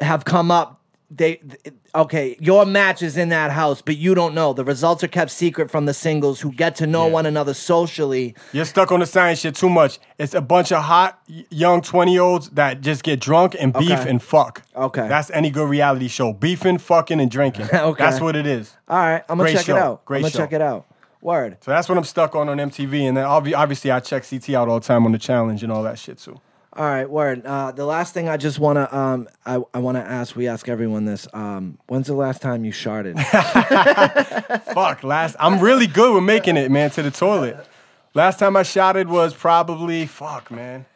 [SPEAKER 1] have come up they th- okay, your match is in that house, but you don't know. The results are kept secret from the singles who get to know
[SPEAKER 2] Yeah.
[SPEAKER 1] one another socially.
[SPEAKER 2] You're stuck on the science shit too much. It's a bunch of hot y- young 20 year olds that just get drunk and beef
[SPEAKER 1] Okay.
[SPEAKER 2] and fuck.
[SPEAKER 1] Okay.
[SPEAKER 2] That's any good reality show. Beefing, fucking, and drinking.
[SPEAKER 1] (laughs) Okay.
[SPEAKER 2] That's what it is.
[SPEAKER 1] All right, I'm gonna
[SPEAKER 2] Great
[SPEAKER 1] check
[SPEAKER 2] show.
[SPEAKER 1] it out.
[SPEAKER 2] Great
[SPEAKER 1] I'm gonna
[SPEAKER 2] show.
[SPEAKER 1] check it out. Word.
[SPEAKER 2] So that's what I'm stuck on on MTV. And then obvi- obviously, I check CT out all the time on the challenge and all that shit too.
[SPEAKER 1] All right, word. Uh, the last thing I just wanna um I, I wanna ask. We ask everyone this. Um, when's the last time you sharded?
[SPEAKER 2] Fuck, last. I'm really good with making it, man, to the toilet. Last time I shot it was probably, fuck, man,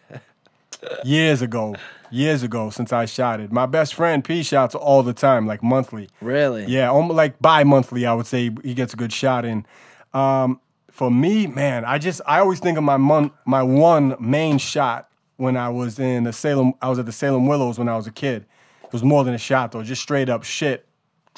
[SPEAKER 2] years ago. Years ago since I shot it. My best friend P shots all the time, like monthly.
[SPEAKER 1] really?
[SPEAKER 2] Yeah, almost like bi-monthly, I would say he gets a good shot in. Um, for me, man, I just I always think of my mon- my one main shot when I was in the Salem. I was at the Salem Willows when I was a kid. It was more than a shot though, just straight up shit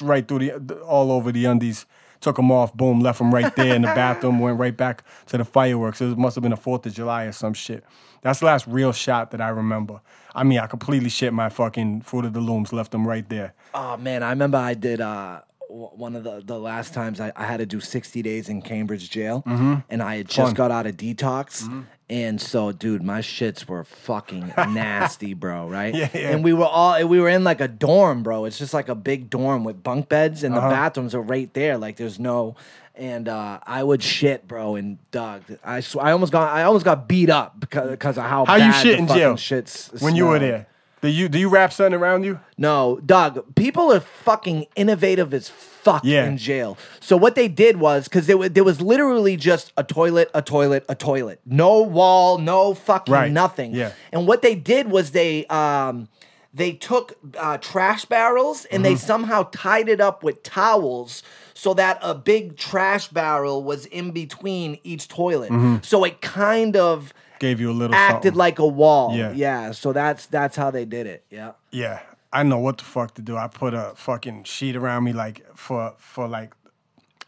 [SPEAKER 2] right through the all over the undies. Took them off, boom, left them right there in the bathroom. Went right back to the fireworks. It must have been the Fourth of July or some shit. That's the last real shot that I remember. I mean, I completely shit my fucking fruit of the looms. Left them right there.
[SPEAKER 1] Oh man, I remember I did uh, w- one of the, the last times I, I had to do 60 days in Cambridge jail,
[SPEAKER 2] Mm-hmm.
[SPEAKER 1] and I had just got out of detox. And so, dude, my shits were fucking
[SPEAKER 2] (laughs)
[SPEAKER 1] nasty, bro. Right?
[SPEAKER 2] Yeah, yeah.
[SPEAKER 1] And we were all we were in like a dorm, bro. It's just like a big dorm with bunk beds, and
[SPEAKER 2] Uh-huh.
[SPEAKER 1] the bathrooms are right there. Like there's no. And uh, I would shit, bro, and dog. I sw- I almost got I almost got beat up because, because of how
[SPEAKER 2] How
[SPEAKER 1] bad
[SPEAKER 2] you shit
[SPEAKER 1] the
[SPEAKER 2] in
[SPEAKER 1] fucking
[SPEAKER 2] jail
[SPEAKER 1] shits
[SPEAKER 2] when you were
[SPEAKER 1] smelled.
[SPEAKER 2] there? Do you do you wrap something around you?
[SPEAKER 1] No, dog. People are fucking innovative as fuck
[SPEAKER 2] Yeah.
[SPEAKER 1] in jail. So what they did was because there, wa- there was literally just a toilet, a toilet, a toilet. No wall, no fucking
[SPEAKER 2] Right.
[SPEAKER 1] nothing.
[SPEAKER 2] Yeah.
[SPEAKER 1] And what they did was they um they took uh, trash barrels and
[SPEAKER 2] Mm-hmm.
[SPEAKER 1] they somehow tied it up with towels so that a big trash barrel was in between each toilet. So it kind of
[SPEAKER 2] Gave you a little
[SPEAKER 1] acted
[SPEAKER 2] Mm-hmm. something.
[SPEAKER 1] like a wall.
[SPEAKER 2] Yeah.
[SPEAKER 1] yeah. So that's that's how they did it. Yeah.
[SPEAKER 2] yeah. I know what the fuck to do. I put a fucking sheet around me like for for like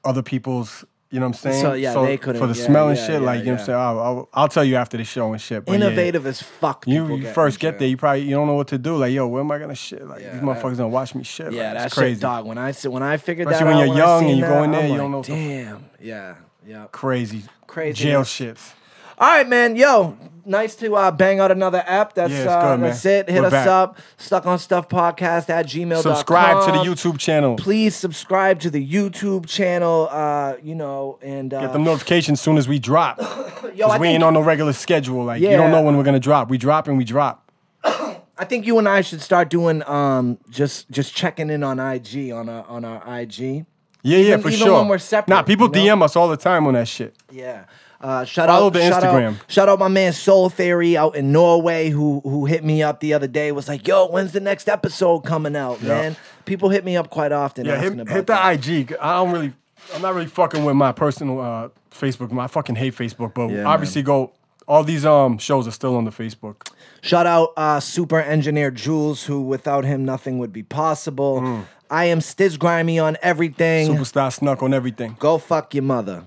[SPEAKER 2] other people's. You know what I'm saying?
[SPEAKER 1] So, yeah, they couldn't-
[SPEAKER 2] for the
[SPEAKER 1] yeah,
[SPEAKER 2] smell and
[SPEAKER 1] yeah,
[SPEAKER 2] shit.
[SPEAKER 1] yeah,
[SPEAKER 2] like you know what
[SPEAKER 1] yeah.
[SPEAKER 2] I'm saying. I'll, I'll, I'll tell you after the show and shit. But Oh, yeah, yeah.
[SPEAKER 1] innovative as fuck.
[SPEAKER 2] You,
[SPEAKER 1] people
[SPEAKER 2] you
[SPEAKER 1] in
[SPEAKER 2] first get
[SPEAKER 1] jail.
[SPEAKER 2] there, you probably you don't know what to do. Like, yo, where am I gonna shit? Like these motherfuckers gonna watch me shit.
[SPEAKER 1] Yeah,
[SPEAKER 2] like,
[SPEAKER 1] that's
[SPEAKER 2] it's crazy.
[SPEAKER 1] Shit, dog. When I s- when I figured
[SPEAKER 2] Especially
[SPEAKER 1] that
[SPEAKER 2] when
[SPEAKER 1] out,
[SPEAKER 2] you're
[SPEAKER 1] I
[SPEAKER 2] young and
[SPEAKER 1] seen
[SPEAKER 2] you go in
[SPEAKER 1] that,
[SPEAKER 2] there,
[SPEAKER 1] I'm
[SPEAKER 2] you don't know
[SPEAKER 1] like,
[SPEAKER 2] what the fuck-
[SPEAKER 1] Damn. Yeah. Yeah.
[SPEAKER 2] Crazy,
[SPEAKER 1] Crazy.
[SPEAKER 2] jail shits.
[SPEAKER 1] All right, man. Yo, nice to uh, bang out another app. That's
[SPEAKER 2] Yeah, it's
[SPEAKER 1] uh,
[SPEAKER 2] good, man.
[SPEAKER 1] that's it. Hit
[SPEAKER 2] We're
[SPEAKER 1] us
[SPEAKER 2] back.
[SPEAKER 1] up. Stuck on stuff podcast at gmail.
[SPEAKER 2] Subscribe to the YouTube channel.
[SPEAKER 1] Please subscribe to the YouTube channel. Uh, you know, and uh,
[SPEAKER 2] Get them notifications soon as we drop.
[SPEAKER 1] yo, (coughs) I
[SPEAKER 2] Cause we
[SPEAKER 1] think,
[SPEAKER 2] ain't on no regular schedule. Like you
[SPEAKER 1] Yeah.
[SPEAKER 2] don't know when we're gonna drop. We drop and we drop.
[SPEAKER 1] I think you and I should start doing um just just checking in on IG on our on our IG.
[SPEAKER 2] Yeah, yeah,
[SPEAKER 1] Even-
[SPEAKER 2] for
[SPEAKER 1] even
[SPEAKER 2] sure.
[SPEAKER 1] when we're separate,
[SPEAKER 2] nah, people
[SPEAKER 1] you know?
[SPEAKER 2] DM us all the time on that shit.
[SPEAKER 1] Yeah. Uh, shout
[SPEAKER 2] Follow
[SPEAKER 1] out
[SPEAKER 2] the
[SPEAKER 1] shout
[SPEAKER 2] Instagram.
[SPEAKER 1] Out, shout out my man Soul Theory out in Norway who who hit me up the other day was like, "Yo, when's the next episode coming out, man?" People hit me up quite often
[SPEAKER 2] Yeah,
[SPEAKER 1] asking
[SPEAKER 2] hit,
[SPEAKER 1] about
[SPEAKER 2] hit the
[SPEAKER 1] that.
[SPEAKER 2] IG. I don't really, I'm not really fucking with my personal uh, Facebook. I fucking hate Facebook, but
[SPEAKER 1] Yeah,
[SPEAKER 2] obviously go. All these um shows are still on the Facebook.
[SPEAKER 1] Shout out uh, super engineer Jules who without him nothing would be possible.
[SPEAKER 2] Mm.
[SPEAKER 1] I am Stiz Grimy on everything.
[SPEAKER 2] Superstar snuck on everything.
[SPEAKER 1] Go fuck your mother.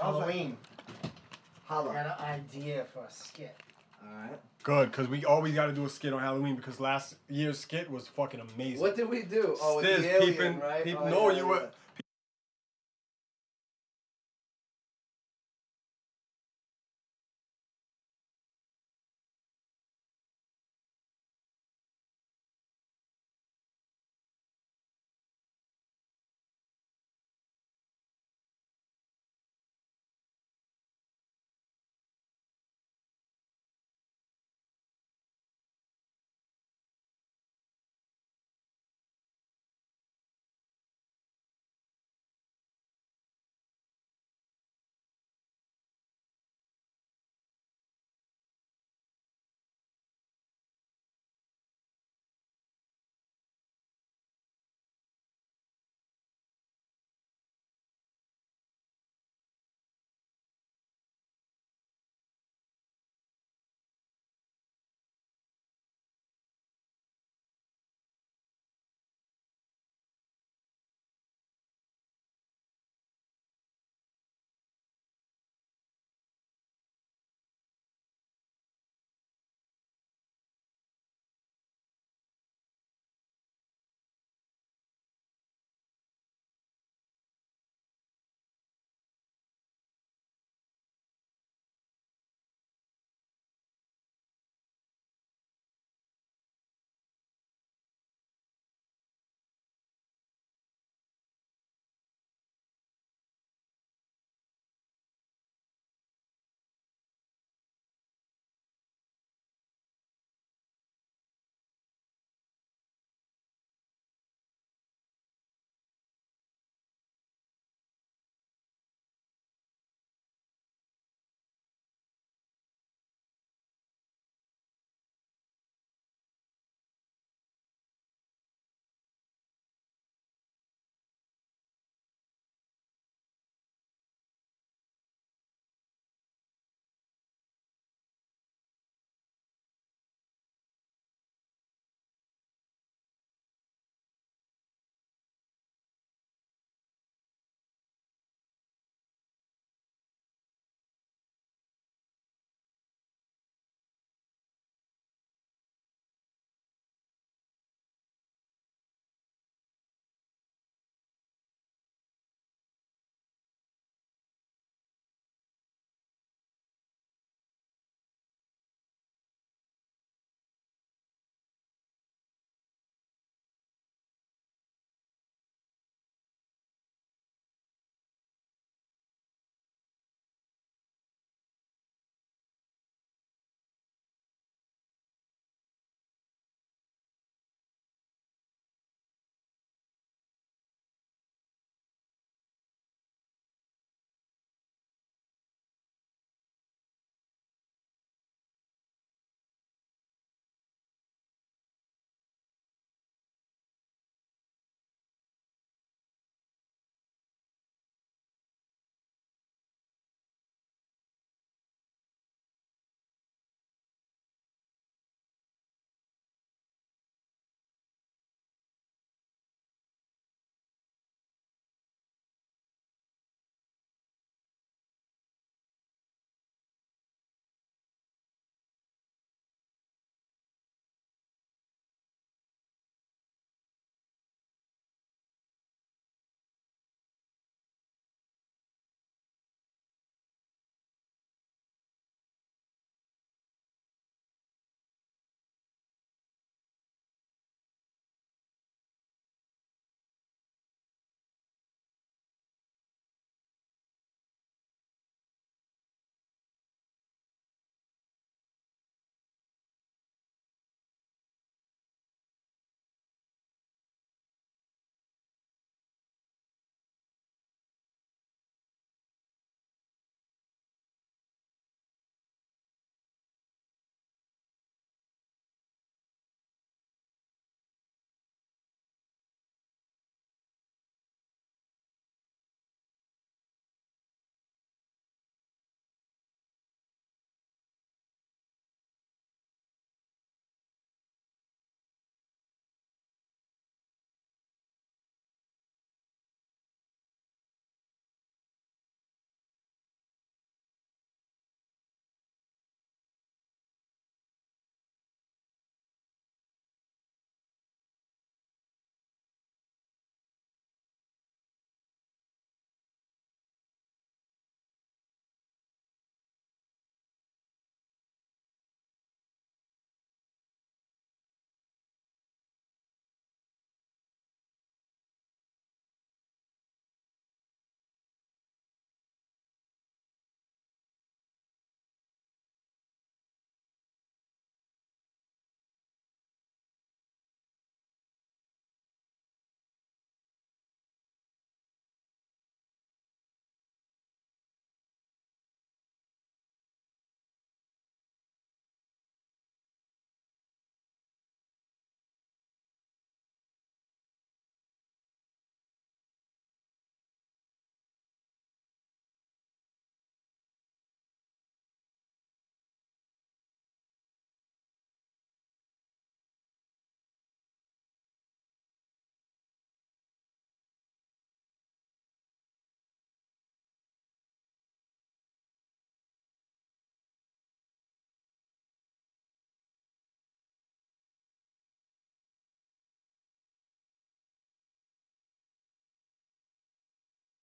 [SPEAKER 8] Halloween. I had an idea for a skit.
[SPEAKER 2] Good, cause we always got to do a skit on Halloween because last year's skit was fucking amazing.
[SPEAKER 1] we do? Oh,
[SPEAKER 2] Stiz peeping, peep- no, you were